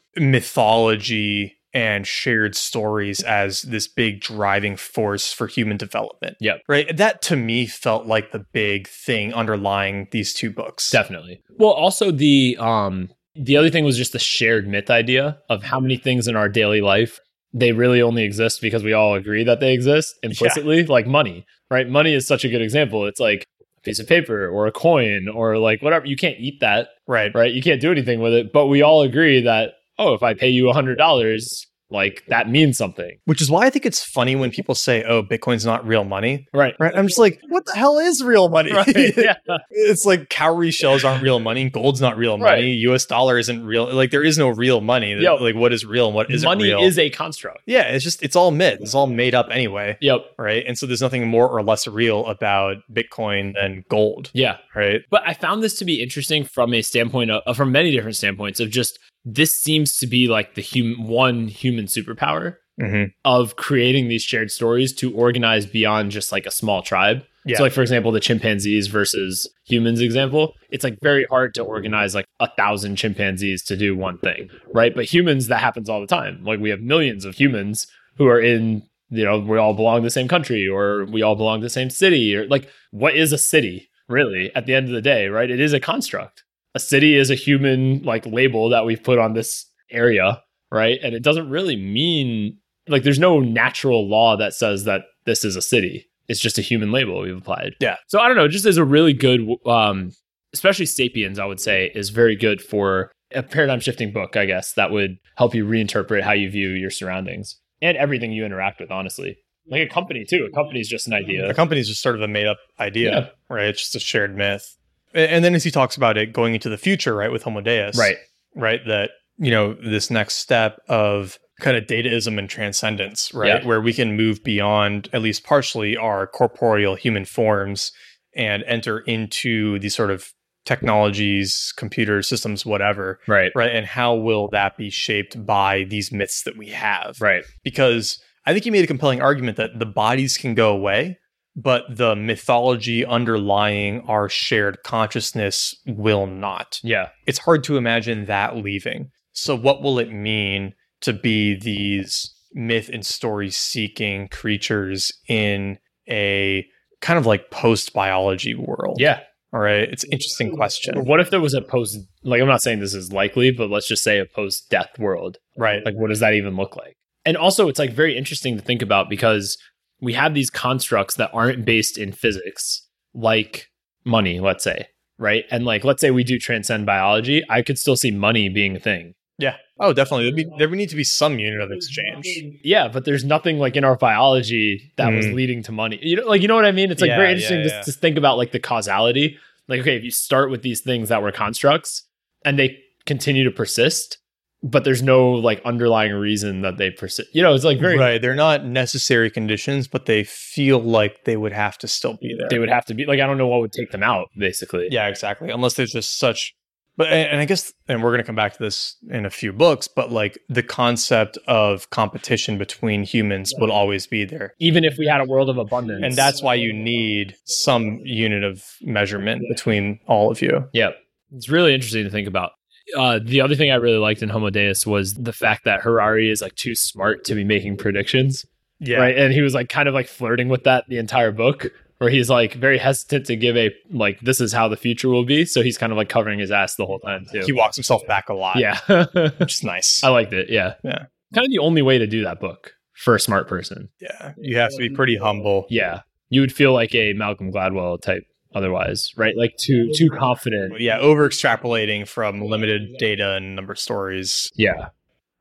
Speaker 1: mythology and shared stories as this big driving force for human development.
Speaker 2: Yep.
Speaker 1: Right. That to me felt like the big thing underlying these two books.
Speaker 2: Definitely. Well, also the um the other thing was just the shared myth idea of how many things in our daily life they really only exist because we all agree that they exist implicitly, like money, right? Money is such a good example. It's like a piece of paper or a coin or like whatever. You can't eat that,
Speaker 1: Right.
Speaker 2: right? You can't do anything with it, but we all agree that oh, if I pay you a $100, like that means something.
Speaker 1: Which is why I think it's funny when people say, oh, Bitcoin's not real money.
Speaker 2: Right.
Speaker 1: Right. I'm just like, what the hell is real money?
Speaker 2: Right. Yeah.
Speaker 1: it's like cowrie shells aren't real money, gold's not real
Speaker 2: Right.
Speaker 1: money, US dollar isn't real. Like there is no real money.
Speaker 2: Yo.
Speaker 1: like what is real and what isn't
Speaker 2: Money
Speaker 1: real.
Speaker 2: is a construct.
Speaker 1: yeah, it's just it's all myth. It's all made up anyway,
Speaker 2: Yep.
Speaker 1: right? And so there's nothing more or less real about Bitcoin than gold,
Speaker 2: Yeah.
Speaker 1: right?
Speaker 2: But I found this to be interesting from a standpoint of, from many different standpoints of just this seems to be like the hum- one human superpower
Speaker 1: Mm-hmm.
Speaker 2: of creating these shared stories to organize beyond just like a small tribe.
Speaker 1: Yeah.
Speaker 2: So like for example, the chimpanzees versus humans example, it's like very hard to organize like a thousand chimpanzees to do one thing, right? But humans that happens all the time. Like we have millions of humans who are in you know, we all belong to the same country or we all belong to the same city or like what is a city really at the end of the day, right? It is a construct. A city is a human like label that we've put on this area, right? And it doesn't really mean like there's no natural law that says that this is a city. It's just a human label we've applied.
Speaker 1: Yeah.
Speaker 2: So I don't know. Just as a really good, um, especially *Sapiens*, I would say is very good for a paradigm shifting book. I guess that would help you reinterpret how you view your surroundings and everything you interact with. Honestly, like a company too. A company is just an idea.
Speaker 1: A company is just sort of a made up idea,
Speaker 2: Yeah.
Speaker 1: right? It's just a shared myth. A- And then as he talks about it going into the future, right, with Homo Deus,
Speaker 2: Right.
Speaker 1: right, that you know this next step of kind of dataism and transcendence, right,
Speaker 2: Yeah.
Speaker 1: where we can move beyond at least partially our corporeal human forms and enter into these sort of technologies, computer systems, whatever,
Speaker 2: Right.
Speaker 1: right, and how will that be shaped by these myths that we have,
Speaker 2: Right.
Speaker 1: because I think he made a compelling argument that the bodies can go away, but the mythology underlying our shared consciousness will not.
Speaker 2: Yeah.
Speaker 1: It's hard to imagine that leaving. So, what will it mean to be these myth and story seeking creatures in a kind of like post biology world?
Speaker 2: Yeah.
Speaker 1: All right. It's an interesting
Speaker 2: But
Speaker 1: question.
Speaker 2: what if there was a post? Like, I'm not saying this is likely, but let's just say a post death world
Speaker 1: Right.
Speaker 2: Like, what does that even look like? And also, it's like very interesting to think about because we have these constructs that aren't based in physics, like money, let's say, right? And like, let's say we do transcend biology, I could still see money being a thing.
Speaker 1: Yeah. Oh, definitely. There'd be, there would need to be some unit of exchange.
Speaker 2: Yeah, but there's nothing like in our biology that was
Speaker 1: Mm.
Speaker 2: leading to money. You know, like you know what I mean? It's like
Speaker 1: Yeah,
Speaker 2: very
Speaker 1: yeah,
Speaker 2: interesting
Speaker 1: yeah.
Speaker 2: To, to think about like the causality. Like, okay, if you start with these things that were constructs and they continue to persist, but there's no like underlying reason that they persist. You know, it's like very
Speaker 1: right. They're not necessary conditions, but they feel like they would have to still be there.
Speaker 2: they would have to be like I don't know what would take them out basically.
Speaker 1: yeah, exactly. Unless there's just such. But and and I guess, and we're going to come back to this in a few books, but like the concept of competition between humans will always be there.
Speaker 2: Even if we had a world of abundance.
Speaker 1: And that's why you need some unit of measurement between all of you.
Speaker 2: yeah. It's really interesting to think about. Uh, the other thing I really liked in Homo Deus was the fact that Harari is like too smart to be making predictions.
Speaker 1: Yeah.
Speaker 2: right and he was like kind of like flirting with that the entire book where he's like very hesitant to give a like this is how the future will be so he's kind of like covering his ass the whole time too
Speaker 1: He walks himself back a lot.
Speaker 2: yeah
Speaker 1: Which is nice.
Speaker 2: i liked it yeah
Speaker 1: Yeah.
Speaker 2: kind of the only way to do that book for a smart person
Speaker 1: yeah. You have to be pretty humble.
Speaker 2: yeah you would feel like a malcolm gladwell type otherwise right like too too confident
Speaker 1: Yeah. Over extrapolating from limited data and number of stories.
Speaker 2: yeah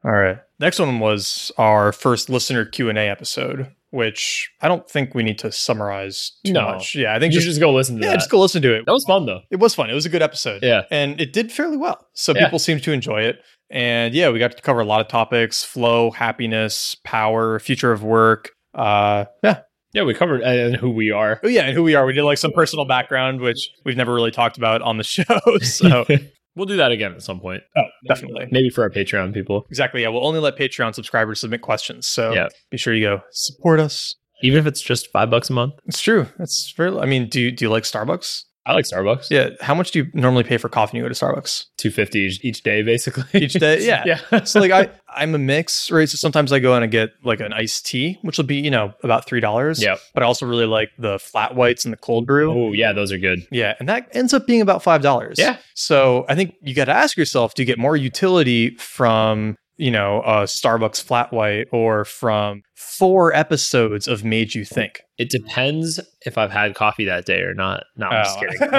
Speaker 1: All right. Next one was our first listener Q and A episode, which I don't think we need to summarize too
Speaker 2: No.
Speaker 1: much. Yeah, I
Speaker 2: you
Speaker 1: think
Speaker 2: should
Speaker 1: just,
Speaker 2: just go listen to
Speaker 1: yeah,
Speaker 2: that
Speaker 1: just go listen to it.
Speaker 2: that was fun though
Speaker 1: It was fun. It was a good episode.
Speaker 2: yeah
Speaker 1: And it did fairly well. So
Speaker 2: Yeah.
Speaker 1: people seemed to enjoy it. And yeah, we got to cover a lot of topics: flow, happiness, power, future of work. Uh, yeah,
Speaker 2: yeah we covered uh, and who we are
Speaker 1: oh yeah, and who we are. We did like some personal background, which we've never really talked about on the show. So
Speaker 2: we'll do that again at some point
Speaker 1: oh, definitely,
Speaker 2: maybe for our patreon people
Speaker 1: exactly. Yeah, we'll only let Patreon subscribers submit questions. So
Speaker 2: Yeah.
Speaker 1: be sure you go support us.
Speaker 2: even if it's just five bucks a month
Speaker 1: It's true. It's very. I mean, do you, do you like Starbucks?
Speaker 2: i like starbucks
Speaker 1: Yeah. How much do you normally pay for coffee when you go to Starbucks
Speaker 2: 250 each, each day basically
Speaker 1: each day? Yeah.
Speaker 2: yeah
Speaker 1: So like I, I'm a mix, right? So sometimes I go in and get like an iced tea, which will be you know about three dollars.
Speaker 2: Yep.
Speaker 1: But I also really like the flat whites and the cold brew.
Speaker 2: oh yeah those are good
Speaker 1: Yeah, and that ends up being about five dollars.
Speaker 2: Yeah.
Speaker 1: So I think you got to ask yourself: Do you get more utility from you know a Starbucks flat white or from four episodes of Made You Think?
Speaker 2: it depends if i've had coffee that day or not no i'm just
Speaker 1: Oh.
Speaker 2: kidding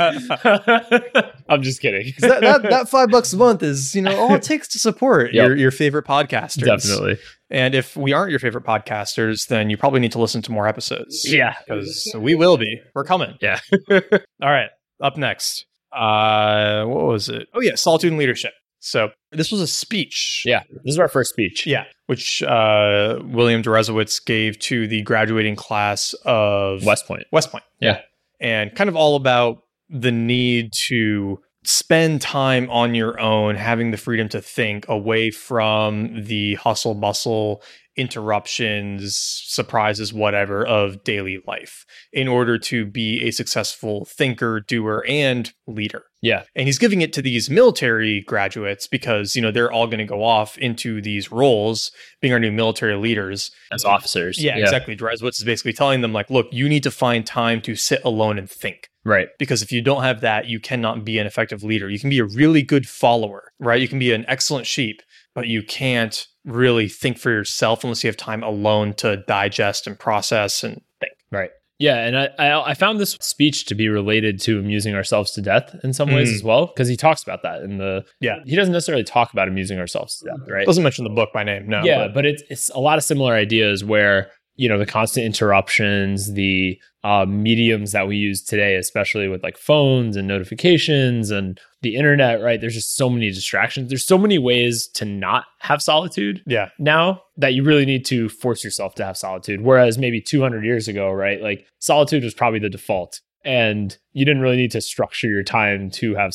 Speaker 2: i'm just kidding i'm just kidding
Speaker 1: 'Cause that, that, that five bucks a month is you know all it takes to support
Speaker 2: Yep.
Speaker 1: your, your favorite podcasters
Speaker 2: definitely
Speaker 1: and if we aren't your favorite podcasters then you probably need to listen to more episodes
Speaker 2: yeah
Speaker 1: because we will be we're coming
Speaker 2: Yeah.
Speaker 1: all right up next uh what was it oh yeah solitude and leadership so this was a speech
Speaker 2: yeah this is our first speech
Speaker 1: yeah which uh william derezowitz gave to the graduating class of
Speaker 2: west point
Speaker 1: West Point.
Speaker 2: Yeah.
Speaker 1: And kind of all about the need to spend time on your own, having the freedom to think away from the hustle bustle, interruptions, surprises, whatever of daily life in order to be a successful thinker, doer, and leader.
Speaker 2: Yeah.
Speaker 1: And he's giving it to these military graduates because, you know, they're all going to go off into these roles, being our new military leaders.
Speaker 2: as officers
Speaker 1: Yeah, exactly. Drezwitz is basically telling them, like, look, you need to find time to sit alone and think.
Speaker 2: right
Speaker 1: Because if you don't have that, you cannot be an effective leader. You can be a really good follower, right? You can be an excellent sheep, but you can't really think for yourself unless you have time alone to digest and process and think.
Speaker 2: Yeah, and I, I I found this speech to be related to amusing ourselves to death in some ways
Speaker 1: Mm.
Speaker 2: as well because he talks about that in the
Speaker 1: Yeah.
Speaker 2: he doesn't necessarily talk about amusing ourselves to death right
Speaker 1: Doesn't mention the book by name, no.
Speaker 2: yeah but it's it's a lot of similar ideas where you know the constant interruptions the uh, mediums that we use today especially with like phones and notifications and the internet right there's just so many distractions there's so many ways to not have solitude
Speaker 1: Yeah.
Speaker 2: now that you really need to force yourself to have solitude whereas maybe 200 years ago right like solitude was probably the default and you didn't really need to structure your time to have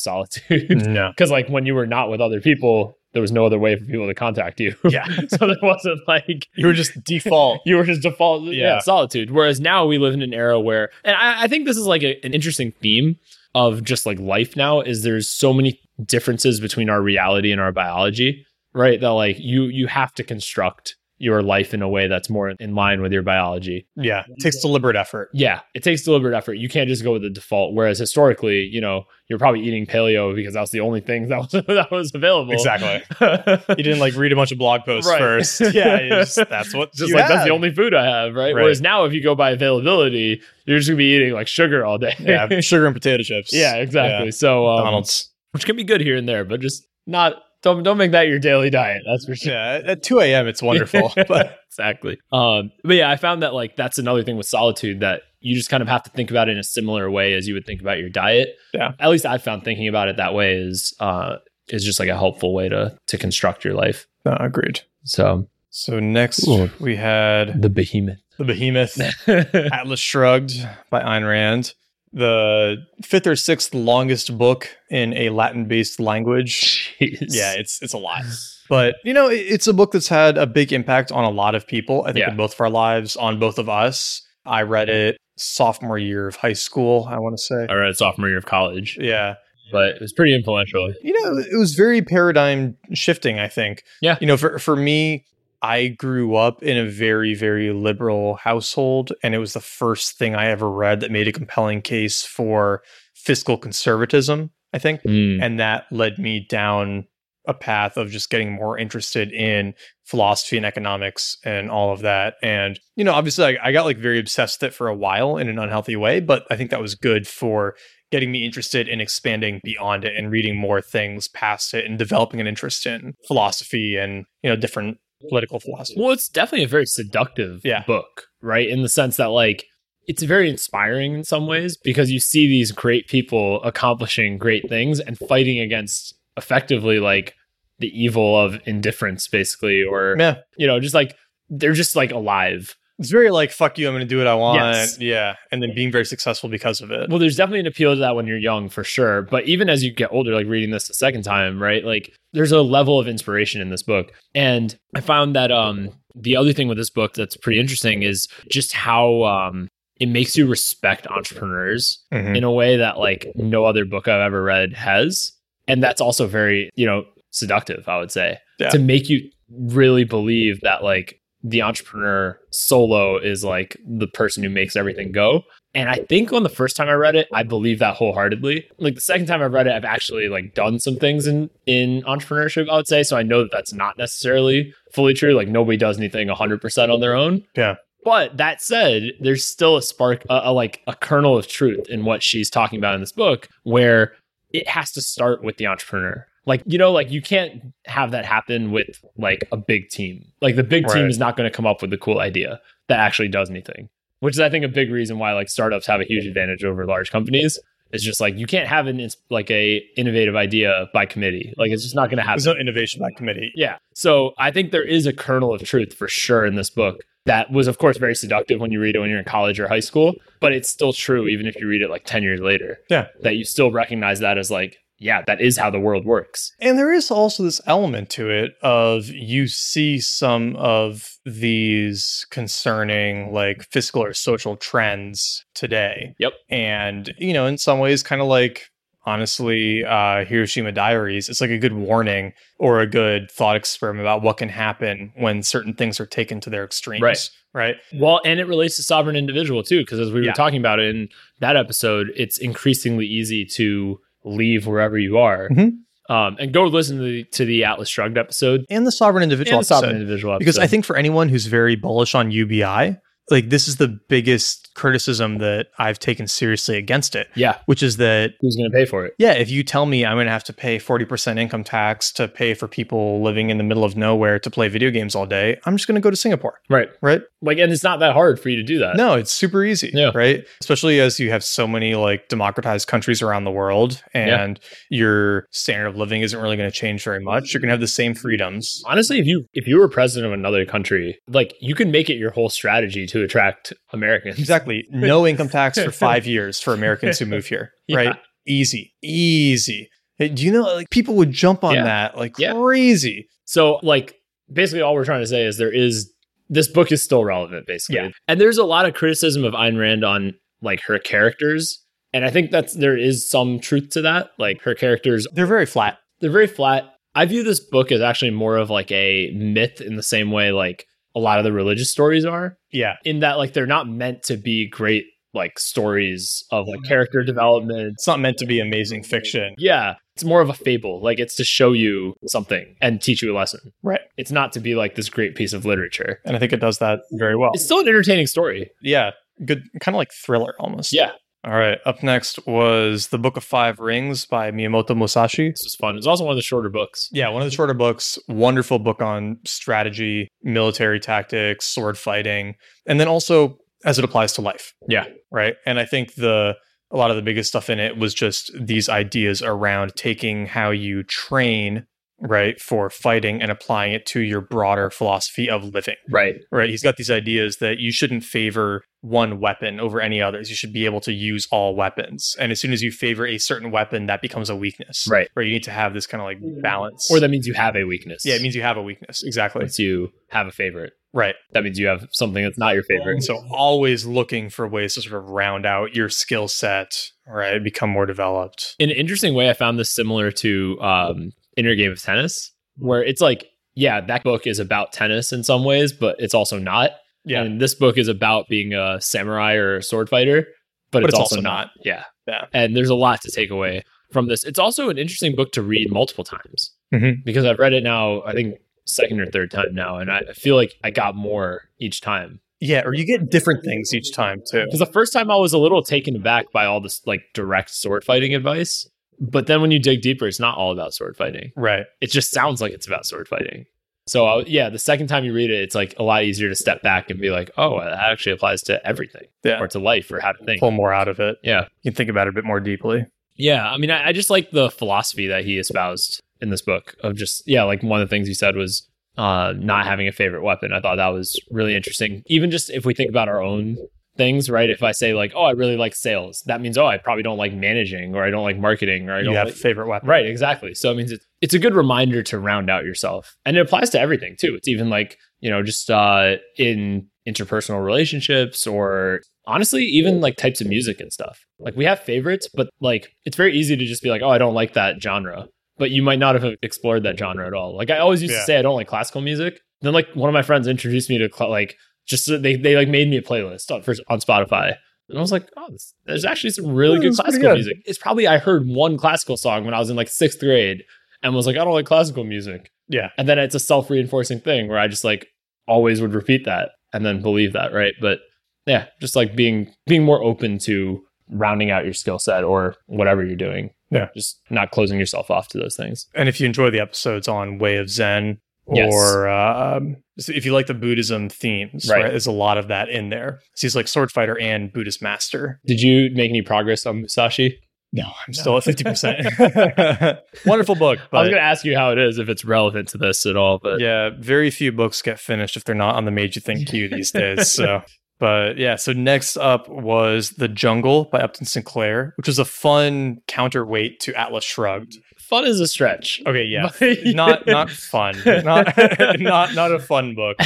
Speaker 2: solitude
Speaker 1: No.
Speaker 2: because like when you were not with other people there was no other way for people to contact you
Speaker 1: Yeah.
Speaker 2: so there wasn't like
Speaker 1: You were just default.
Speaker 2: you were just default yeah.
Speaker 1: Yeah.
Speaker 2: solitude whereas now we live in an era where and i, I think this is like a, an interesting theme of just like life now is there's so many differences between our reality and our biology right that like you you have to construct your life in a way that's more in line with your biology
Speaker 1: yeah. It takes deliberate effort.
Speaker 2: yeah, it takes deliberate effort. You can't just go with the default. Whereas historically, you know, you're probably eating paleo because that's the only thing that was that was available.
Speaker 1: Exactly. You
Speaker 2: Exactly.
Speaker 1: didn't like read a bunch of blog posts
Speaker 2: Right.
Speaker 1: first. Yeah. you Just, that's what.
Speaker 2: just
Speaker 1: you
Speaker 2: like that's
Speaker 1: had.
Speaker 2: the only food I have, right?
Speaker 1: Right.
Speaker 2: Whereas now, if you go by availability, you're just gonna be eating like sugar all day.
Speaker 1: Yeah. Sugar and potato chips.
Speaker 2: Yeah, exactly. So, um,
Speaker 1: Donald's.
Speaker 2: which can be good here and there, but just not don't don't make that your daily diet. That's for sure.
Speaker 1: Yeah. At 2 a.m., it's wonderful. but
Speaker 2: exactly. Um, but yeah, I found that like that's another thing with solitude that you just kind of have to think about it in a similar way as you would think about your diet.
Speaker 1: Yeah.
Speaker 2: At least I found thinking about it that way is uh is just like a helpful way to to construct your life.
Speaker 1: no, agreed.
Speaker 2: So
Speaker 1: So next
Speaker 2: Cool.
Speaker 1: we had
Speaker 2: the behemoth.
Speaker 1: The Behemoth. Atlas Shrugged by Ayn Rand, the fifth or sixth longest book in a Latin based language.
Speaker 2: Jeez.
Speaker 1: Yeah, it's it's a lot. But you know, it- it's a book that's had a big impact on a lot of people. I think
Speaker 2: Yeah.
Speaker 1: in both of our lives, on both of us. I read it sophomore year of high school, I want to say.
Speaker 2: I read sophomore year of college,
Speaker 1: Yeah.
Speaker 2: but it was pretty influential.
Speaker 1: you know it was very paradigm shifting i think
Speaker 2: Yeah.
Speaker 1: you know for, for me i grew up in a very very liberal household and it was the first thing i ever read that made a compelling case for fiscal conservatism i think and that led me down a path of just getting more interested in philosophy and economics and all of that and you know obviously I, I got like very obsessed with it for a while in an unhealthy way but i think that was good for getting me interested in expanding beyond it and reading more things past it and developing an interest in philosophy and you know different political philosophy
Speaker 2: Well, it's definitely a very seductive
Speaker 1: Yeah.
Speaker 2: book, right? In the sense that like it's very inspiring in some ways because you see these great people accomplishing great things and fighting against effectively like the evil of indifference basically or
Speaker 1: yeah
Speaker 2: you know just like they're just like alive.
Speaker 1: it's very like fuck you i'm gonna do what i want
Speaker 2: Yes.
Speaker 1: yeah and then being very successful because of it
Speaker 2: Well, there's definitely an appeal to that when you're young for sure, but even as you get older like reading this the second time, right? Like there's a level of inspiration in this book. And I found that um the other thing with this book that's pretty interesting is just how um it makes you respect entrepreneurs
Speaker 1: Mhm.
Speaker 2: in a way that like no other book I've ever read has. And that's also very, you know, seductive, I would say,
Speaker 1: Yeah.
Speaker 2: to make you really believe that like the entrepreneur solo is like the person who makes everything go. And I think on the first time I read it, I believed that wholeheartedly. Like the second time I've read it, I've actually like done some things in in entrepreneurship, I would say, so I know that that's not necessarily fully true. Like nobody does anything 100% on their own.
Speaker 1: Yeah.
Speaker 2: But that said, there's still a spark, a, a, like a kernel of truth in what she's talking about in this book, where it has to start with the entrepreneur. Like you know, like you can't have that happen with like a big team. Like the big team
Speaker 1: Right.
Speaker 2: is not going to come up with the cool idea that actually does anything, which is I think a big reason why like startups have a huge advantage over large companies. It's just like you can't have an ins- like a innovative idea by committee. Like it's just not going to happen.
Speaker 1: there's no innovation by committee
Speaker 2: Yeah. So I think there is a kernel of truth for sure in this book that was, of course, very seductive when you read it when you're in college or high school, but it's still true even if you read it like 10 years later.
Speaker 1: Yeah.
Speaker 2: That you still recognize that as like, yeah, that is how the world works.
Speaker 1: And there is also this element to it of you see some of these concerning like fiscal or social trends today.
Speaker 2: Yep.
Speaker 1: And you know, in some ways kind of like honestly uh Hiroshima Diaries, it's like a good warning or a good thought experiment about what can happen when certain things are taken to their extremes,
Speaker 2: Right.
Speaker 1: right?
Speaker 2: Well, and it relates to sovereign individual too, because as we
Speaker 1: Yeah.
Speaker 2: were talking about in that episode, it's increasingly easy to leave wherever you are.
Speaker 1: Mhm.
Speaker 2: Um, and go listen to the, to the Atlas Shrugged episode.
Speaker 1: And the sovereign individual
Speaker 2: And the sovereign
Speaker 1: episode.
Speaker 2: individual episode.
Speaker 1: because I think for anyone who's very bullish on UBI, like this is the biggest criticism that I've taken seriously against it,
Speaker 2: yeah,
Speaker 1: which is that
Speaker 2: who's going to pay for it?
Speaker 1: yeah, if you tell me I'm going to have to pay 40% income tax to pay for people living in the middle of nowhere to play video games all day, I'm just going to go to Singapore,
Speaker 2: Right.
Speaker 1: right?
Speaker 2: Like, and it's not that hard for you to do that.
Speaker 1: No, it's super easy,
Speaker 2: Yeah.
Speaker 1: right? Especially as you have so many like democratized countries around the world and your standard of living isn't really going to change very much. You're going to have the same freedoms.
Speaker 2: Honestly, if you if you were president of another country, like you can make it your whole strategy to attract Americans.
Speaker 1: Exactly. No income tax for 5 years for Americans who move here,
Speaker 2: Yeah.
Speaker 1: right? Easy. Easy. Hey, Do you know like people would jump on
Speaker 2: Yeah.
Speaker 1: that like
Speaker 2: Yeah.
Speaker 1: crazy?
Speaker 2: So, like, basically, all we're trying to say is there is this book is still relevant, basically.
Speaker 1: Yeah.
Speaker 2: And there's a lot of criticism of Ayn Rand on like her characters. And I think that's there is some truth to that. Like, her characters,
Speaker 1: They're very flat.
Speaker 2: they're very flat. I view this book as actually more of like a myth in the same way, like, a lot of the religious stories are
Speaker 1: Yeah.
Speaker 2: in that, like, they're not meant to be great, like, stories of like character development
Speaker 1: It's not meant to be amazing fiction.
Speaker 2: yeah, it's more of a fable. Like it's to show you something and teach you a lesson.
Speaker 1: Right.
Speaker 2: It's not to be like this great piece of literature.
Speaker 1: And I think it does that very well.
Speaker 2: It's still an entertaining story.
Speaker 1: Yeah. Good kind of like thriller almost.
Speaker 2: Yeah.
Speaker 1: All right. Up next was The Book of Five Rings by Miyamoto Musashi.
Speaker 2: This was fun. It's also one of the shorter books.
Speaker 1: Yeah, one of the shorter books, wonderful book on strategy, military tactics, sword fighting, and then also as it applies to life.
Speaker 2: Yeah.
Speaker 1: Right. And I think the a lot of the biggest stuff in it was just these ideas around taking how you train, right, for fighting and applying it to your broader philosophy of living.
Speaker 2: Right.
Speaker 1: Right. He's got these ideas that you shouldn't favor one weapon over any others. You should be able to use all weapons. And as soon as you favor a certain weapon, that becomes a weakness.
Speaker 2: Right.
Speaker 1: Where you need to have this kind of like balance.
Speaker 2: Or that means you have a weakness.
Speaker 1: Yeah, it means you have a weakness. Exactly.
Speaker 2: Once you have a favorite.
Speaker 1: Right.
Speaker 2: That means you have something that's not your favorite.
Speaker 1: And so always looking for ways to sort of round out your skill set, right? Become more developed.
Speaker 2: in an interesting way, I found this similar to um, Inner Game of Tennis, where it's like, yeah, that book is about tennis in some ways, but it's also not.
Speaker 1: Yeah.
Speaker 2: And this book is about being a samurai or a sword fighter, but, it's, also, not. Yeah.
Speaker 1: Yeah.
Speaker 2: And there's a lot to take away from this. It's also an interesting book to read multiple times
Speaker 1: Mhm.
Speaker 2: because I've read it now, I think second or third time now, and I I feel like I got more each time.
Speaker 1: yeah. Or you get different things each time too.
Speaker 2: Because the first time I was a little taken aback by all this like direct sword fighting advice. But then when you dig deeper, it's not all about sword fighting.
Speaker 1: Right.
Speaker 2: It just sounds like it's about sword fighting. So I, yeah, the second time you read it, it's like a lot easier to step back and be like, oh, that actually applies to everything
Speaker 1: Yeah.
Speaker 2: or to life or how to think.
Speaker 1: Pull more out of it.
Speaker 2: Yeah.
Speaker 1: You can think about it a bit more deeply.
Speaker 2: Yeah. I mean, I, I just like the philosophy that he espoused in this book of just, yeah, like one of the things you said was uh, not having a favorite weapon. I thought that was really interesting. Even just if we think about our own things, right? If I say, like, oh, I really like sales, that means, oh, I probably don't like managing or I don't like marketing or I
Speaker 1: you
Speaker 2: don't
Speaker 1: have
Speaker 2: like.
Speaker 1: a favorite weapon.
Speaker 2: Right, exactly. So it means it's, it's a good reminder to round out yourself. And it applies to everything too. It's even like, you know, just uh, in interpersonal relationships or honestly, even like types of music and stuff. Like we have favorites, but like it's very easy to just be like, oh, I don't like that genre. But you might not have explored that genre at all. Like I always used
Speaker 1: Yeah.
Speaker 2: to say, I don't like classical music. Then like one of my friends introduced me to cla like just they they like made me a playlist on, for, on Spotify. And I was like, oh, this, there's actually some really
Speaker 1: Yeah,
Speaker 2: good
Speaker 1: it's pretty
Speaker 2: classical
Speaker 1: good.
Speaker 2: music. It's probably I heard one classical song when I was in like sixth grade and was like, I don't like classical music.
Speaker 1: Yeah.
Speaker 2: And then it's a self reinforcing thing where I just like always would repeat that and then believe that, right? But yeah, just like being being more open to rounding out your skill set or whatever you're doing.
Speaker 1: Yeah.
Speaker 2: Just not closing yourself off to those things.
Speaker 1: And if you enjoy the episodes on Way of Zen
Speaker 2: Yes.
Speaker 1: or um, so if you like the Buddhism themes,
Speaker 2: Right.
Speaker 1: right. There's a lot of that in there. So he's like sword fighter and Buddhist master.
Speaker 2: Did you make any progress on Musashi?
Speaker 1: No, I'm still at 50%. Wonderful book,
Speaker 2: Oh, I was
Speaker 1: but
Speaker 2: gonna ask you how it is, if it's relevant to this at all, but
Speaker 1: yeah, very few books get finished if they're not on the made you think queue these days. So, but yeah, so next up was The Jungle by Upton Sinclair, which was a fun counterweight to Atlas Shrugged.
Speaker 2: fun is a stretch.
Speaker 1: Okay, yeah.
Speaker 2: But-
Speaker 1: Not not fun. Not not not a fun book.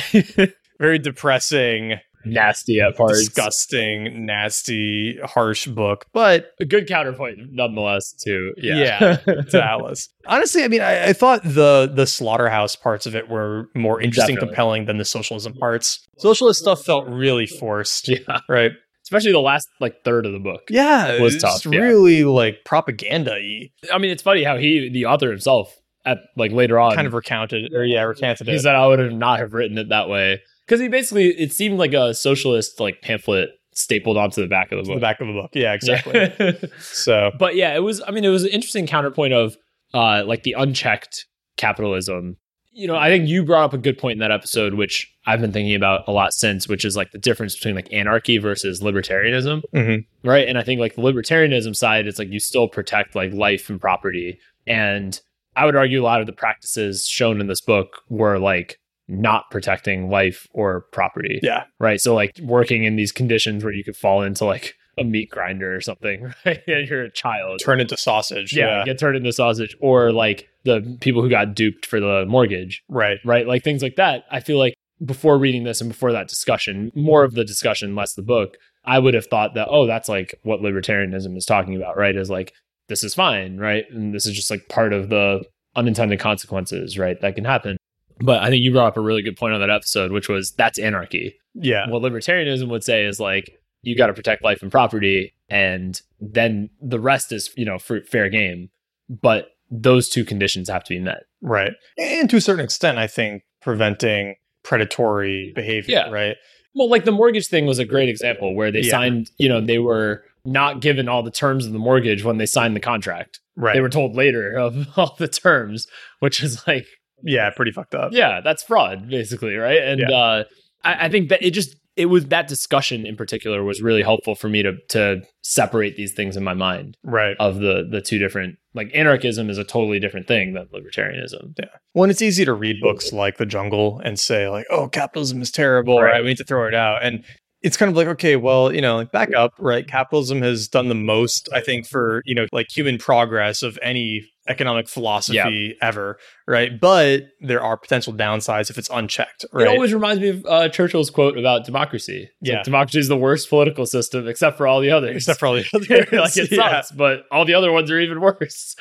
Speaker 1: Very depressing,
Speaker 2: nasty at parts.
Speaker 1: disgusting, nasty, harsh book, but
Speaker 2: A good counterpoint, nonetheless. To
Speaker 1: Yeah. to Atlas. Honestly, I mean, I, I thought the the slaughterhouse parts of it were more interesting,
Speaker 2: Definitely.
Speaker 1: compelling than the socialism parts. Socialist stuff felt really forced,
Speaker 2: yeah.
Speaker 1: right?
Speaker 2: Especially the last like third of the book.
Speaker 1: Yeah,
Speaker 2: Was
Speaker 1: it's
Speaker 2: tough, yeah.
Speaker 1: really like propaganda-y.
Speaker 2: I mean, it's funny how he, the author himself, at like later on,
Speaker 1: kind of recounted it, or yeah, recanted
Speaker 2: he
Speaker 1: it.
Speaker 2: said I would have not have written it that way because he basically it seemed like a socialist like pamphlet stapled onto the back of the
Speaker 1: to the
Speaker 2: book.
Speaker 1: back of a book. Yeah, exactly.
Speaker 2: exactly.
Speaker 1: So
Speaker 2: but yeah, it was. I mean, it was an interesting counterpoint of uh, like the unchecked capitalism you know, I think you brought up a good point in that episode, which I've been thinking about a lot since, which is like the difference between like anarchy versus libertarianism,
Speaker 1: Mhm.
Speaker 2: right? And I think like the libertarianism side, it's like you still protect like life and property, and I would argue a lot of the practices shown in this book were like not protecting life or property,
Speaker 1: Yeah.
Speaker 2: right? So like working in these conditions where you could fall into like a meat grinder or something, right? And you're a child,
Speaker 1: Turn into sausage.
Speaker 2: yeah, get turned into sausage or like the people who got duped for the mortgage
Speaker 1: Right.
Speaker 2: right like things like that i feel like before reading this and before that discussion more of the discussion less the book i would have thought that oh that's like what libertarianism is talking about right is like this is fine right and this is just like part of the unintended consequences right that can happen but i think you brought up a really good point on that episode which was that's anarchy
Speaker 1: Yeah.
Speaker 2: what libertarianism would say is like you got to protect life and property and then the rest is you know for fair game but those two conditions have to be met
Speaker 1: Right. And to a certain extent, I think preventing predatory behavior.
Speaker 2: Yeah.
Speaker 1: Right.
Speaker 2: well like the mortgage thing was a great example where they
Speaker 1: Yeah.
Speaker 2: signed you know they were not given all the terms of the mortgage when they signed the contract
Speaker 1: Right.
Speaker 2: they were told later of all the terms which is like
Speaker 1: yeah. Pretty fucked up.
Speaker 2: yeah that's fraud basically right and
Speaker 1: Yeah.
Speaker 2: uh I, I think that it just it was that discussion in particular was really helpful for me to to separate these things in my mind
Speaker 1: Right.
Speaker 2: of the the two different like anarchism is a totally different thing than libertarianism.
Speaker 1: Well, and it's easy to read books like The Jungle and say like, "Oh, capitalism is terrible. Right.
Speaker 2: Right.
Speaker 1: We need to throw it out." And it's kind of like, okay, well, you know, like back up, right? Capitalism has done the most, I think, for you know, like human progress of any economic philosophy ever, right? But there are potential downsides if it's unchecked, right?
Speaker 2: It always reminds me of uh, Churchill's quote about democracy. It's like,
Speaker 1: Yeah.
Speaker 2: democracy is the worst political system except for all the others.
Speaker 1: Except for all the others.
Speaker 2: like it
Speaker 1: Yeah.
Speaker 2: sucks, but all the other ones are even worse.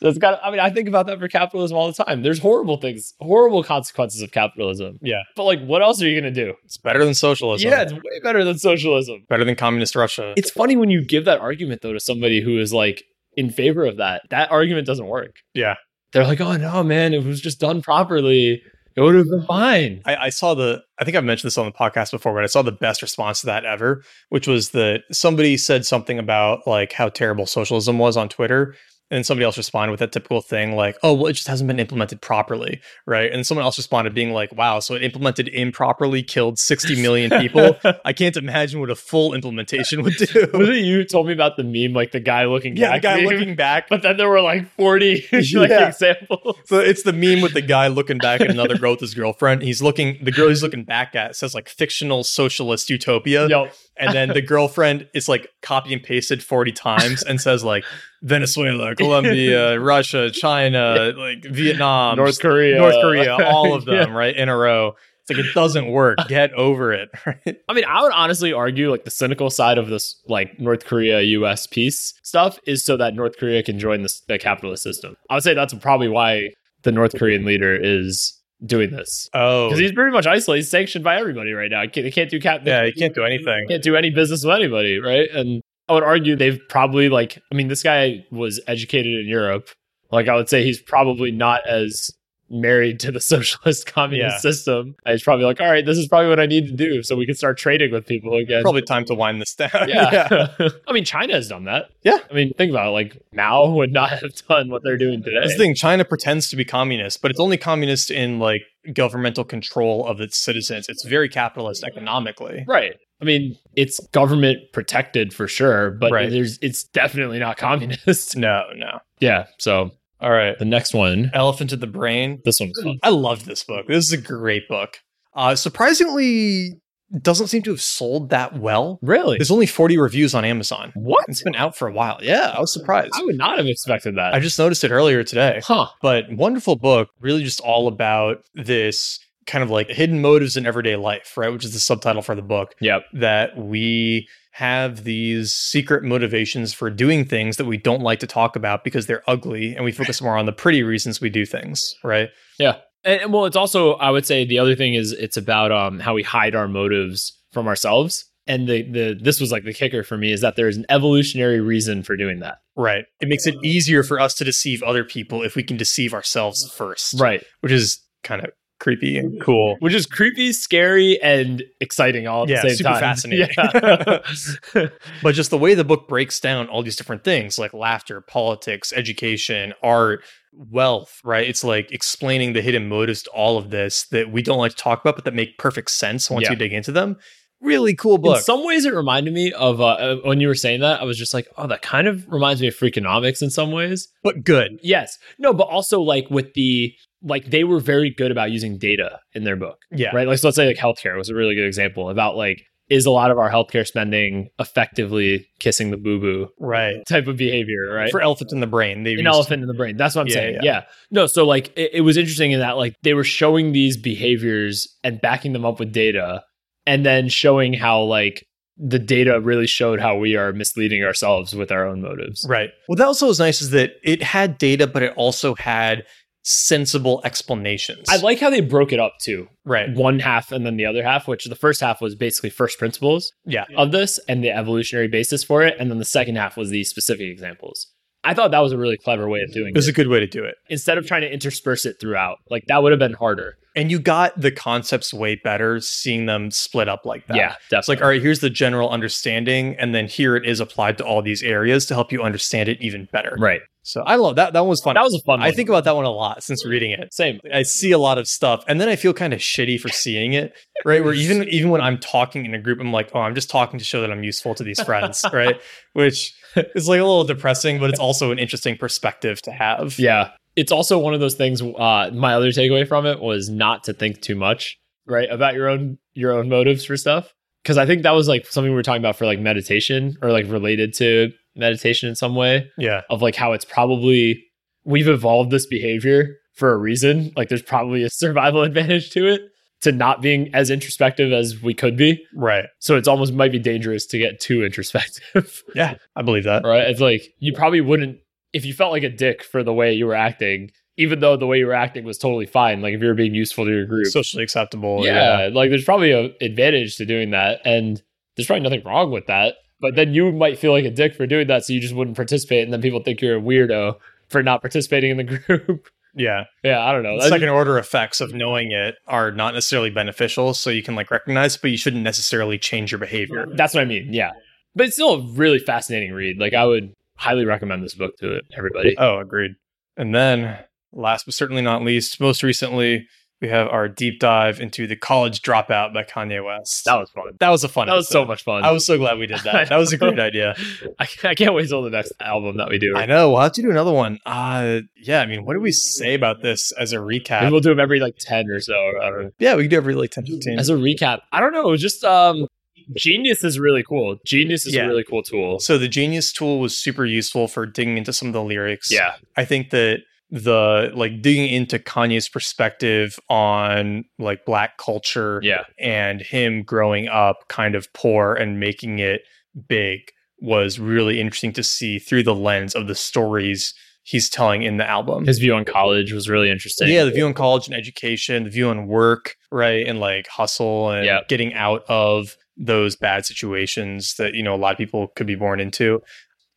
Speaker 2: So it's got. I mean, I think about that for capitalism all the time. There's horrible things, horrible consequences of capitalism.
Speaker 1: Yeah.
Speaker 2: but like, what else are you gonna do?
Speaker 1: It's better than socialism.
Speaker 2: Yeah, it's way better than socialism.
Speaker 1: better than communist Russia.
Speaker 2: It's funny when you give that argument though to somebody who is like in favor of that. That argument doesn't work.
Speaker 1: Yeah.
Speaker 2: They're like, "Oh no, man, if it was just done properly, it would have been fine."
Speaker 1: I, I saw the I think I've mentioned this on the podcast before, but I saw the best response to that ever, which was that somebody said something about like how terrible socialism was on Twitter. And then somebody else responded with that typical thing like, oh, well, it just hasn't been implemented properly. Right. And someone else responded being like, wow, so it implemented improperly, killed 60 million people. I can't imagine what a full implementation would
Speaker 2: was
Speaker 1: do.
Speaker 2: it you who told me about the meme, like the guy looking?
Speaker 1: yeah. The
Speaker 2: back
Speaker 1: guy
Speaker 2: meme?
Speaker 1: looking back.
Speaker 2: But then there were like forty like,
Speaker 1: Yeah.
Speaker 2: examples.
Speaker 1: So it's the meme with the guy looking back at another girl with his girlfriend. He's looking, the girl he's looking back at says like fictional socialist utopia.
Speaker 2: Yep.
Speaker 1: And then the girlfriend is like copy and pasted 40 times and says like Venezuela, Colombia, Russia, China, like Vietnam,
Speaker 2: Um, North
Speaker 1: just
Speaker 2: Korea,
Speaker 1: North Korea, all of
Speaker 2: Yeah.
Speaker 1: them, right? In a row. It's like it doesn't work. Get over it. Right.
Speaker 2: I mean, I would honestly argue like the cynical side of this, like North Korea U.S. peace stuff, is so that North Korea can join this, the capitalist system. I would say that's probably why the North Korean leader is doing this
Speaker 1: Oh.
Speaker 2: because he's pretty much isolated, he's sanctioned by everybody right now. He can't, he can't do cap.
Speaker 1: Yeah, he can't do anything.
Speaker 2: Can't do any business with anybody, right? And I would argue they've probably like. I mean, this guy was educated in Europe. Like, I would say he's probably not as married to the socialist communist
Speaker 1: Yeah.
Speaker 2: system. And he's probably like, all right, this is probably what I need to do, so we can start trading with people again.
Speaker 1: Probably time to wind this down.
Speaker 2: Yeah. I mean, China has done that.
Speaker 1: Yeah.
Speaker 2: I mean, think about it. Like, Mao would not have done what they're doing today.
Speaker 1: That's the thing. China pretends to be communist, but it's only communist in like governmental control of its citizens. It's very capitalist economically.
Speaker 2: Right. I mean, it's government protected for sure, but
Speaker 1: Right.
Speaker 2: there's it's definitely not communist.
Speaker 1: No, no.
Speaker 2: yeah. So
Speaker 1: All right.
Speaker 2: the next one,
Speaker 1: Elephant in the brain.
Speaker 2: this one's fun.
Speaker 1: I loved this book. This is a great book. Uh, surprisingly, doesn't seem to have sold that well.
Speaker 2: Really?
Speaker 1: There's only 40 reviews on Amazon.
Speaker 2: what?
Speaker 1: It's been out for a while. Yeah, I was surprised.
Speaker 2: I would not have expected that.
Speaker 1: I just noticed it earlier today.
Speaker 2: huh.
Speaker 1: But wonderful book, really just all about this kind of like hidden motives in everyday life, right? Which is the subtitle for the book
Speaker 2: Yep.
Speaker 1: that we have these secret motivations for doing things that we don't like to talk about because they're ugly and we focus more on the pretty reasons we do things, right?
Speaker 2: And, and well, it's also I would say the other thing is it's about um how we hide our motives from ourselves. And the the this was like the kicker for me is that there is an evolutionary reason for doing that.
Speaker 1: Right. It makes it easier for us to deceive other people if we can deceive ourselves first,
Speaker 2: Right. Mm-hmm.
Speaker 1: which is kind of creepy and cool.
Speaker 2: which is creepy, scary, and exciting all at
Speaker 1: Yeah,
Speaker 2: the same
Speaker 1: super
Speaker 2: time.
Speaker 1: fascinating.
Speaker 2: Yeah.
Speaker 1: But just the way the book breaks down all these different things like laughter, politics, education, art, wealth, right? It's like explaining the hidden motives to all of this that we don't like to talk about, but that make perfect sense once
Speaker 2: Yeah.
Speaker 1: you dig into them. Really cool
Speaker 2: In
Speaker 1: book.
Speaker 2: some ways, it reminded me of uh, uh, when you were saying that. I was just like, oh, that kind of reminds me of Freakonomics in some ways.
Speaker 1: but good.
Speaker 2: Yes, no, but also like with the like they were very good about using data in their book,
Speaker 1: Yeah.
Speaker 2: right? Like, so let's say like healthcare was a really good example about like is a lot of our healthcare spending effectively kissing the boo boo
Speaker 1: Right.
Speaker 2: type of behavior, right?
Speaker 1: For elephant in the brain, they
Speaker 2: an
Speaker 1: used-
Speaker 2: elephant in the brain. That's what I'm
Speaker 1: Yeah,
Speaker 2: saying.
Speaker 1: yeah.
Speaker 2: Yeah. No, so like it, it was interesting in that like they were showing these behaviors and backing them up with data and then showing how like the data really showed how we are misleading ourselves with our own motives.
Speaker 1: Right. Well, that also was nice is that it had data, but it also had sensible explanations.
Speaker 2: I like how they broke it up too.
Speaker 1: right.
Speaker 2: One half and then the other half, which the first half was basically first principles
Speaker 1: Yeah.
Speaker 2: of this and the evolutionary basis for it. And then the second half was the specific examples. I thought that was a really clever way of doing
Speaker 1: It was a
Speaker 2: it.
Speaker 1: good way to do it.
Speaker 2: Instead of trying to intersperse it throughout, like that would have been harder.
Speaker 1: And you got the concepts way better seeing them split up like that.
Speaker 2: Yeah, definitely.
Speaker 1: It's like, all right, here's the general understanding, and then here it is applied to all these areas to help you understand it even better.
Speaker 2: right.
Speaker 1: So I love that. That one was fun.
Speaker 2: That was a fun one.
Speaker 1: I think about that one a lot since reading it.
Speaker 2: same.
Speaker 1: I see a lot of stuff and then I feel kind of shitty for seeing it, right? Where even even when I'm talking in a group, I'm like, oh, I'm just talking to show that I'm useful to these friends, right? Which is like a little depressing, but it's also an interesting perspective to have.
Speaker 2: Yeah. It's also one of those things uh my other takeaway from it was not to think too much, right? About your own your own motives for stuff. Cause I think that was like something we were talking about for like meditation or like related to meditation in some way
Speaker 1: Yeah.
Speaker 2: of like how it's probably we've evolved this behavior for a reason. Like there's probably a survival advantage to it to not being as introspective as we could be.
Speaker 1: Right.
Speaker 2: So it's almost might be dangerous to get too introspective.
Speaker 1: Yeah. I believe that.
Speaker 2: right? It's like you probably wouldn't if you felt like a dick for the way you were acting, even though the way you were acting was totally fine. Like if you were being useful to your group,
Speaker 1: Socially acceptable.
Speaker 2: yeah, like there's probably an advantage to doing that, and there's probably nothing wrong with that. But then you might feel like a dick for doing that, so you just wouldn't participate, and then people think you're a weirdo for not participating in the group.
Speaker 1: Yeah.
Speaker 2: yeah, I don't know.
Speaker 1: The
Speaker 2: That's-
Speaker 1: second order effects of knowing it are not necessarily beneficial. So you can like recognize, but you shouldn't necessarily change your behavior.
Speaker 2: that's what I mean. Yeah, but it's still a really fascinating read. Like I would highly recommend this book to everybody.
Speaker 1: Oh, agreed. And then, last but certainly not least, most recently, we have our deep dive into The College Dropout by Kanye West.
Speaker 2: That was fun.
Speaker 1: That was a fun
Speaker 2: That was so
Speaker 1: episode.
Speaker 2: much fun.
Speaker 1: I was so glad we did that. That was a great idea.
Speaker 2: I, I can't wait till the next album that we do.
Speaker 1: I know. We'll have to do another one. Uh, yeah, I mean, what do we say about this as a
Speaker 2: Maybe
Speaker 1: recap?
Speaker 2: we'll do them every like ten or so. or whatever.
Speaker 1: Yeah, we could do every like 10 15.
Speaker 2: As a recap, I don't know. It was just um, Genius is really cool. Genius is
Speaker 1: Yeah.
Speaker 2: a really cool tool.
Speaker 1: So, the Genius tool was super useful for digging into some of the lyrics.
Speaker 2: Yeah,
Speaker 1: I think that the like digging into Kanye's perspective on like black culture
Speaker 2: yeah,
Speaker 1: and him growing up kind of poor and making it big was really interesting to see through the lens of the stories he's telling in the album.
Speaker 2: his view on college was really interesting.
Speaker 1: yeah, the view on college and education, the view on work, right? And like hustle and
Speaker 2: Yeah.
Speaker 1: getting out of those bad situations that, you know, a lot of people could be born into.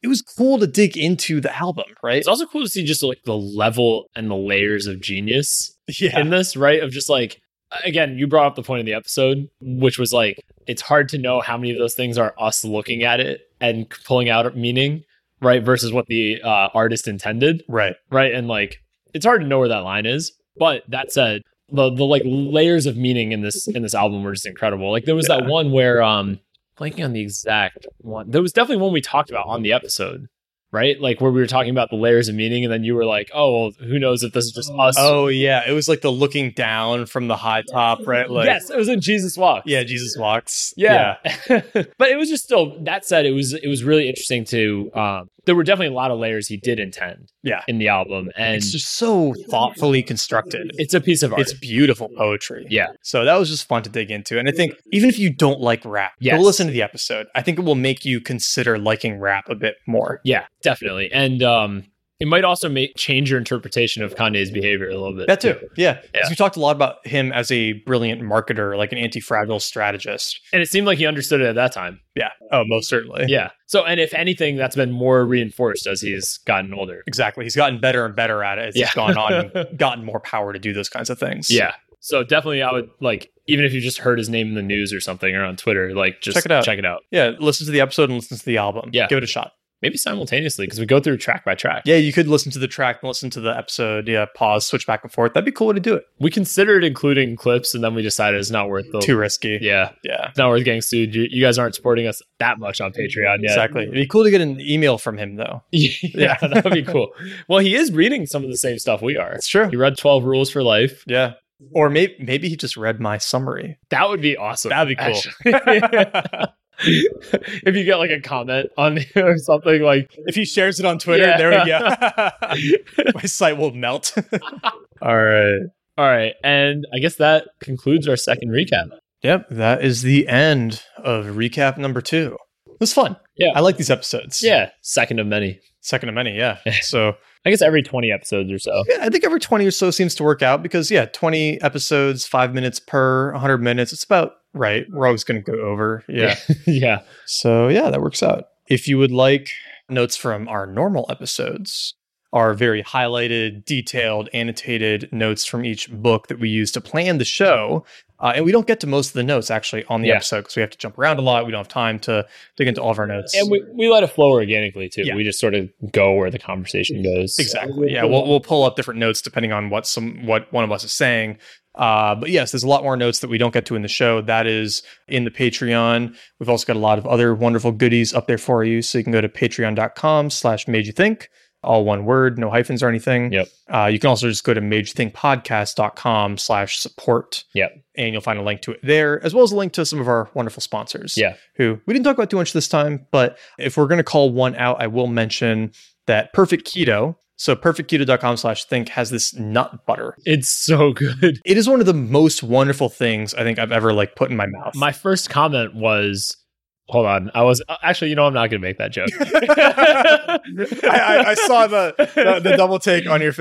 Speaker 1: It was cool to dig into the album, right?
Speaker 2: It's also cool to see just like the level and the layers of genius
Speaker 1: Yeah.
Speaker 2: in this, right? Of just like again, you brought up the point of the episode, which was like it's hard to know how many of those things are us looking at it and pulling out meaning, right? Versus what the uh, artist intended.
Speaker 1: right.
Speaker 2: right? And like it's hard to know where that line is. But that said, the the like layers of meaning in this in this album were just incredible. Like there was that one where um blanking on the exact one. There was definitely one we talked about on the episode, right? Like where we were talking about the layers of meaning, and then you were like, oh, well, who knows if this is just us?
Speaker 1: Oh yeah. It was like the looking down from the high top, right? Like
Speaker 2: yes, it was in Jesus Walk.
Speaker 1: yeah, Jesus walks.
Speaker 2: Yeah. but it was just still that said it was it was really interesting to um there were definitely a lot of layers he did intend
Speaker 1: Yeah.
Speaker 2: in the album and
Speaker 1: it's just so thoughtfully constructed.
Speaker 2: it's a piece of art.
Speaker 1: It's beautiful poetry.
Speaker 2: yeah. Mm.
Speaker 1: So that was just fun to dig into. And I think even if you don't like rap,
Speaker 2: Yes.
Speaker 1: go listen to the episode. I think it will make you consider liking rap a bit more.
Speaker 2: Yeah, definitely. And um it might also make change your interpretation of Kanye's behavior a little bit.
Speaker 1: That too. Yeah. 'Cause
Speaker 2: Yeah.
Speaker 1: we talked a lot about him as a brilliant marketer, like an anti fragile strategist.
Speaker 2: And it seemed like he understood it at that time.
Speaker 1: Yeah. Oh, most certainly.
Speaker 2: Yeah. So and if anything, that's been more reinforced as he's gotten older.
Speaker 1: Exactly. He's gotten better and better at it as
Speaker 2: Yeah.
Speaker 1: he's gone on and gotten more power to do those kinds of things.
Speaker 2: Yeah. So definitely, I would like even if you just heard his name in the news or something or on Twitter, like just
Speaker 1: Check it out.
Speaker 2: Check it out.
Speaker 1: Yeah, listen to the episode and listen to the album.
Speaker 2: Yeah.
Speaker 1: give it a shot.
Speaker 2: Maybe simultaneously because we go through track by track.
Speaker 1: Yeah, you could listen to the track and listen to the episode. Yeah, pause, switch back and forth. That'd be cool to do it.
Speaker 2: We considered including clips, and then we decided it's not worth the.
Speaker 1: Too risky.
Speaker 2: Yeah,
Speaker 1: yeah.
Speaker 2: it's not worth getting sued. You, you guys aren't supporting us that much on Patreon yet.
Speaker 1: Exactly. It'd be cool to get an email from him though.
Speaker 2: yeah, that would be cool. Well, he is reading some of the same stuff we are.
Speaker 1: That's true.
Speaker 2: He read 12 Rules for Life.
Speaker 1: Yeah. Or maybe maybe he just read my summary.
Speaker 2: That would be awesome.
Speaker 1: That'd be cool.
Speaker 2: actually. if you get like a comment on it or something like
Speaker 1: If he shares it on Twitter,
Speaker 2: Yeah.
Speaker 1: there we go. my site will melt. All right.
Speaker 2: all right and i guess that concludes our second recap
Speaker 1: Yep, that is the end of recap number two. It was fun.
Speaker 2: Yeah.
Speaker 1: I like these episodes.
Speaker 2: yeah second of many
Speaker 1: Second of many, yeah. So
Speaker 2: i guess every 20 episodes or so
Speaker 1: yeah, I think every 20 or so seems to work out because yeah, 20 episodes, five minutes per 100 minutes. It's about right. We're always going to go over. Yeah.
Speaker 2: yeah
Speaker 1: So yeah, that works out. If you would like notes from our normal episodes, our very highlighted, detailed, annotated notes from each book that we use to plan the show. Uh, and we don't get to most of the notes actually on the
Speaker 2: Yeah.
Speaker 1: episode because we have to jump around a lot. We don't have time to dig into all of our notes.
Speaker 2: and we, we let it flow organically too
Speaker 1: Yeah.
Speaker 2: we just sort of go where the conversation goes
Speaker 1: Exactly. Yeah, we'll, we'll pull up different notes depending on what some what one of us is saying. Uh, but yes, there's a lot more notes that we don't get to in the show. That is in the Patreon. We've also got a lot of other wonderful goodies up there for you. So you can go to patreon.com slash made you think, all one word, no hyphens or anything.
Speaker 2: Yep.
Speaker 1: Uh, you can also just go to madeyouthinkpodcast.com slash support.
Speaker 2: Yep.
Speaker 1: And you'll find a link to it there, as well as a link to some of our wonderful sponsors
Speaker 2: yeah
Speaker 1: who we didn't talk about too much this time, but if we're going to call one out, I will mention that Perfect Keto. So perfectketo.com slash think has this nut butter.
Speaker 2: it's so good
Speaker 1: It is one of the most wonderful things I think I've ever like put in my mouth.
Speaker 2: my first comment was hold on i was uh, actually you know i'm not gonna make that joke
Speaker 1: the,
Speaker 2: the
Speaker 1: double take on your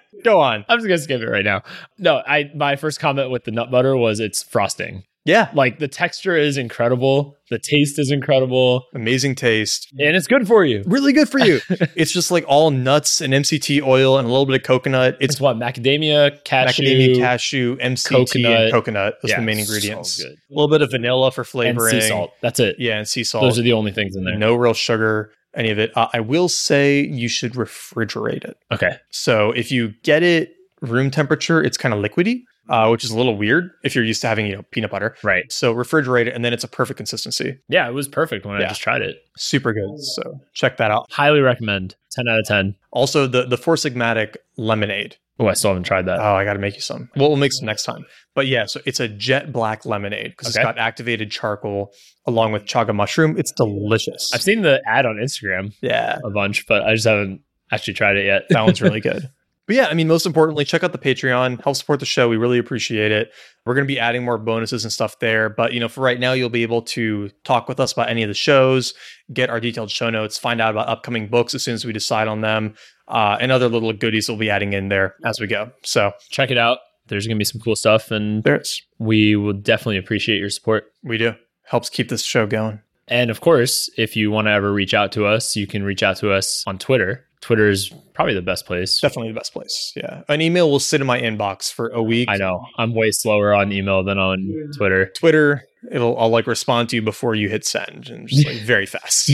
Speaker 1: Go on.
Speaker 2: I'm just gonna skip it right now. No, I my first comment with the nut butter was it's frosting.
Speaker 1: Yeah.
Speaker 2: Like the texture is incredible, the taste is incredible,
Speaker 1: Amazing taste.
Speaker 2: and it's good for you.
Speaker 1: Really good for you. it's just like all nuts and MCT oil and a little bit of coconut. It's
Speaker 2: It's what macadamia, cashew,
Speaker 1: macadamia, cashew, MCT,
Speaker 2: coconut.
Speaker 1: and coconut. Those
Speaker 2: Yeah,
Speaker 1: are the main
Speaker 2: so
Speaker 1: ingredients.
Speaker 2: good.
Speaker 1: A little bit of vanilla for
Speaker 2: and
Speaker 1: flavoring.
Speaker 2: sea salt. That's it.
Speaker 1: Yeah, and sea salt.
Speaker 2: Those are the only things in there.
Speaker 1: no real sugar, any of it. Uh, I will say you should refrigerate it.
Speaker 2: Okay.
Speaker 1: So if you get it room temperature, it's kind of liquidy, uh, which is a little weird if you're used to having you know peanut butter.
Speaker 2: Right.
Speaker 1: So refrigerate it, and then it's a perfect consistency.
Speaker 2: Yeah, it was perfect when I
Speaker 1: Yeah.
Speaker 2: just tried it.
Speaker 1: Super good. So check that out.
Speaker 2: Highly recommend. Ten out of ten.
Speaker 1: Also, the the Four Sigmatic lemonade.
Speaker 2: Oh, I still haven't tried that.
Speaker 1: Oh, I got to make you some. Well, we'll make some next time. But yeah, so it's a jet black lemonade because
Speaker 2: Okay.
Speaker 1: it's got activated charcoal along with chaga mushroom. It's delicious.
Speaker 2: I've seen the ad on Instagram
Speaker 1: yeah,
Speaker 2: a bunch, but I just haven't actually tried it yet.
Speaker 1: that one's really good. But yeah, I mean, most importantly, check out the Patreon. Help support the show. We really appreciate it. We're going to be adding more bonuses and stuff there. But you know, for right now, you'll be able to talk with us about any of the shows, get our detailed show notes, find out about upcoming books as soon as we decide on them, uh, and other little goodies we'll be adding in there as we go. So
Speaker 2: Check it out. There's gonna be some cool stuff, and
Speaker 1: there it's
Speaker 2: we will definitely appreciate your support.
Speaker 1: we do helps keep this show going.
Speaker 2: And of course, if you want to ever reach out to us, you can reach out to us on Twitter. Twitter is probably the best place.
Speaker 1: Definitely the best place. Yeah, an email will sit in my inbox for a week.
Speaker 2: I know I'm way slower on email than on Twitter.
Speaker 1: Twitter, it'll I'll like respond to you before you hit send, and just like very fast.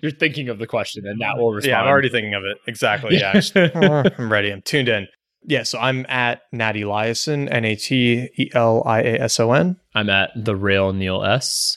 Speaker 2: You're thinking of the question, and that will respond.
Speaker 1: Yeah, I'm already thinking of it. Exactly. Yeah.
Speaker 2: Yeah.
Speaker 1: I'm ready. I'm tuned in. Yeah, so I'm at Natty Liason, N A T E L I A S O N.
Speaker 2: I'm at the Rail Neil S.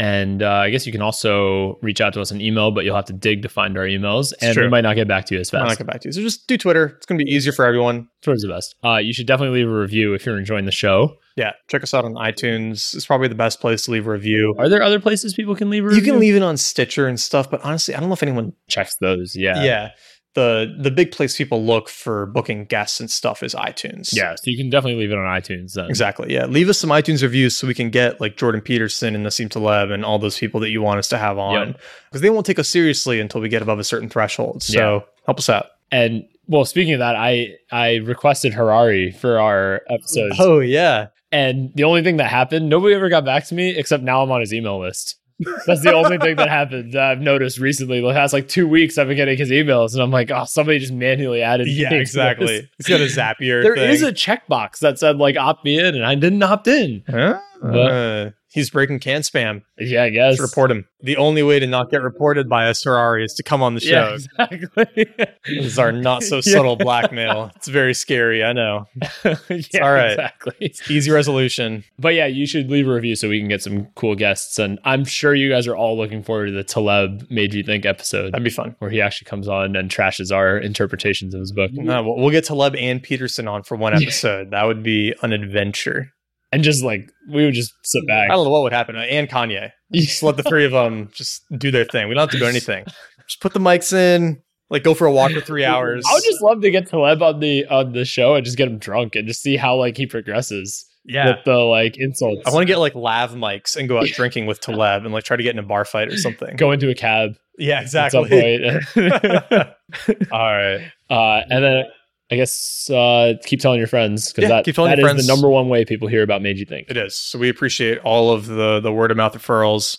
Speaker 2: And uh, I guess you can also reach out to us on email, but you'll have to dig to find our emails, and we
Speaker 1: true.
Speaker 2: might not get back to you as
Speaker 1: When I
Speaker 2: fast.
Speaker 1: get back to you. So just do Twitter. It's going to be easier for everyone.
Speaker 2: Twitter's the best. Uh, you should definitely leave a review if you're enjoying the show.
Speaker 1: Yeah, check us out on iTunes. It's probably the best place to leave a review.
Speaker 2: Are there other places people can leave a
Speaker 1: You
Speaker 2: review?
Speaker 1: can leave it on Stitcher and stuff, but honestly, I don't know if anyone.
Speaker 2: checks those.
Speaker 1: Yeah. The the big place people look for booking guests and stuff is iTunes.
Speaker 2: Yeah, so you can definitely leave it on iTunes then.
Speaker 1: Exactly. Yeah. Leave us some iTunes reviews so we can get like Jordan Peterson and Nassim Taleb and all those people that you want us to have on because they won't take us seriously until we get above a certain threshold. So
Speaker 2: Yeah.
Speaker 1: help us out.
Speaker 2: And well, speaking of that, I I requested Harari for our episodes,
Speaker 1: Oh, yeah.
Speaker 2: and the only thing that happened, nobody ever got back to me except now I'm on his email list. That's the only thing that happened that I've noticed recently. The past like two weeks, I've been getting his emails, and I'm like, oh, somebody just manually added.
Speaker 1: yeah,
Speaker 2: things to this.
Speaker 1: exactly. He's got a Zapier.
Speaker 2: There
Speaker 1: thing.
Speaker 2: is a checkbox that said like opt me in, and I didn't opt in.
Speaker 1: Huh?
Speaker 2: But-
Speaker 1: Uh, he's breaking can spam.
Speaker 2: Yeah, I guess
Speaker 1: Let's report him. The only way to not get reported by a Ferrari is to come on the
Speaker 2: Yeah,
Speaker 1: show.
Speaker 2: exactly.
Speaker 1: This is our not so subtle blackmail. It's very scary. I know.
Speaker 2: yeah,
Speaker 1: all right.
Speaker 2: Exactly.
Speaker 1: Easy resolution.
Speaker 2: But yeah, you should leave a review so we can get some cool guests, and I'm sure you guys are all looking forward to the Taleb made you think episode
Speaker 1: That'd be fun.
Speaker 2: where he actually comes on and trashes our interpretations of his book.
Speaker 1: No, we'll, we'll get Taleb and Peterson on for one
Speaker 2: Yeah.
Speaker 1: episode. That would be an adventure.
Speaker 2: and just like we would just sit
Speaker 1: I
Speaker 2: back.
Speaker 1: don't know what would happen. And Kanye. Just let the three of them just do their thing. We don't have to do anything. Just put the mics in. Like go for a walk for three hours.
Speaker 2: I would just love to get Taleb on the on the show and just get him drunk and just see how like he progresses
Speaker 1: yeah.
Speaker 2: with the like insults.
Speaker 1: I want to get like lav mics and go out drinking with Taleb and like try to get in a bar fight or something.
Speaker 2: go into a cab
Speaker 1: yeah,
Speaker 2: at some
Speaker 1: exactly.
Speaker 2: point.
Speaker 1: All right.
Speaker 2: uh, and then I guess uh, keep telling your friends because
Speaker 1: Yeah,
Speaker 2: that,
Speaker 1: keep telling
Speaker 2: that
Speaker 1: your
Speaker 2: is
Speaker 1: friends.
Speaker 2: the number one way people hear about Made You Think.
Speaker 1: It is. So we appreciate all of the the word of mouth referrals.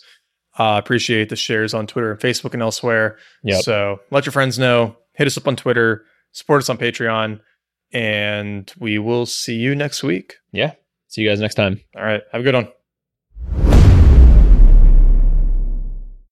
Speaker 1: Uh, appreciate the shares on Twitter and Facebook and elsewhere.
Speaker 2: Yep.
Speaker 1: So let your friends know. Hit us up on Twitter. Support us on Patreon, and we will see you next week.
Speaker 2: See you guys next time.
Speaker 1: All right. Have a good one.